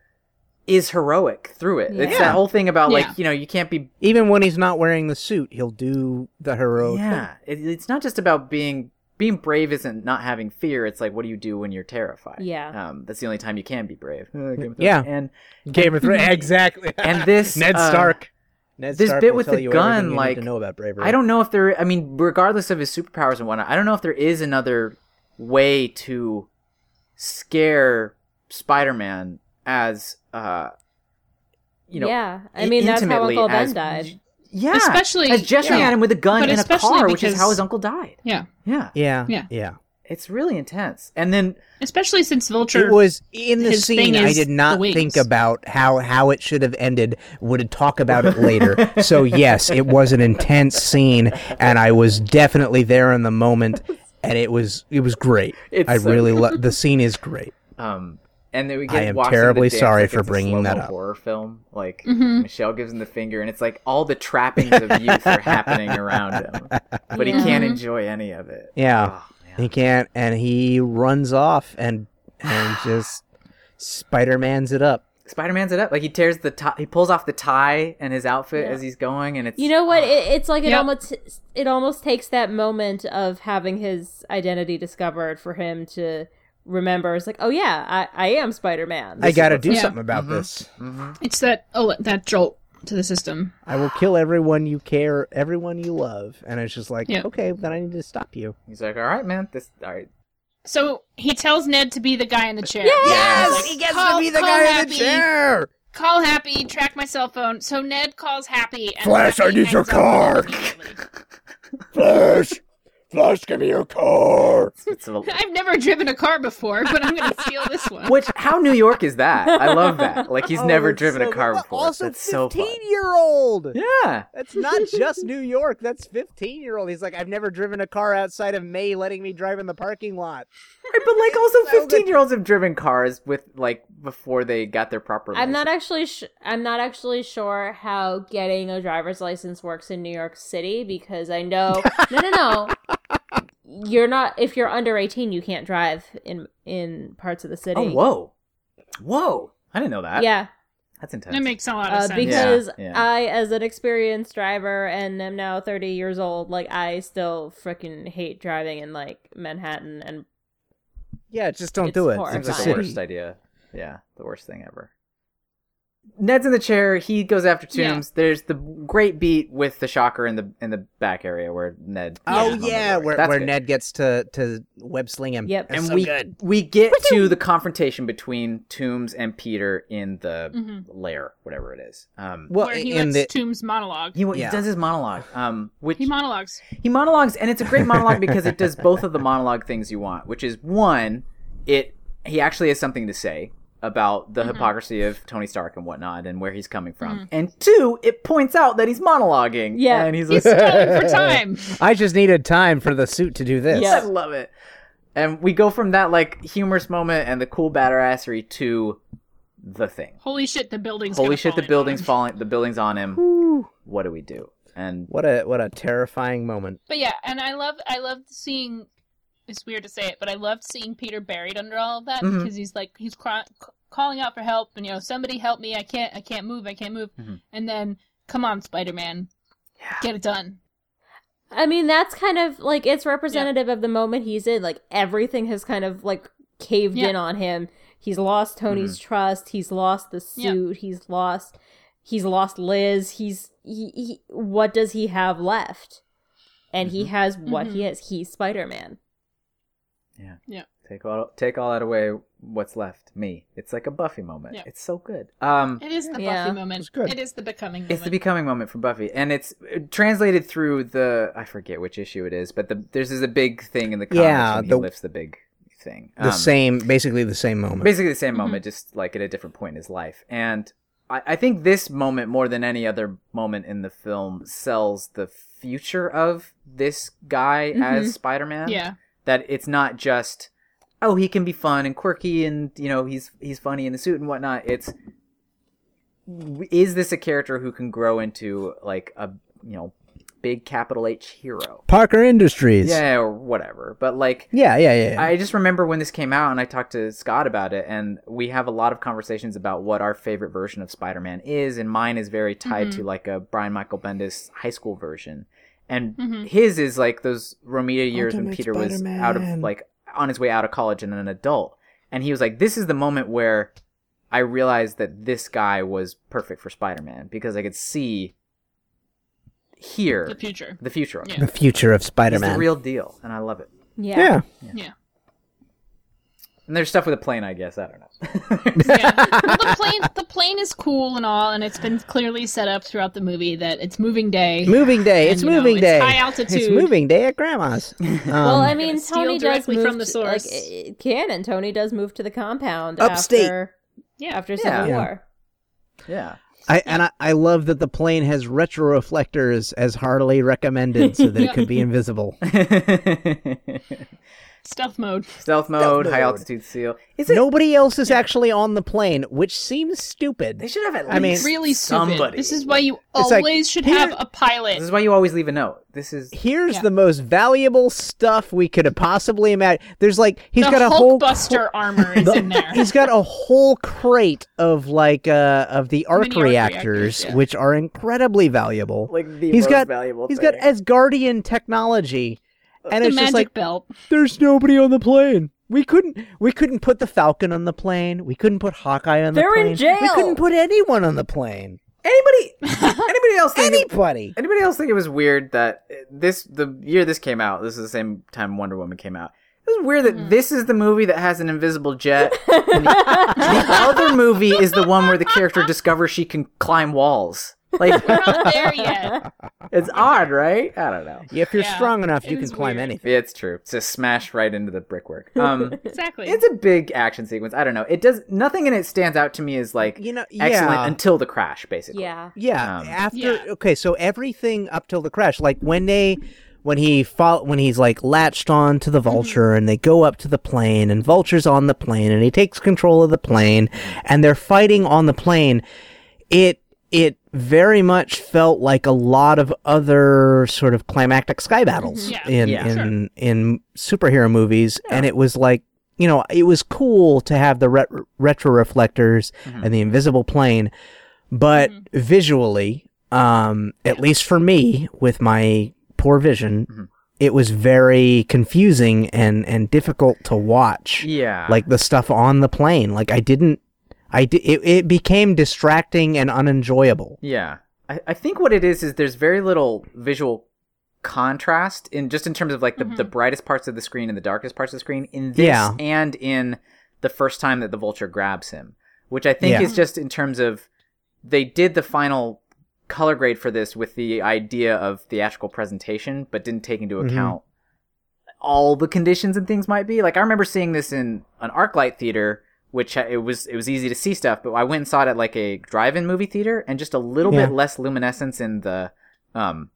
G: is heroic through it. It's
D: Yeah.
G: that whole thing about like
F: Yeah.
G: you know you can't be
E: Even when he's not wearing the suit, he'll do the heroic. thing.
G: yeah. It, it's not just about being being brave isn't not having fear. It's like what do you do when you're terrified?
D: Yeah.
G: um, that's the only time you can be
E: *laughs*
G: brave. Uh, Game of Thrones.
E: Yeah.
G: and
E: Game
G: *laughs*
E: of Thrones. exactly.
G: and this
E: *laughs* Ned
G: uh,
E: Stark. Ned
G: this
E: Stark
G: bit
E: will
G: with
E: tell
G: the
E: you
G: gun,
E: everything you need
G: like,
E: to know about bravery.
G: I don't know if there. I mean, regardless of his superpowers and whatnot, I don't know if there is another way to scare Spider-Man as uh, you know,
D: yeah. I
G: i-
D: mean, that's how
G: intimately
D: Uncle Ben
G: as-
D: died.
G: yeah,
F: Especially-
G: as gesturing
F: yeah.
G: at him with a gun
F: But
G: in a
F: especially
G: car, which is
F: because-
G: how his uncle died.
F: Yeah.
G: Yeah,
E: Yeah.
F: Yeah.
E: Yeah.
G: it's really intense. And then
F: Especially since Vulture
E: It was in the
F: His thing
E: scene. I
F: is
E: did
F: the
E: not
F: wings.
E: think about how how it should have ended. Would talk about
F: *laughs*
E: it later. so yes, it was an intense scene, and I was definitely there in the moment, and it was it was great.
G: It's
E: I
G: so
E: really love the scene. Is great.
G: Um, and then we get
E: I am
G: walks into the
E: terribly
G: dance
E: sorry
G: like
E: for
G: it's a
E: bringing
G: slow-mo
E: that up.
G: Horror film, like
F: Mhm.
G: Michelle gives him the finger, and it's like all the trappings of youth are happening around
E: *laughs*
G: him, but he can't
F: Yeah.
G: enjoy any of it.
E: Yeah.
G: Oh, man.
E: He can't, and he runs off and
F: *sighs*
E: and just Spider Man's it up.
G: Spider-Man's it up. Like he tears the tie, he pulls off the tie and his outfit
D: Yeah.
G: as he's going, and it's oh,
D: You know what? It, it's like it
F: Yep.
D: almost it almost takes that moment of having his identity discovered for him to remember. It's like, oh yeah, I, I am Spider Man.
E: I got to do
F: Yeah. Mm-hmm.
E: something about this.
F: it's that oh that jolt to the system.
E: I will kill everyone you care, everyone you love, and it's just like,
F: Yeah.
E: okay, then I need to stop you.
G: he's like, all right, man, this all right.
F: So he tells Ned to be the guy in the chair.
E: Yes, he gets
F: Call-
E: to be the
F: call
E: guy in
F: Happy.
E: the chair.
F: Call Happy, track my cell phone. So Ned calls Happy. And
H: Flash, I
F: Happy
H: need your
F: hangs up
H: car.
F: immediately.
H: Flash! Flash, give me your car!
D: *laughs*
G: It's a,
F: I've never driven a car before, but I'm gonna steal this one.
G: *laughs* which how New York is that? I
D: *laughs*
G: love that. Like he's
E: Oh,
G: never
E: that's
G: driven
E: so
G: a car
E: good.
G: before.
E: Also,
G: That's so fun.
E: fifteen-year-old.
G: Yeah,
E: That's not just New York. That's fifteen-year-old. He's like, I've never driven a car outside of May letting me drive in the parking lot.
G: Right, but
E: *laughs*
G: like also
E: So good.
G: 15 year olds have driven cars with like before they got their proper
D: I'm
G: license.
D: not actually sh- I'm not actually sure how getting a driver's license works in New York City because I know
G: *laughs*
D: no no no you're not if you're under 18 you can't drive in in parts of the city.
G: Oh, whoa. Whoa. I didn't know that.
D: Yeah,
G: That's intense.
F: that makes a lot of
D: uh,
F: sense.
D: because
G: Yeah, yeah.
D: I as an experienced driver and am now 30 years old like I still freaking hate driving in like Manhattan and
E: Yeah, just don't
D: It's
E: do it.
D: horrifying.
G: Seems
E: It's a
G: like the
E: city.
G: worst idea. Yeah, the worst thing ever. Ned's in the chair. He goes after
F: Yeah.
G: Tombs. There's the great beat with the shocker in the in the back area where Ned.
E: Oh
G: is on the
E: yeah,
G: board.
E: where,
G: That's
E: where
G: good.
E: Ned gets to to web sling him.
D: Yep.
E: That's
G: and
E: so
G: we
E: good.
G: we get to the confrontation between Tombs and Peter in the
E: Mm.
F: Mhm.
G: lair, whatever it is. Um,
E: Well,
F: where he
E: in
F: lets
E: the
F: Tomb's
G: *laughs*
F: monologue.
G: he,
F: He,
G: he
E: Yeah.
G: does his monologue, um, which *laughs*
F: monologues.
G: He monologues, and it's a great monologue because it does both of the monologue things you want, which is one, it he actually has something to say about the
F: Mm-hmm.
G: hypocrisy of Tony Stark and whatnot, and where he's coming from, and two, it points out that he's monologuing.
D: Yeah.
G: and he's
F: He's
G: like,
F: *laughs* stalling for time.
E: I just needed time for the suit to do this.
D: Yeah.
G: I love it. And we go from that like humorous moment and the cool batterassery to the thing.
F: Holy shit, the building's
G: Holy
F: gonna
G: shit,
F: fall
G: the
F: in on
G: building's
F: him.
G: falling. The building's on him. What do we do? And
E: What a what a terrifying moment.
F: But yeah, and I love I loved seeing. It's weird to say it, but I loved seeing Peter buried under all of that
G: Mhm.
F: because he's like he's cry- c- calling out for help, and you know somebody help me, I can't, I can't move, I can't move,
G: Mhm.
F: and then come on, Spider Man, get it done.
D: I mean, that's kind of like it's representative of the moment he's in. Like everything has kind of like caved
F: Yeah.
D: in on him. He's lost Tony's
G: Mm-hmm.
D: trust. He's lost the
F: Yeah.
D: suit. He's lost. He's lost Liz. He's he, he. What does he have left? And
G: Mm-hmm.
D: he has what he has. He's Spider Man.
G: Take all take all that away. What's left? Me. It's like a Buffy moment.
F: Yeah.
G: It's so good. Um,
F: It is the
D: Yeah.
F: Buffy moment.
A: It's good.
F: It is the becoming
G: it's the
F: moment.
G: becoming moment for Buffy, and it's uh, translated through the I forget which issue it is, but the there's this a big thing in the comics,
E: Yeah,
G: and he
E: the-
G: lifts the big thing.
E: The
G: Um,
E: same, basically the same moment.
G: basically the same moment, just like at a different point in his life. And I, I think this moment, more than any other moment in the film, sells the future of this guy as Spider Man.
F: yeah.
G: That it's not just, oh, he can be fun and quirky and, you know, he's he's funny in the suit and whatnot. It's is this a character who can grow into like a you know, big capital H hero?
E: Parker Industries.
G: Yeah, or whatever. But like
E: yeah, yeah, yeah. yeah.
G: I just remember when this came out and I talked to Scott about it and we have a lot of conversations about what our favorite version of Spider-Man is and mine is very tied
F: Mm-hmm.
G: to like a Brian Michael Bendis high school version and
F: Mm-hmm.
G: his is like those Romita years when
E: Ultimate
G: Peter was out of
E: Spider-Man.
G: like on his way out of college and an adult and he was like this is the moment where I realized that this guy was perfect for Spider-Man because I could see here
F: The future.
G: the future of
F: Yeah.
G: him.
E: the future of
G: He's
E: Spider-Man.
G: the real deal and I love it.
D: Yeah.
E: yeah.
F: Yeah.
G: And there's stuff with a plane, I guess. I don't know. *laughs*
F: yeah. Well, the plane, the plane is cool and all, and it's been clearly set up throughout the movie that it's moving day.
E: Moving day.
F: And,
E: it's
F: you know,
E: moving
F: it's
E: day.
F: high altitude.
E: It's moving day
F: *laughs*
E: at grandma's.
D: Well,
E: Um,
D: I mean,
F: Gonna steal
D: Tony does
F: directly
D: move
F: from the
D: to-
F: source.
D: Like, it- it can and Tony does move to the compound
E: Upstate.
D: after
F: Yeah.
D: after
G: Yeah.
D: Civil
G: Yeah.
D: War.
G: yeah.
E: I and I, I love that the plane has retro reflectors as heartily recommended so that
F: *laughs*
E: it could be invisible.
F: Stealth mode.
G: *laughs* Stealth mode, high
E: mode.
G: altitude seal. Is it?
E: Nobody else *laughs* is actually on the plane, which seems stupid.
G: They should have at
E: I mean-
G: least
F: Really stupid.
G: somebody.
F: This is why you
E: It's
F: always
E: like,
F: should
E: here-
F: have a pilot.
G: This is why you always leave a note. This is.
E: Here's
F: Yeah.
E: the most valuable stuff we could have possibly imagine. There's like he's
F: the
E: got a whole
F: Hulkbuster armor
E: *laughs*
F: is
E: The-
F: in there.
E: He's got a whole crate of like uh of the arc
F: Mini arc
E: reactors,
F: reactors, yeah.
E: which are incredibly valuable.
G: Like the
E: He's
G: most
E: got-
G: valuable.
E: He's
G: thing. Uh,
E: got Asgardian technology, and
F: the
E: it's
F: magic
E: just like
F: belt.
E: there's nobody on the plane. We couldn't we couldn't put the Falcon on the plane. We couldn't put Hawkeye on the
D: They're
E: plane.
D: in
E: We
D: jail.
E: couldn't put anyone on the plane.
G: *laughs*
F: *laughs*
G: anybody. anybody else? Think it,
E: Anybody.
G: anybody else think it was weird that uh, this the year this came out? This is the same time Wonder Woman came out. It was weird
F: Mm-hmm.
G: that this is the movie that has an
F: *laughs*
G: invisible jet. and the, the other movie is the one where the character discovers she can climb walls.
F: *laughs*
G: Like
F: We're not
E: *laughs*
F: there yet.
G: it's odd, right? I don't know.
E: If you're
F: Yeah,
E: strong enough,
F: it
E: you can
F: is
E: climb
F: weird.
E: anything.
G: Yeah, it's true. It's just smash right into the
E: *laughs*
G: brickwork. Um,
F: Exactly.
G: it's a big action sequence. I don't know. It does nothing in it stands out to me as like
E: You know,
G: excellent
E: yeah.
G: until the crash, basically.
D: Yeah.
E: Yeah,
G: Um,
E: after
F: Yeah.
E: okay, so everything up till the crash, like when they when he fall when he's like latched on to the
F: Mm-hmm.
E: vulture and they go up to the plane and vulture's on the plane and he takes control of the plane and they're fighting on the plane. It it very much felt like a lot of other sort of climactic sky battles
F: Mm-hmm. Yeah.
E: in
G: Yeah.
E: in in superhero movies and it was like you know, it was cool to have the ret- retro reflectors
G: Mm-hmm.
E: and the invisible plane, but visually, um, at least for me with my poor vision, it was very confusing and and difficult to watch.
G: Yeah.
E: Like the stuff on the plane, like I didn't, I di- it, it became distracting and unenjoyable.
G: Yeah. I, I think what it is is there's very little visual contrast in just in terms of like the, the brightest parts of the screen and the darkest parts of the screen in this
E: Yeah.
G: and in the first time that the vulture grabs him. Which I think
E: Yeah.
G: is just in terms of they did the final color grade for this with the idea of theatrical presentation, but didn't take into
E: Mhm.
G: account all the conditions and things might be. Like I remember seeing this in an ArcLight theater, which uh, it was it was easy to see stuff, but I went and saw it at like a drive-in movie theater, and just a little
E: Yeah.
G: bit less luminescence in the um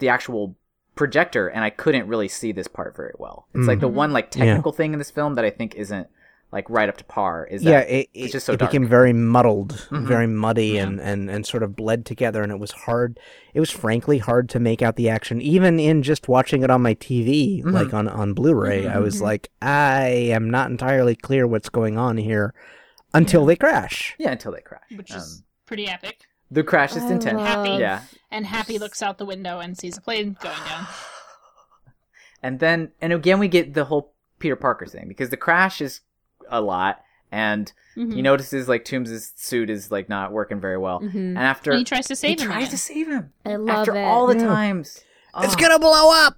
G: the actual projector, and I couldn't really see this part very well. It's like the
E: Mm-hmm.
G: one like technical thing in this film that I think isn't like right up to par. Is that
E: yeah, it, it,
G: it's just so
E: it
G: dark.
E: became very muddled,
G: Mhm.
E: very muddy, and, and, and sort of bled together. And it was hard. It was frankly hard to make out the action, even in just watching it on my TV,
G: Mm-hmm.
E: like on on Blu-ray. I was like, I am not entirely clear what's going on here until they crash.
G: yeah until they crash.
F: which
G: Um,
F: is pretty epic.
G: the crash is
D: I
G: intense.
D: love-
F: Happy.
G: Yeah.
F: And Happy looks out the window and sees a plane going down.
G: And then, and again, we get the whole Peter Parker thing because the crash is a lot, and
F: Mhm.
G: he notices like Toombs' suit is like not working very well. And after
F: Mm-hmm. and he tries to save
G: he
F: him.
G: tries
F: again.
G: to save him
D: I love
G: after
D: it.
G: all the times.
E: It's
G: Ah.
E: gonna blow up.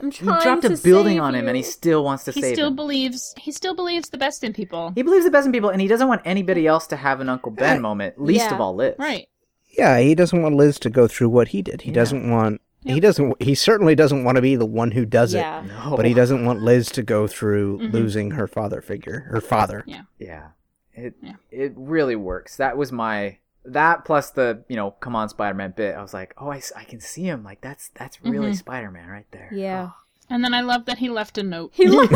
D: I'm
G: He
D: trying
G: dropped a
D: to
G: building
D: save
G: on him, and
D: you.
G: he still wants to
F: he
G: save
F: still
G: him.
F: believes he still believes the best in people.
G: He believes the best in people, and he doesn't want anybody else to have an Uncle Ben moment. Least
D: Yeah.
G: of all Liz.
F: Right.
E: Yeah, he doesn't want Liz to go through what he did. He doesn't want. He doesn't. He certainly doesn't want to be the one who does
D: Yeah. *laughs*
E: it.
G: No.
E: But he doesn't want Liz to go through
G: Mm-hmm.
E: losing her father figure, her father.
G: Yeah. It
F: Yeah.
G: it really works. That was my that plus the you know come on Spider Man bit. I was like, oh, I, s- I can see him. Like that's that's really
F: Mhm.
G: Spider Man right there.
D: Yeah.
F: And then I love that he left a note.
G: *laughs*
D: He
E: *laughs*
D: lo-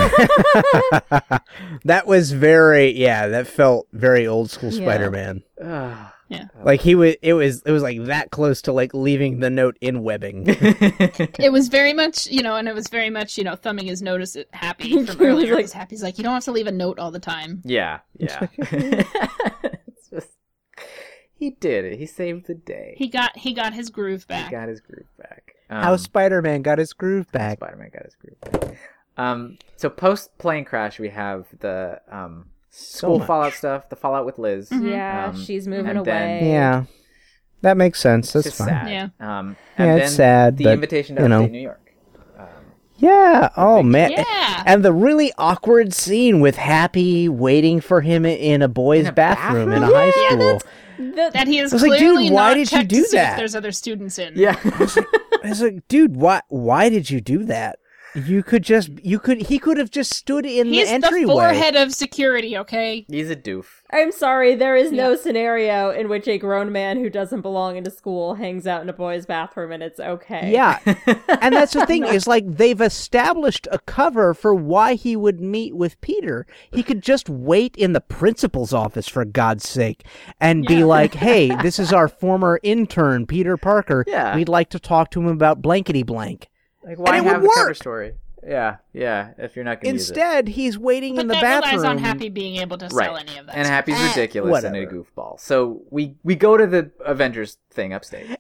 E: that was very. Yeah, that felt very old school
D: Yeah.
E: Spider-Man.
G: Ugh.
E: Like he was. It was. It was like that close to like leaving the note in webbing.
F: It was very much, you know, and it was very much, you know, thumbing his notice at
E: *laughs*
F: happy
D: He
F: from
D: really
F: earlier.
D: like-
F: He's happy. He's like, you don't have to leave a note all the time.
G: yeah. Yeah. *laughs* it's just, he did it. He saved the day.
F: He got he got his groove back.
G: got his group back.
E: *laughs* How
G: Um,
E: Spider-Man got his groove back.
G: Spider Man got his group back. Um, so post plane crash, we have the um school
E: much.
G: fallout stuff, the fallout with Liz.
D: yeah,
G: Um,
D: she's moving
G: and
D: away.
G: then-
E: Yeah, that makes sense. That's
G: it's just
E: fine.
G: sad.
F: Yeah.
G: Um,
E: Yeah,
G: and
E: it's
G: then
E: sad,
G: The
E: but,
G: invitation to
E: you know.
G: upstate New York.
E: Yeah. Oh man.
F: Yeah.
E: *laughs* And the really awkward scene with Happy waiting for him in a boy's
G: In a
E: bathroom, in a
G: bathroom?
E: high school.
F: That he is
E: I was like, dude,
F: clearly
E: why
F: not
E: did you
F: checked
E: do
F: to see
E: that?
F: if there's other students in.
G: Yeah.
E: I *laughs* was like, dude, why? Why did you do that? You could just, you could, he could have just stood in
F: He's
E: the
F: the
E: entryway.
F: forehead of security, okay?
G: He's a doof.
D: I'm sorry, there is no scenario in which a grown man who doesn't belong in a school hangs out in a boy's bathroom and it's okay.
E: yeah, and that's the thing is like they've established a cover for why he would meet with Peter. He could just wait in the principal's office for God's sake and be like, "Hey, this is our former intern, Peter Parker.
G: Yeah.
E: We'd like to talk to him about blankety blank."
G: Like why
E: it would
G: have a cover
E: work.
G: story? Yeah, yeah. If you're not gonna use
E: Instead, he's waiting
F: But
E: in the
F: that
E: bathroom.
F: relies on Happy being able to
G: it.
F: sell any of that.
G: and
F: stuff.
G: Happy's ridiculous and a
E: Eh, whatever.
G: goofball. So we we go to the Avengers thing upstate.
E: *laughs*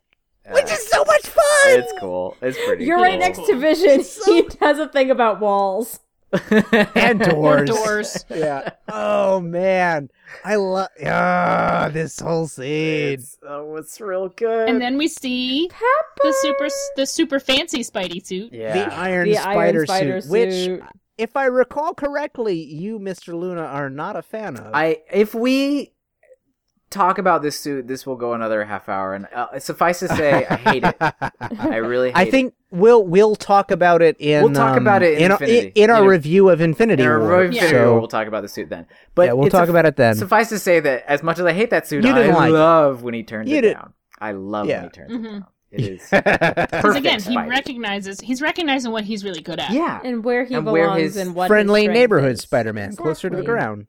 E: Which is so much fun.
G: It's cool. It's pretty.
D: You're right next to Vision. He has a thing about walls.
G: *laughs* next.
E: *laughs* and
F: Or
E: doors.
G: *laughs*
F: doors.
E: yeah. Oh man, I love ah this whole scene.
G: it's, oh, it's real good.
F: and then we see the super the super fancy Spidey suit.
E: The
G: yeah.
E: iron
D: the
E: spider,
D: iron spider
E: suit, which,
D: suit.
E: if I recall correctly, you, Mister Luna, are not a fan of.
G: I if we talk about this suit, this will go another half hour. And uh, suffice to say, I hate
E: *laughs*
G: it. I really. Hate
E: I
G: it.
E: think we'll we'll talk about it in
G: We'll talk
E: um,
G: about it in
E: in, our-
G: Infinity.
E: in our
G: In-
E: review of Infinity
G: In our
E: War.
G: review,
E: So,
G: video,
E: *laughs*
G: we'll talk about the suit then. But
E: yeah, we'll
G: it's a-
E: talk about it then.
G: Suffice to say that as much as I hate that suit,
E: You didn't
G: I
E: like it.
G: love when he turns
E: You
G: it
E: did-
G: down. I love
E: Yeah.
G: when he turns it
D: Mm-hmm.
F: Mhm.
G: down. It
E: *laughs*
G: is
F: Because
G: perfect.
F: again, he
G: Spidey.
F: recognizes he's recognizing what he's really good at.
G: yeah, and,
D: And where he
G: And where
D: belongs
G: his
D: and what his
E: Friendly
D: strength
E: neighborhood
D: is.
E: Spider-Man, closer to the
D: Exactly.
E: ground.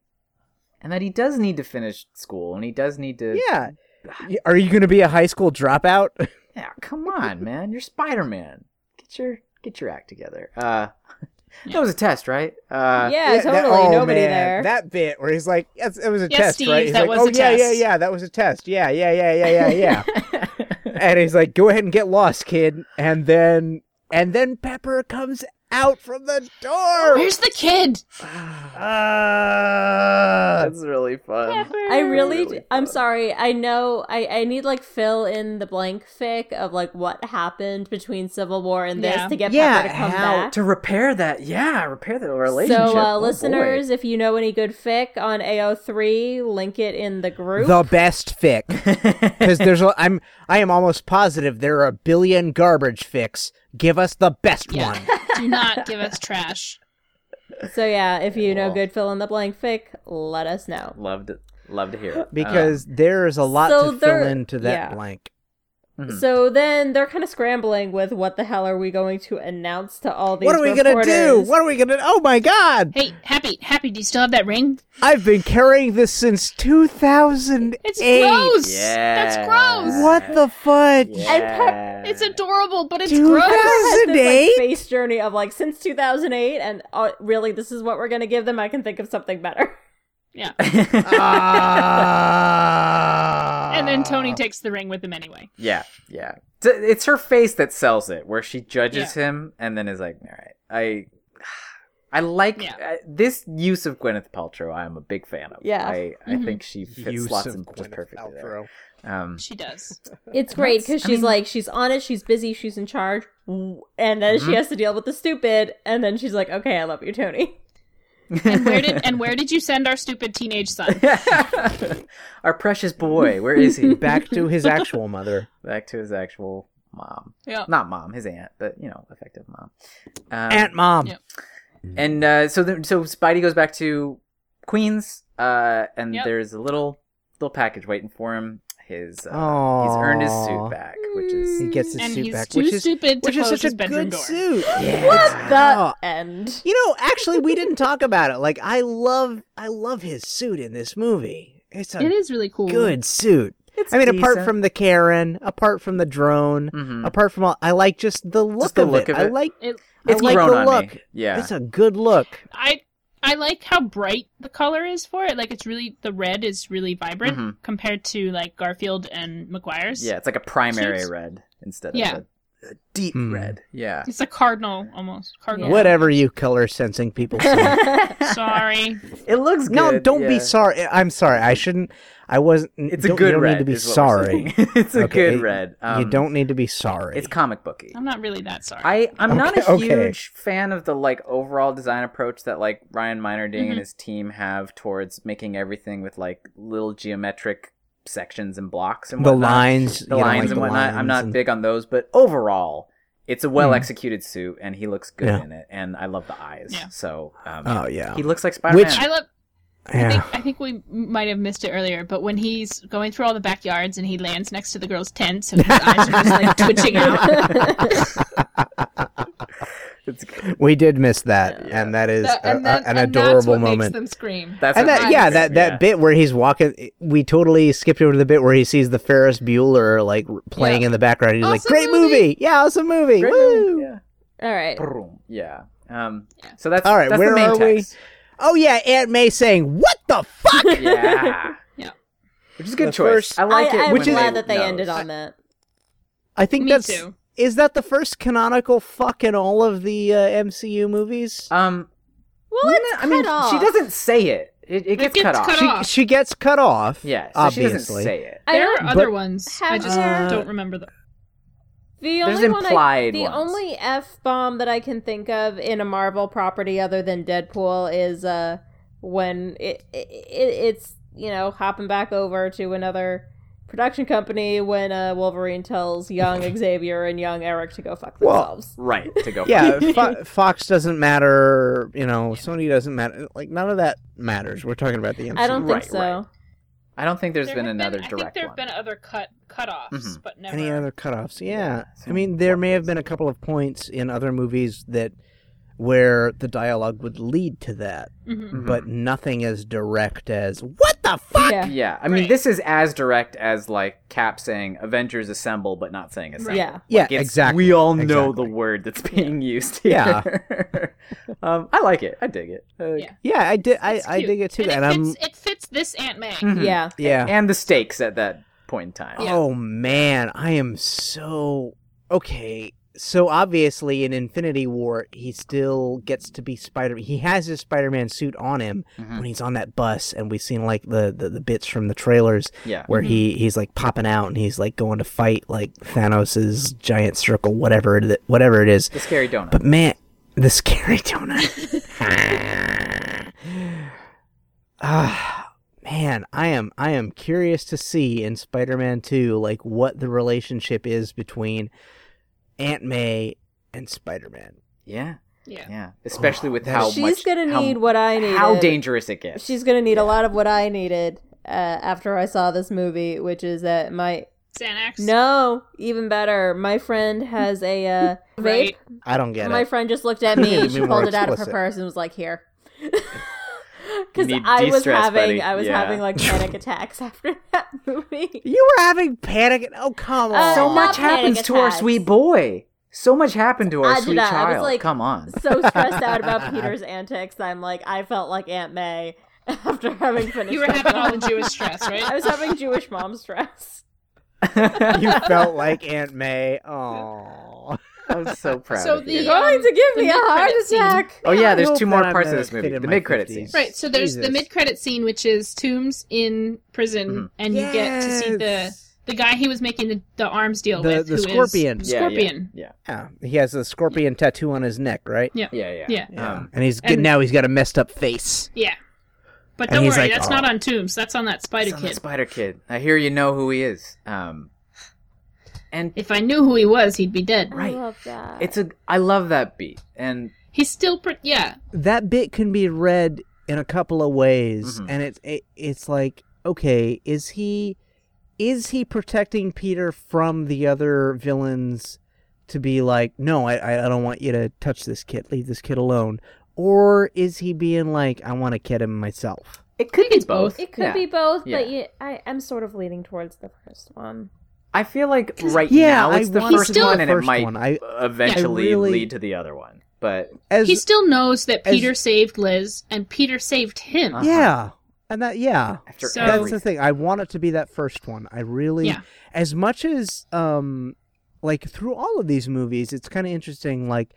G: that he does need to finish school, and he does need to.
E: Yeah. Y- Are you going to be a high school dropout?
G: Yeah, come on, man. You're Spider Man. Get your get your act together. Uh, *laughs* that was a test, right? Uh,
D: Yeah, totally.
E: oh,
D: Nobody
E: man,
D: there.
E: That bit where he's like, yes, it was a
F: Yes,
E: test,
F: Steve,
E: right? He's
F: that
E: like,
F: was
E: oh,
F: a
E: yeah, yeah,
F: test."
E: yeah, that was a test. Yeah, yeah, yeah,
F: *laughs*
E: yeah, yeah, yeah. and he's like, go ahead and get lost, kid. And then, and then Pepper comes out from the door.
F: Where's the kid?
E: Ah.
G: That's really fun.
D: I really,
G: Really
D: I'm
G: fun.
D: sorry. I know I, I need like fill in the blank fic of like what happened between Civil War and this
F: Yeah.
D: to get
G: yeah,
D: Pepper to come
G: how
D: back.
G: to repair that? Yeah, repair the relationship.
D: So, uh,
G: Oh, boy.
D: listeners, if you know any good fic on AO3, link it in the group.
E: The best fic.
F: *laughs*
E: Because there's, a, I'm, I am almost positive there are a billion garbage fics. Give us the best
F: Yeah. *laughs*
E: one.
F: Do not give us trash.
D: So yeah, if you know
G: Cool.
D: good fill in the blank fic, let us know.
G: loved it. Love to hear it. Uh,
E: Because there's a lot
D: so
E: to
D: there-
E: fill into that
D: yeah.
E: blank. Mm-hmm.
G: Mhm.
D: So then they're kind of scrambling with what the hell are we going to announce to all these
E: What are we gonna do?
D: reporters?
E: What are we gonna? Oh my God!
F: Hey, happy, happy. Do you still have that ring?
E: I've been carrying this since 2008.
F: It's gross. That's
G: Yeah.
F: gross.
E: What the fudge?
D: And
F: It's adorable, but it's
E: Dude,
F: gross.
E: that's-
G: *laughs*
D: Has *laughs* this, like,
E: 2008?
D: face journey of like since 2008 and uh, really this is what we're gonna give them i can think of something
E: *laughs*
D: better
F: Yeah.
E: Ah.
F: And then Tony takes the ring with him anyway.
G: yeah, yeah. It's- It's her face that sells it, where she judges him and then is like, "All right, I I like
F: Yeah.
G: I- this use of Gwyneth Paltrow. I am a big fan of.
D: Yeah.
G: I, I
F: Mhm.
G: think she fits
E: Use
G: slots
E: of
G: in just
E: Gwyneth
G: perfectly there.
E: Paltrow.
G: Um,
F: She does.
D: It's great because
G: That's- I
D: she's
G: mean-
D: like she's honest, she's busy, she's in charge, w- and then
E: Mm-hmm.
D: she
G: Mhm.
D: has to deal with the stupid, and then she's like, "Okay, I love you, Tony."
F: *laughs* And where did and where did you send our stupid teenage son?
G: *laughs* Our precious boy, where
F: *laughs*
G: is he?
E: Back to his actual mother.
G: Back to his actual mom.
F: Yeah.
G: Not mom, his aunt, but you know, effective mom. Um,
E: Aunt Mom.
F: Yeah.
G: And uh, so, the, so Spidey goes back to Queens, uh, and
F: Yep.
G: there's a little little package waiting for him. His uh, he's
E: Aww.
G: earned his suit back, which is
E: He gets his
F: And
E: suit
F: he's
E: back,
F: too
E: which is
F: stupid to
E: which is
F: close
E: such
F: his
E: a
F: bedroom
E: good
F: door.
G: *laughs*
E: suit.
D: What
E: Wow.
D: the end?
E: You know, actually, we didn't talk about it. Like, I love, I love his suit in this movie. It's a
F: It is really cool.
E: good suit. I mean, apart from the Karen, apart from the drone,
G: Mhm.
E: apart from all, I like just the look,
G: the
E: of,
G: look
E: it.
G: of
E: I
G: it.
E: like,
F: It,
G: it's
E: I like
G: grown
E: the
G: on
E: look.
G: me. Yeah,
E: It's a good look.
F: I I like how bright the color is for it. Like it's really the red is really vibrant
E: Mm-hmm.
G: Mhm.
F: compared to like Garfield and McGuire's.
G: yeah, it's like a primary
F: Suits.
G: red instead
F: Yeah.
G: of a, a deep
E: Mm.
G: red. Yeah,
F: It's a cardinal almost. Cardinal.
E: Whatever you color sensing
G: *laughs*
E: people say.
F: *laughs* Sorry.
G: it looks good.
E: no, don't
G: yeah.
E: be sorry. I'm sorry. I shouldn't. I wasn't.
G: It's
E: don't,
G: a good
E: you don't
G: red.
E: need to be
G: is what we're
E: sorry.
G: saying. *laughs* it's a
E: Okay,
G: good red.
E: you
G: Um,
E: don't need to be sorry.
G: It's comic booky.
F: I'm not really that sorry.
G: I I'm not a
E: Okay,
G: huge
E: okay.
G: fan of the like overall design approach that like Ryan Minerding
D: Mm-hmm.
F: Mhm.
G: and his team have towards making everything with like little geometric sections and blocks and
E: the
G: whatnot.
E: lines,
G: the
E: you know,
G: lines
E: like
G: and
E: the
G: whatnot. I'm
E: lines
G: not
E: and- Hmm.
G: big on those, but overall, it's a well executed suit, and he looks good
E: Yeah.
G: in it, and I love the eyes.
F: Yeah.
G: So um,
E: Oh yeah,
G: he looks like Spider Man.
F: I love I
E: yeah.
F: think, I think we might have missed it earlier, but when he's going through all the backyards and he lands next to the girl's tent, so his eyes are just
E: *laughs*
F: like twitching out.
G: It's good.
E: We did miss that, and that
F: *laughs*
E: is a- a- an adorable moment.
F: them scream.
G: That's
E: and
G: what
E: that,
G: I
E: yeah,
G: think,
E: that, that
G: yeah.
E: bit where he's walking, we totally skipped over the bit where he sees the Ferris Bueller like r- playing in the background. He's like,
F: Awesome
E: "Great movie.
F: movie."
E: yeah, awesome movie,
G: Great
E: woo!"
G: movie, yeah.
D: All right.
G: Brum, Yeah. Um, so that's
E: All right,
G: That's
E: where
G: the main
E: are we?
G: text.
E: Oh yeah, Aunt May saying, "What the fuck?"
D: *laughs*
G: Yeah.
F: Yeah.
G: Which is a good
E: The
G: choice.
E: first-
G: I like
D: I,
G: it.
D: I'm
G: when
D: glad that they
G: knows.
D: ended on that.
E: I think
F: Me
E: that's
F: too.
E: is that the first canonical fuck in all of the uh, MCU movies.
G: Um,
D: Well, it's
G: I mean,
D: cut off.
G: she doesn't say it. It, it gets,
F: gets
G: cut,
F: cut
G: off.
F: off.
E: she, she gets cut off.
G: Yeah, so she doesn't
E: obviously.
G: say it.
D: I
F: There
D: don't
F: are other
E: but- Uh,
F: ones.
D: Have
F: I just
E: there-
F: don't remember them.
D: The
G: There's
D: only one I,
G: implied
D: the
G: ones.
D: only f bomb that I can think of in a Marvel property other than Deadpool is uh when it, it, it it's you know hopping back over to another production company when uh, Wolverine tells
G: *laughs*
D: young Xavier and young Eric to go fuck
E: Well,
D: themselves.
G: Right *laughs* to go.
E: Yeah,
G: *laughs*
E: Fo- Fox doesn't matter. You know, Sony doesn't matter. Like none of that matters. We're talking about the MCU.
D: I don't think
G: right,
D: so.
G: right. I don't think there's
F: There
G: been
F: have
G: another
F: I think
G: direct
F: there
G: one.
F: have been other cut cutoffs,
G: Mhm.
F: but never.
E: Any other cutoffs? Yeah. I
G: so
E: mean, there may have been a couple of points in other movies that where the dialogue would lead to that,
F: Mhm.
G: Mhm.
E: but nothing as direct as "What the fuck."
D: Yeah.
G: yeah, I mean,
F: Right.
G: this is as direct as like Cap saying "Avengers assemble," but not saying assemble.
D: Yeah.
E: Yeah,
G: Like, it's-
E: exactly.
G: We all know
E: exactly.
G: the word that's being used. Here. *laughs* Yeah. um, I like it. I dig it. Uh,
F: Yeah.
E: Yeah, I did. I,
F: It's
E: I
F: cute.
E: dig it too, and,
F: And, it,
E: I'm Mm-hmm.
F: fits, it fits this Aunt May.
G: mhm.
D: Yeah.
E: yeah.
G: And the stakes at that point in time.
E: Oh man, I am so okay. So obviously in Infinity War, he still gets to be Spider. He has his Spider-Man suit on him
G: Mhm.
E: when he's on that bus, and we've seen like the the, the bits from the trailers
G: Yeah.
E: where he he's like popping out and he's like going to fight like Thanos's giant circle, whatever it, whatever it is.
G: The scary donut.
E: But man, the
F: *laughs*
E: scary donut. Ah, man, I am I am curious to see in Spider-Man 2 like what the relationship is between Aunt May and Spider-Man.
G: yeah.
F: Yeah.
G: Yeah. Especially with
E: that
G: how
E: is-
D: She's
G: much
D: gonna
G: how,
D: need what I needed.
G: how dangerous it gets.
D: She's gonna need a lot of what I needed uh, after I saw this movie, which is that my
F: Xanax.
D: No, even better. My friend has a uh, vape.
F: *laughs* Right.
E: I don't get
D: My
E: it.
D: friend just
G: *laughs*
D: looked at me.
E: Be
D: she
E: more
D: pulled it out of her
E: explicit.
D: purse and was like, "Here." *laughs* Because
G: need
D: I was
G: de-stress,
D: having,
G: buddy.
D: I was
G: Yeah.
D: having like
G: *laughs*
D: panic attacks after that movie.
E: you were having panic. Oh, come on.
D: Uh,
G: so
D: Aw.
G: much
D: Panic
G: happens to our
D: attacks.
G: sweet boy. So much happened to our
D: I did
G: sweet
D: not. I was
G: child.
D: like- *laughs*
G: Come on.
D: So stressed out about Peter's antics, I'm like, I felt like Aunt May after having finished.
F: *laughs* You were
D: that
F: having all the
D: film.
F: Jewish *laughs* stress,
D: I
F: right?
D: was having Jewish mom stress.
G: *laughs*
E: *laughs* you felt like Aunt May. Oh.
G: I was so proud.
F: So
G: of
F: the- *laughs*
G: you.
F: Yeah.
D: Going to give me a
F: The
D: heart
F: mid-credit scene.
D: attack.
G: Oh yeah, there's
E: hope
G: two more
E: that I'm
G: parts of
E: gonna
G: this
E: fit
G: movie.
E: in
G: The
E: my
G: mid credit
E: 50s.
G: scene.
F: Right, so there's the
E: Jesus.
F: mid-credit scene, which is Toombs in prison,
G: Mhm.
F: and you get to see the
E: Yes.
F: the guy he was making the, the arms deal
E: The-
F: with,
E: the
F: who is-
E: scorpion.
G: Yeah,
F: scorpion.
G: Yeah,
E: Yeah, he has a scorpion tattoo on his neck, right?
G: yeah, yeah.
F: Yeah.
G: Um,
E: and he's good
F: and-
E: now. He's got a messed up face.
F: Yeah. But
E: And
F: don't
E: he's
F: worry,
E: like,
F: that's
E: "Oh."
F: not on Tombs. That's on that spider
G: it's on the
F: kid.
G: Spider Kid. I hear you know who he is. Um, and
F: if I knew who he was, he'd be dead.
G: Right.
D: I love that.
G: it's a. I love that beat. And
F: He's still pretty. Yeah.
E: That bit can be read in a couple of ways,
G: Mhm.
E: and it's it, it's like, okay, is he is he protecting Peter from the other villains to be like, no, I I- I don't want you to touch this kid, leave this kid alone, or is he being like, I want to kid him myself?
G: it could be both.
D: it could
G: Yeah.
D: be both, but
G: Yeah.
D: you, I, I'm sort of leaning towards the first one.
G: I feel like right
E: Yeah,
G: now
E: I
G: it's the
E: want
G: first
F: He's
G: one,
E: still-
G: and it
E: first
G: might
E: one. I-
G: eventually
E: I really-
G: lead to the other one. But
E: As
F: He still knows that
E: as-
F: Peter saved Liz, and Peter saved him.
G: Uh-huh.
E: yeah, and that yeah,
G: after
F: So-
E: That's the
G: everything,
E: thing. I want it to be that first one. I really,
F: Yeah.
E: as much as um, like through all of these movies, it's kind of interesting. Like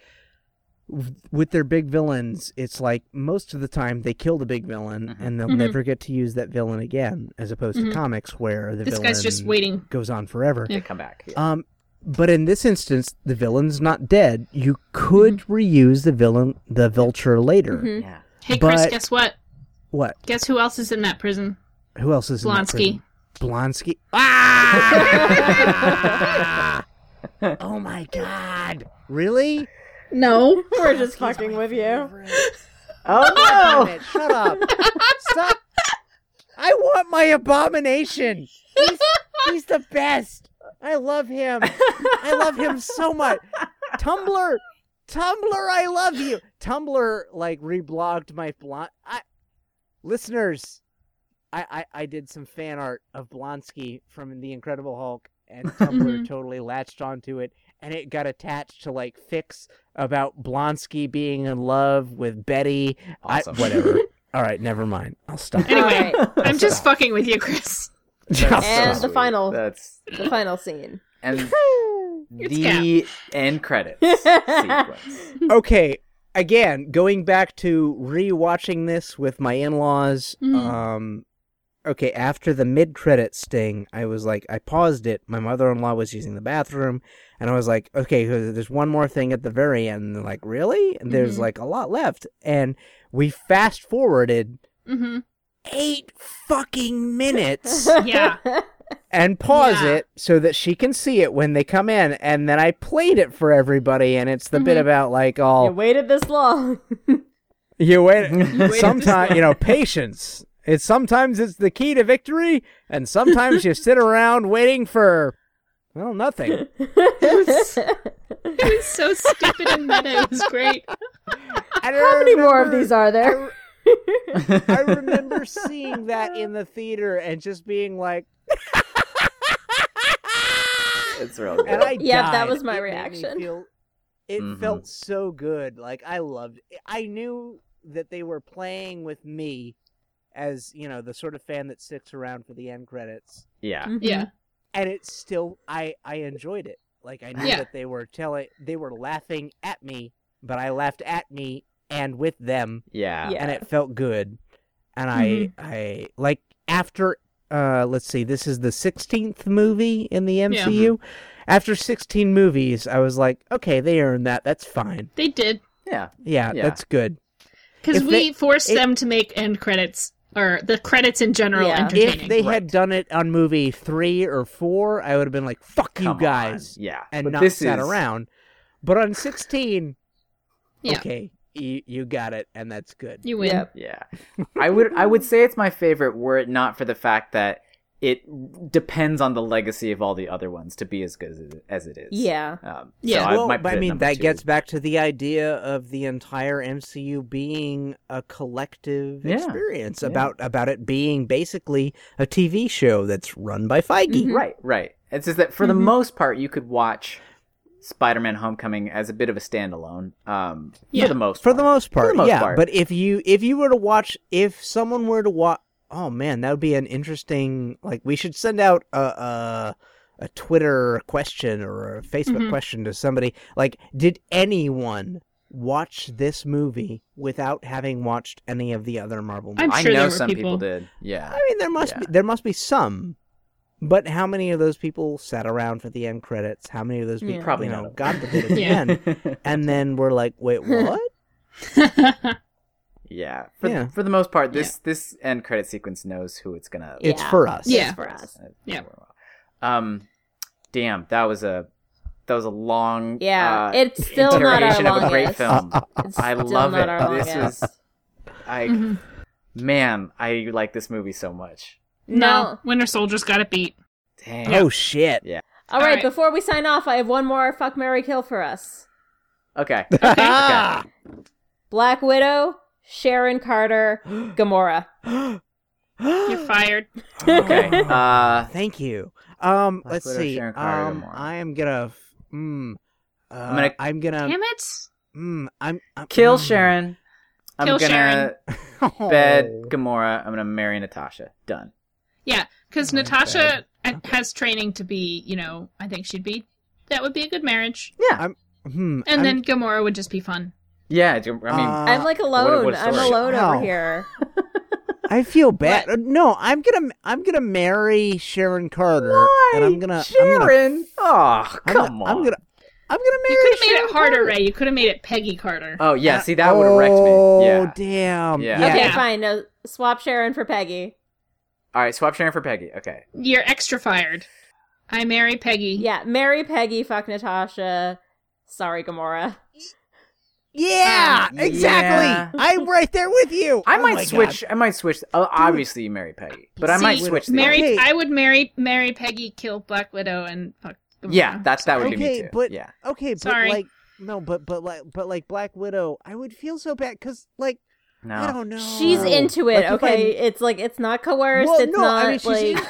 E: w- with their big villains, it's like most of the time they kill the big villain
G: Mhm.
E: and they'll
F: Mhm.
E: never get to use that villain again, as opposed
F: Mhm.
E: to comics where the
F: This
E: villain
F: guy's just waiting.
E: goes on forever.
G: they come back. Yeah.
E: Um, but in this instance, the villain's not dead. You could
F: Mm-hmm.
E: reuse the villain, the Vulture, later.
D: Mhm.
G: yeah.
F: Hey, Chris,
E: but-
F: guess what?
E: What?
F: Guess who else is in that prison?
E: Who else is in that
F: Blonsky.
E: prison? Blonsky. Ah! oh my god! Really?
F: No.
D: We're just fucking with you.
E: Oh no! Shut up! Stop! I want my abomination. He's, he's the best. I love him. I love him so much. Tumblr, Tumblr, I love you. Tumblr like reblogged my blon. I, listeners, I, I I did some fan art of Blonsky from The Incredible Hulk, and Tumblr
F: Mhm.
E: totally latched onto it, and it got attached to like fix about Blonsky being in love with Betty.
G: Awesome. *laughs*
E: I, whatever. *laughs* All right, never mind. I'll stop.
F: Anyway,
D: All right,
F: *laughs* I'm just fucking with you, Chris.
E: *laughs* I'll
G: That's
E: stop.
D: And the
G: sweet.
D: final-
G: That's
D: the final scene.
G: and
F: It's
E: *laughs*
G: the end credits sequence.
E: okay again going back to rewatching this with my in-laws
F: Mhm.
E: um okay after the mid-credit sting i was like i paused it my mother-in-law was using the bathroom and i was like okay there's one more thing at the very end and they're like really and there's
F: Mhm.
E: like a lot left and we fast forwarded
F: hmm
E: eight fucking minutes *laughs*
F: Yeah.
E: and pause
F: Yeah.
E: it so that she can see it when they come in and then i played it for everybody and it's the bit
F: Mhm.
E: about like
D: *laughs*
E: all
D: You waited this long.
E: You wait. sometimes you know patience. It's sometimes it's the key to victory, and sometimes you sit around waiting for well nothing.
F: It was so stupid and meta. It was great.
E: Mm-hmm. How
D: How many more of these are there?
E: I remember seeing that in the theater and just being like, *laughs*
G: It's real good.
E: and I
D: Yeah, that
E: died.
D: was my
E: It made me
D: reaction.
E: feel- it
G: Mhm.
E: felt so good. Like I loved. It. I knew that they were playing with me, as you know, the sort of fan that sticks around for the end credits.
G: yeah.
F: Yeah.
E: and it's still I I enjoyed it. Like I knew
F: Yeah.
E: that they were telling they were laughing at me, but I laughed at me and with them,
G: Yeah. Mm-hmm.
D: Yeah.
E: and it felt good. And
F: Mhm.
E: I I like after uh let's see, this is the sixteenth movie in the MCU. After sixteen movies, I was like, okay, they earned that. That's fine.
F: They did.
G: Yeah.
E: Yeah,
G: Yeah.
E: that's good.
F: Because
E: If
F: we
E: they-
F: forced
E: it-
F: them to make end credits, or the credits in general,
D: Yeah. If
F: entertaining.
E: If they had done it on movie three or four, I would have been like, fuck
G: Come
E: you
G: on.
E: guys.
G: Yeah.
E: and
G: but
E: not
G: this
E: sat
G: is,
E: around. But on 16,
F: Yeah.
E: okay, you, you got it, and that's good.
F: you win.
D: Yep.
G: Yeah. I would I would say it's my favorite were it not for the fact that it depends on the legacy of all the other ones to be as good as it, as it is.
D: Yeah.
G: Um,
F: Yeah.
G: So I
E: well,
G: might put
E: but I
G: it
E: mean,
G: number
E: that
G: two.
E: gets back to the idea of the entire MCU being a collective
G: Yeah.
E: experience
G: Yeah.
E: about about it being basically a TV show that's run by Feige.
F: Mhm.
G: Right, right. It's just that for the
E: Mm-hmm.
F: Mhm.
G: most part, you could watch Spider-Man: Homecoming as a bit of a standalone. Um,
F: Yeah.
G: for the most,
E: For the most part,
G: most
E: yeah.
G: part.
E: But if you if you were to watch, if someone were to watch, oh man, that would be an interesting. Like we should send out a a, a Twitter question or a Facebook
G: Mm-hmm.
F: Mhm.
E: question to somebody like, did anyone watch this movie without having watched any of the other Marvel movies?
F: I'm
G: I
F: sure
G: know
F: there were
G: some people.
F: people.
G: did. Yeah.
E: I mean, there must
G: Yeah.
E: be there must be some, but how many of those people sat around for the end credits? How many of those people
D: Yeah.
G: Probably
E: you
G: not
E: know,
G: a-
E: got the bit at the
F: Yeah.
E: end, and then we're like,
G: *laughs*
E: wait, what?
G: yeah. For,
E: Yeah.
G: for the most part, this this end credit sequence knows who it's gonna.
E: It's
D: Yeah.
E: for us.
F: Yeah.
D: for us.
G: uh,
F: Yeah.
G: Um, damn, that was a that was a long.
D: Yeah,
G: uh,
D: it's still not our
G: interrogation of a great
D: longest.
G: film.
E: *laughs*
D: It's
G: I
D: still
G: love
D: not
G: it.
D: our
G: This
D: longest.
G: was, I
F: Mhm.
D: Mm-hmm.
G: man, I like this movie so much.
F: No,
D: No.
F: Winter Soldier's got it
E: *laughs*
F: beat.
G: Damn.
E: Oh shit!
D: All right,
F: All right.
D: Before we sign off, I have one more fuck Mary kill for us.
E: *laughs*
G: Okay.
E: Ah!
D: Black Widow, Sharon Carter, Gamora.
E: *gasps*
F: You're fired.
D: *laughs*
G: Okay. Uh,
E: Thank you. Um,
G: Black
E: let's
G: Widow,
E: see.
G: Sharon Carter,
E: Um,
G: Gamora.
E: I am gonna. f- Mm, uh, I'm
G: gonna-
E: gonna. I'm
F: Damn
E: gonna.
F: it.
E: Mm, I'm, I'm
G: kill
E: mm. *laughs*
G: Sharon. I'm
F: Kill
G: gonna
F: Sharon.
E: Oh.
G: bed Gamora. I'm gonna marry Natasha. Done.
F: Yeah, because
E: Oh,
F: Natasha
E: bad.
F: uh has training to be, you know, I think she'd be. That would be a good marriage.
E: Hmm,
F: And
E: I'm-
F: then Gamora would just be fun.
G: Yeah. I do- I mean,
E: uh,
D: I'm like alone.
G: what a
D: I'm
G: story.
D: alone
E: Wow.
D: over here.
E: I feel bad. Uh, No, I'm gonna I'm gonna marry Sharon Carter, and I'm gonna I'm gonna,
G: Sharon. Oh, come
E: I'm gonna-
G: on.
E: I'm gonna I'm gonna marry.
F: You could have made
E: Sharon
F: it harder,
E: Carter.
F: Ray. You could have made it Peggy Carter.
G: Oh yeah. See, that would have wrecked
E: Oh
G: me. Yeah.
E: damn!
G: Yeah.
E: Yeah.
D: Okay,
F: Yeah.
D: fine. No, swap Sharon for Peggy.
G: All right. Swap Sharon for Peggy. Okay.
F: You're extra fired. I marry Peggy.
D: Yeah, marry Peggy, fuck Natasha. Sorry, Gamora.
E: Yeah,
G: Um,
E: exactly.
G: yeah.
E: I'm right there with you.
G: I
E: Oh
G: might
E: my God.
G: switch. I might switch. Uh, obviously, you marry Peggy, but I might
F: See,
G: switch. The
F: Marry.
E: Okay.
F: I would marry marry Peggy, kill Black Widow, and fuck. Gamora.
G: Yeah, that's that would be me
E: Okay,
G: too.
E: but-
G: yeah,
E: Okay, but
F: Sorry.
E: like no, but but like but like Black Widow, I would feel so bad because like
G: no.
E: I don't know.
D: She's into it,
E: Like, if I-
D: okay? It's like it's not coerced.
E: Well,
D: it's
E: no,
D: not
E: I mean, she's
D: like
E: in-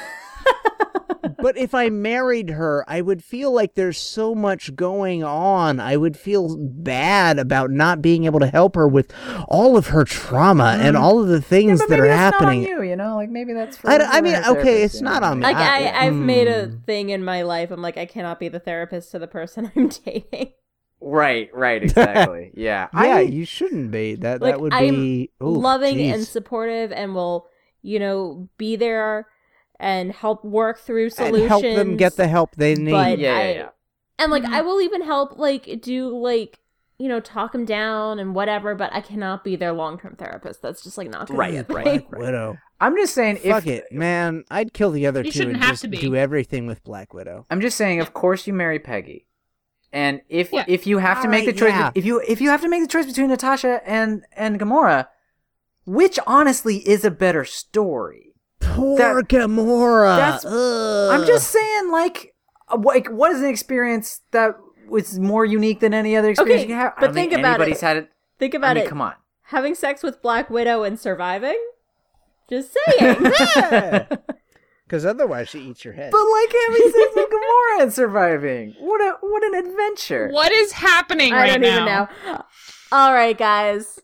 D: *laughs*
E: but if I married her, I would feel like there's so much going on. I would feel bad about not being able to help her with all of her trauma
D: Mm.
E: and all of the things that are happening.
G: you, you know, like maybe that's.
E: I d- I mean, okay, it's not on me.
D: like I,
E: Yeah.
D: I've made a
E: Mm.
D: thing in my life. I'm like I cannot be the therapist to the person *laughs* I'm dating.
G: Right, right,
E: *laughs*
G: exactly. Yeah,
E: yeah,
G: I,
E: you shouldn't be. That
D: Like,
E: that would
D: I'm
E: be ooh,
D: loving
E: jeez.
D: and supportive, and will you know be there and help work through
E: And
D: solutions
E: help them get the help they need.
D: but
G: Yeah, yeah,
D: I-
G: yeah.
D: and like
F: Mhm.
D: I will even help like do like you know talk them down and whatever. But I cannot be their long term therapist. That's just like not gonna
G: Right,
D: be a
G: right.
D: thing.
E: Black Widow.
G: I'm just saying. If,
E: Fuck it, man. I'd kill the other
F: You
E: two
F: shouldn't
E: and
F: have
E: just
F: to be.
E: do everything with Black Widow.
G: I'm just saying. Of course, you marry Peggy, and if
F: Yeah.
G: if you have to make
E: Alright,
G: the choice,
E: yeah.
G: if you if you have to make the choice between Natasha and and Gamora, which honestly is a better story?
E: Poor
G: That-
E: Gamora.
G: that's- I'm
E: Ugh. *laughs*
G: just saying, like, uh, like what is an experience that was more unique than any other experience
D: Okay,
G: you can have? I
D: but
G: don't think
D: think about it.
G: anybody's had it.
D: *laughs* Think
G: I
D: about
G: mean,
D: it.
G: come on.
D: Having sex with Black Widow and surviving. Just saying.
E: Because otherwise, she eats your head.
D: Oh,
G: But like having sex with Gamora and surviving. What a what an adventure.
F: What is happening
D: I
F: right
D: don't
F: now?
D: even know. All right, guys.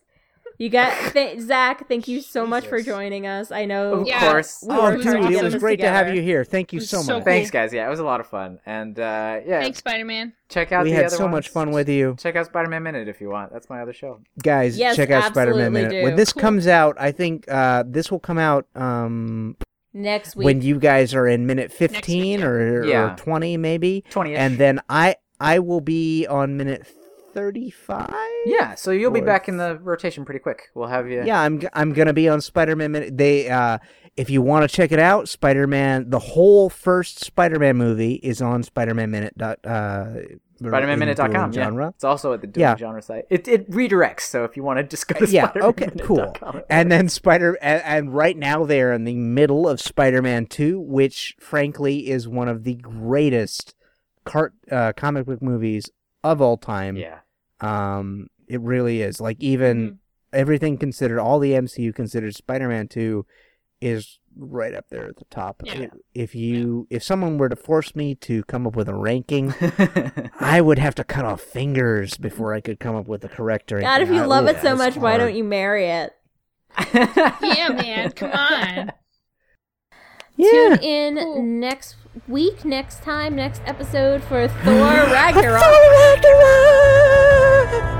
D: You got th- Zach. Thank you so much for joining us. I know
G: Of
F: Yeah.
G: course.
D: we
E: oh,
D: were trying to
E: dude,
D: get
E: it was
D: this
E: great to have
D: together.
E: you here. Thank you
F: It was
E: so
F: so
E: much.
F: cool.
G: Thanks guys. Yeah, it was a lot of fun. And uh yeah,
F: Thanks, Spider Man.
G: check out
E: we
G: the
E: had
G: other
E: so
G: ones.
E: much fun with you.
G: Check out Spider-Man Minute if you want. That's my other show.
E: Guys,
D: Yes,
E: check out Spider Man
D: absolutely
E: Minute.
D: do.
E: When this
D: Cool.
E: comes out, I think uh, this will come out um,
D: next week.
E: when you guys are in minute
F: week,
E: 15 or,
G: Yeah.
E: or 20, maybe.
G: 20
E: And then I I will be on minute 35?
G: Yeah, so you'll be
E: Or-
G: back in the rotation pretty quick. We'll have you
E: yeah i'm g- i'm gonna be on spider-man Minute. they uh if you want to check it out spider-man the whole first spider-man movie is on spider-man minute dot uh
G: SpidermanMinute.com. Yeah.
E: genre
G: It's also at the Dueling
E: Yeah.
G: Genre site. It, it redirects, so if you want to just go to
E: yeah okay cool
G: SpidermanMinute.com.
E: and then spider and, and right now they're in the middle of spider-man 2 which frankly is one of the greatest cart uh, comic book movies of all time
G: Yeah.
E: Um, it really is. Like even
D: Mm-hmm.
E: everything considered, all the MCU considered, Spider-Man Two is right up there at the top.
F: Yeah.
E: It- if you, if someone were to force me to come up with a ranking, I would have to cut off fingers before I could come up with the correct ranking.
D: God, if you
E: I-
D: love
E: ooh,
D: it so
E: that's
D: much, why
E: hard.
D: don't you marry it?
G: *laughs*
F: Yeah, man. Come on.
E: Yeah.
D: Tune in next week, next time, next episode for Thor Ragnarok.
E: Thor Ragnarok!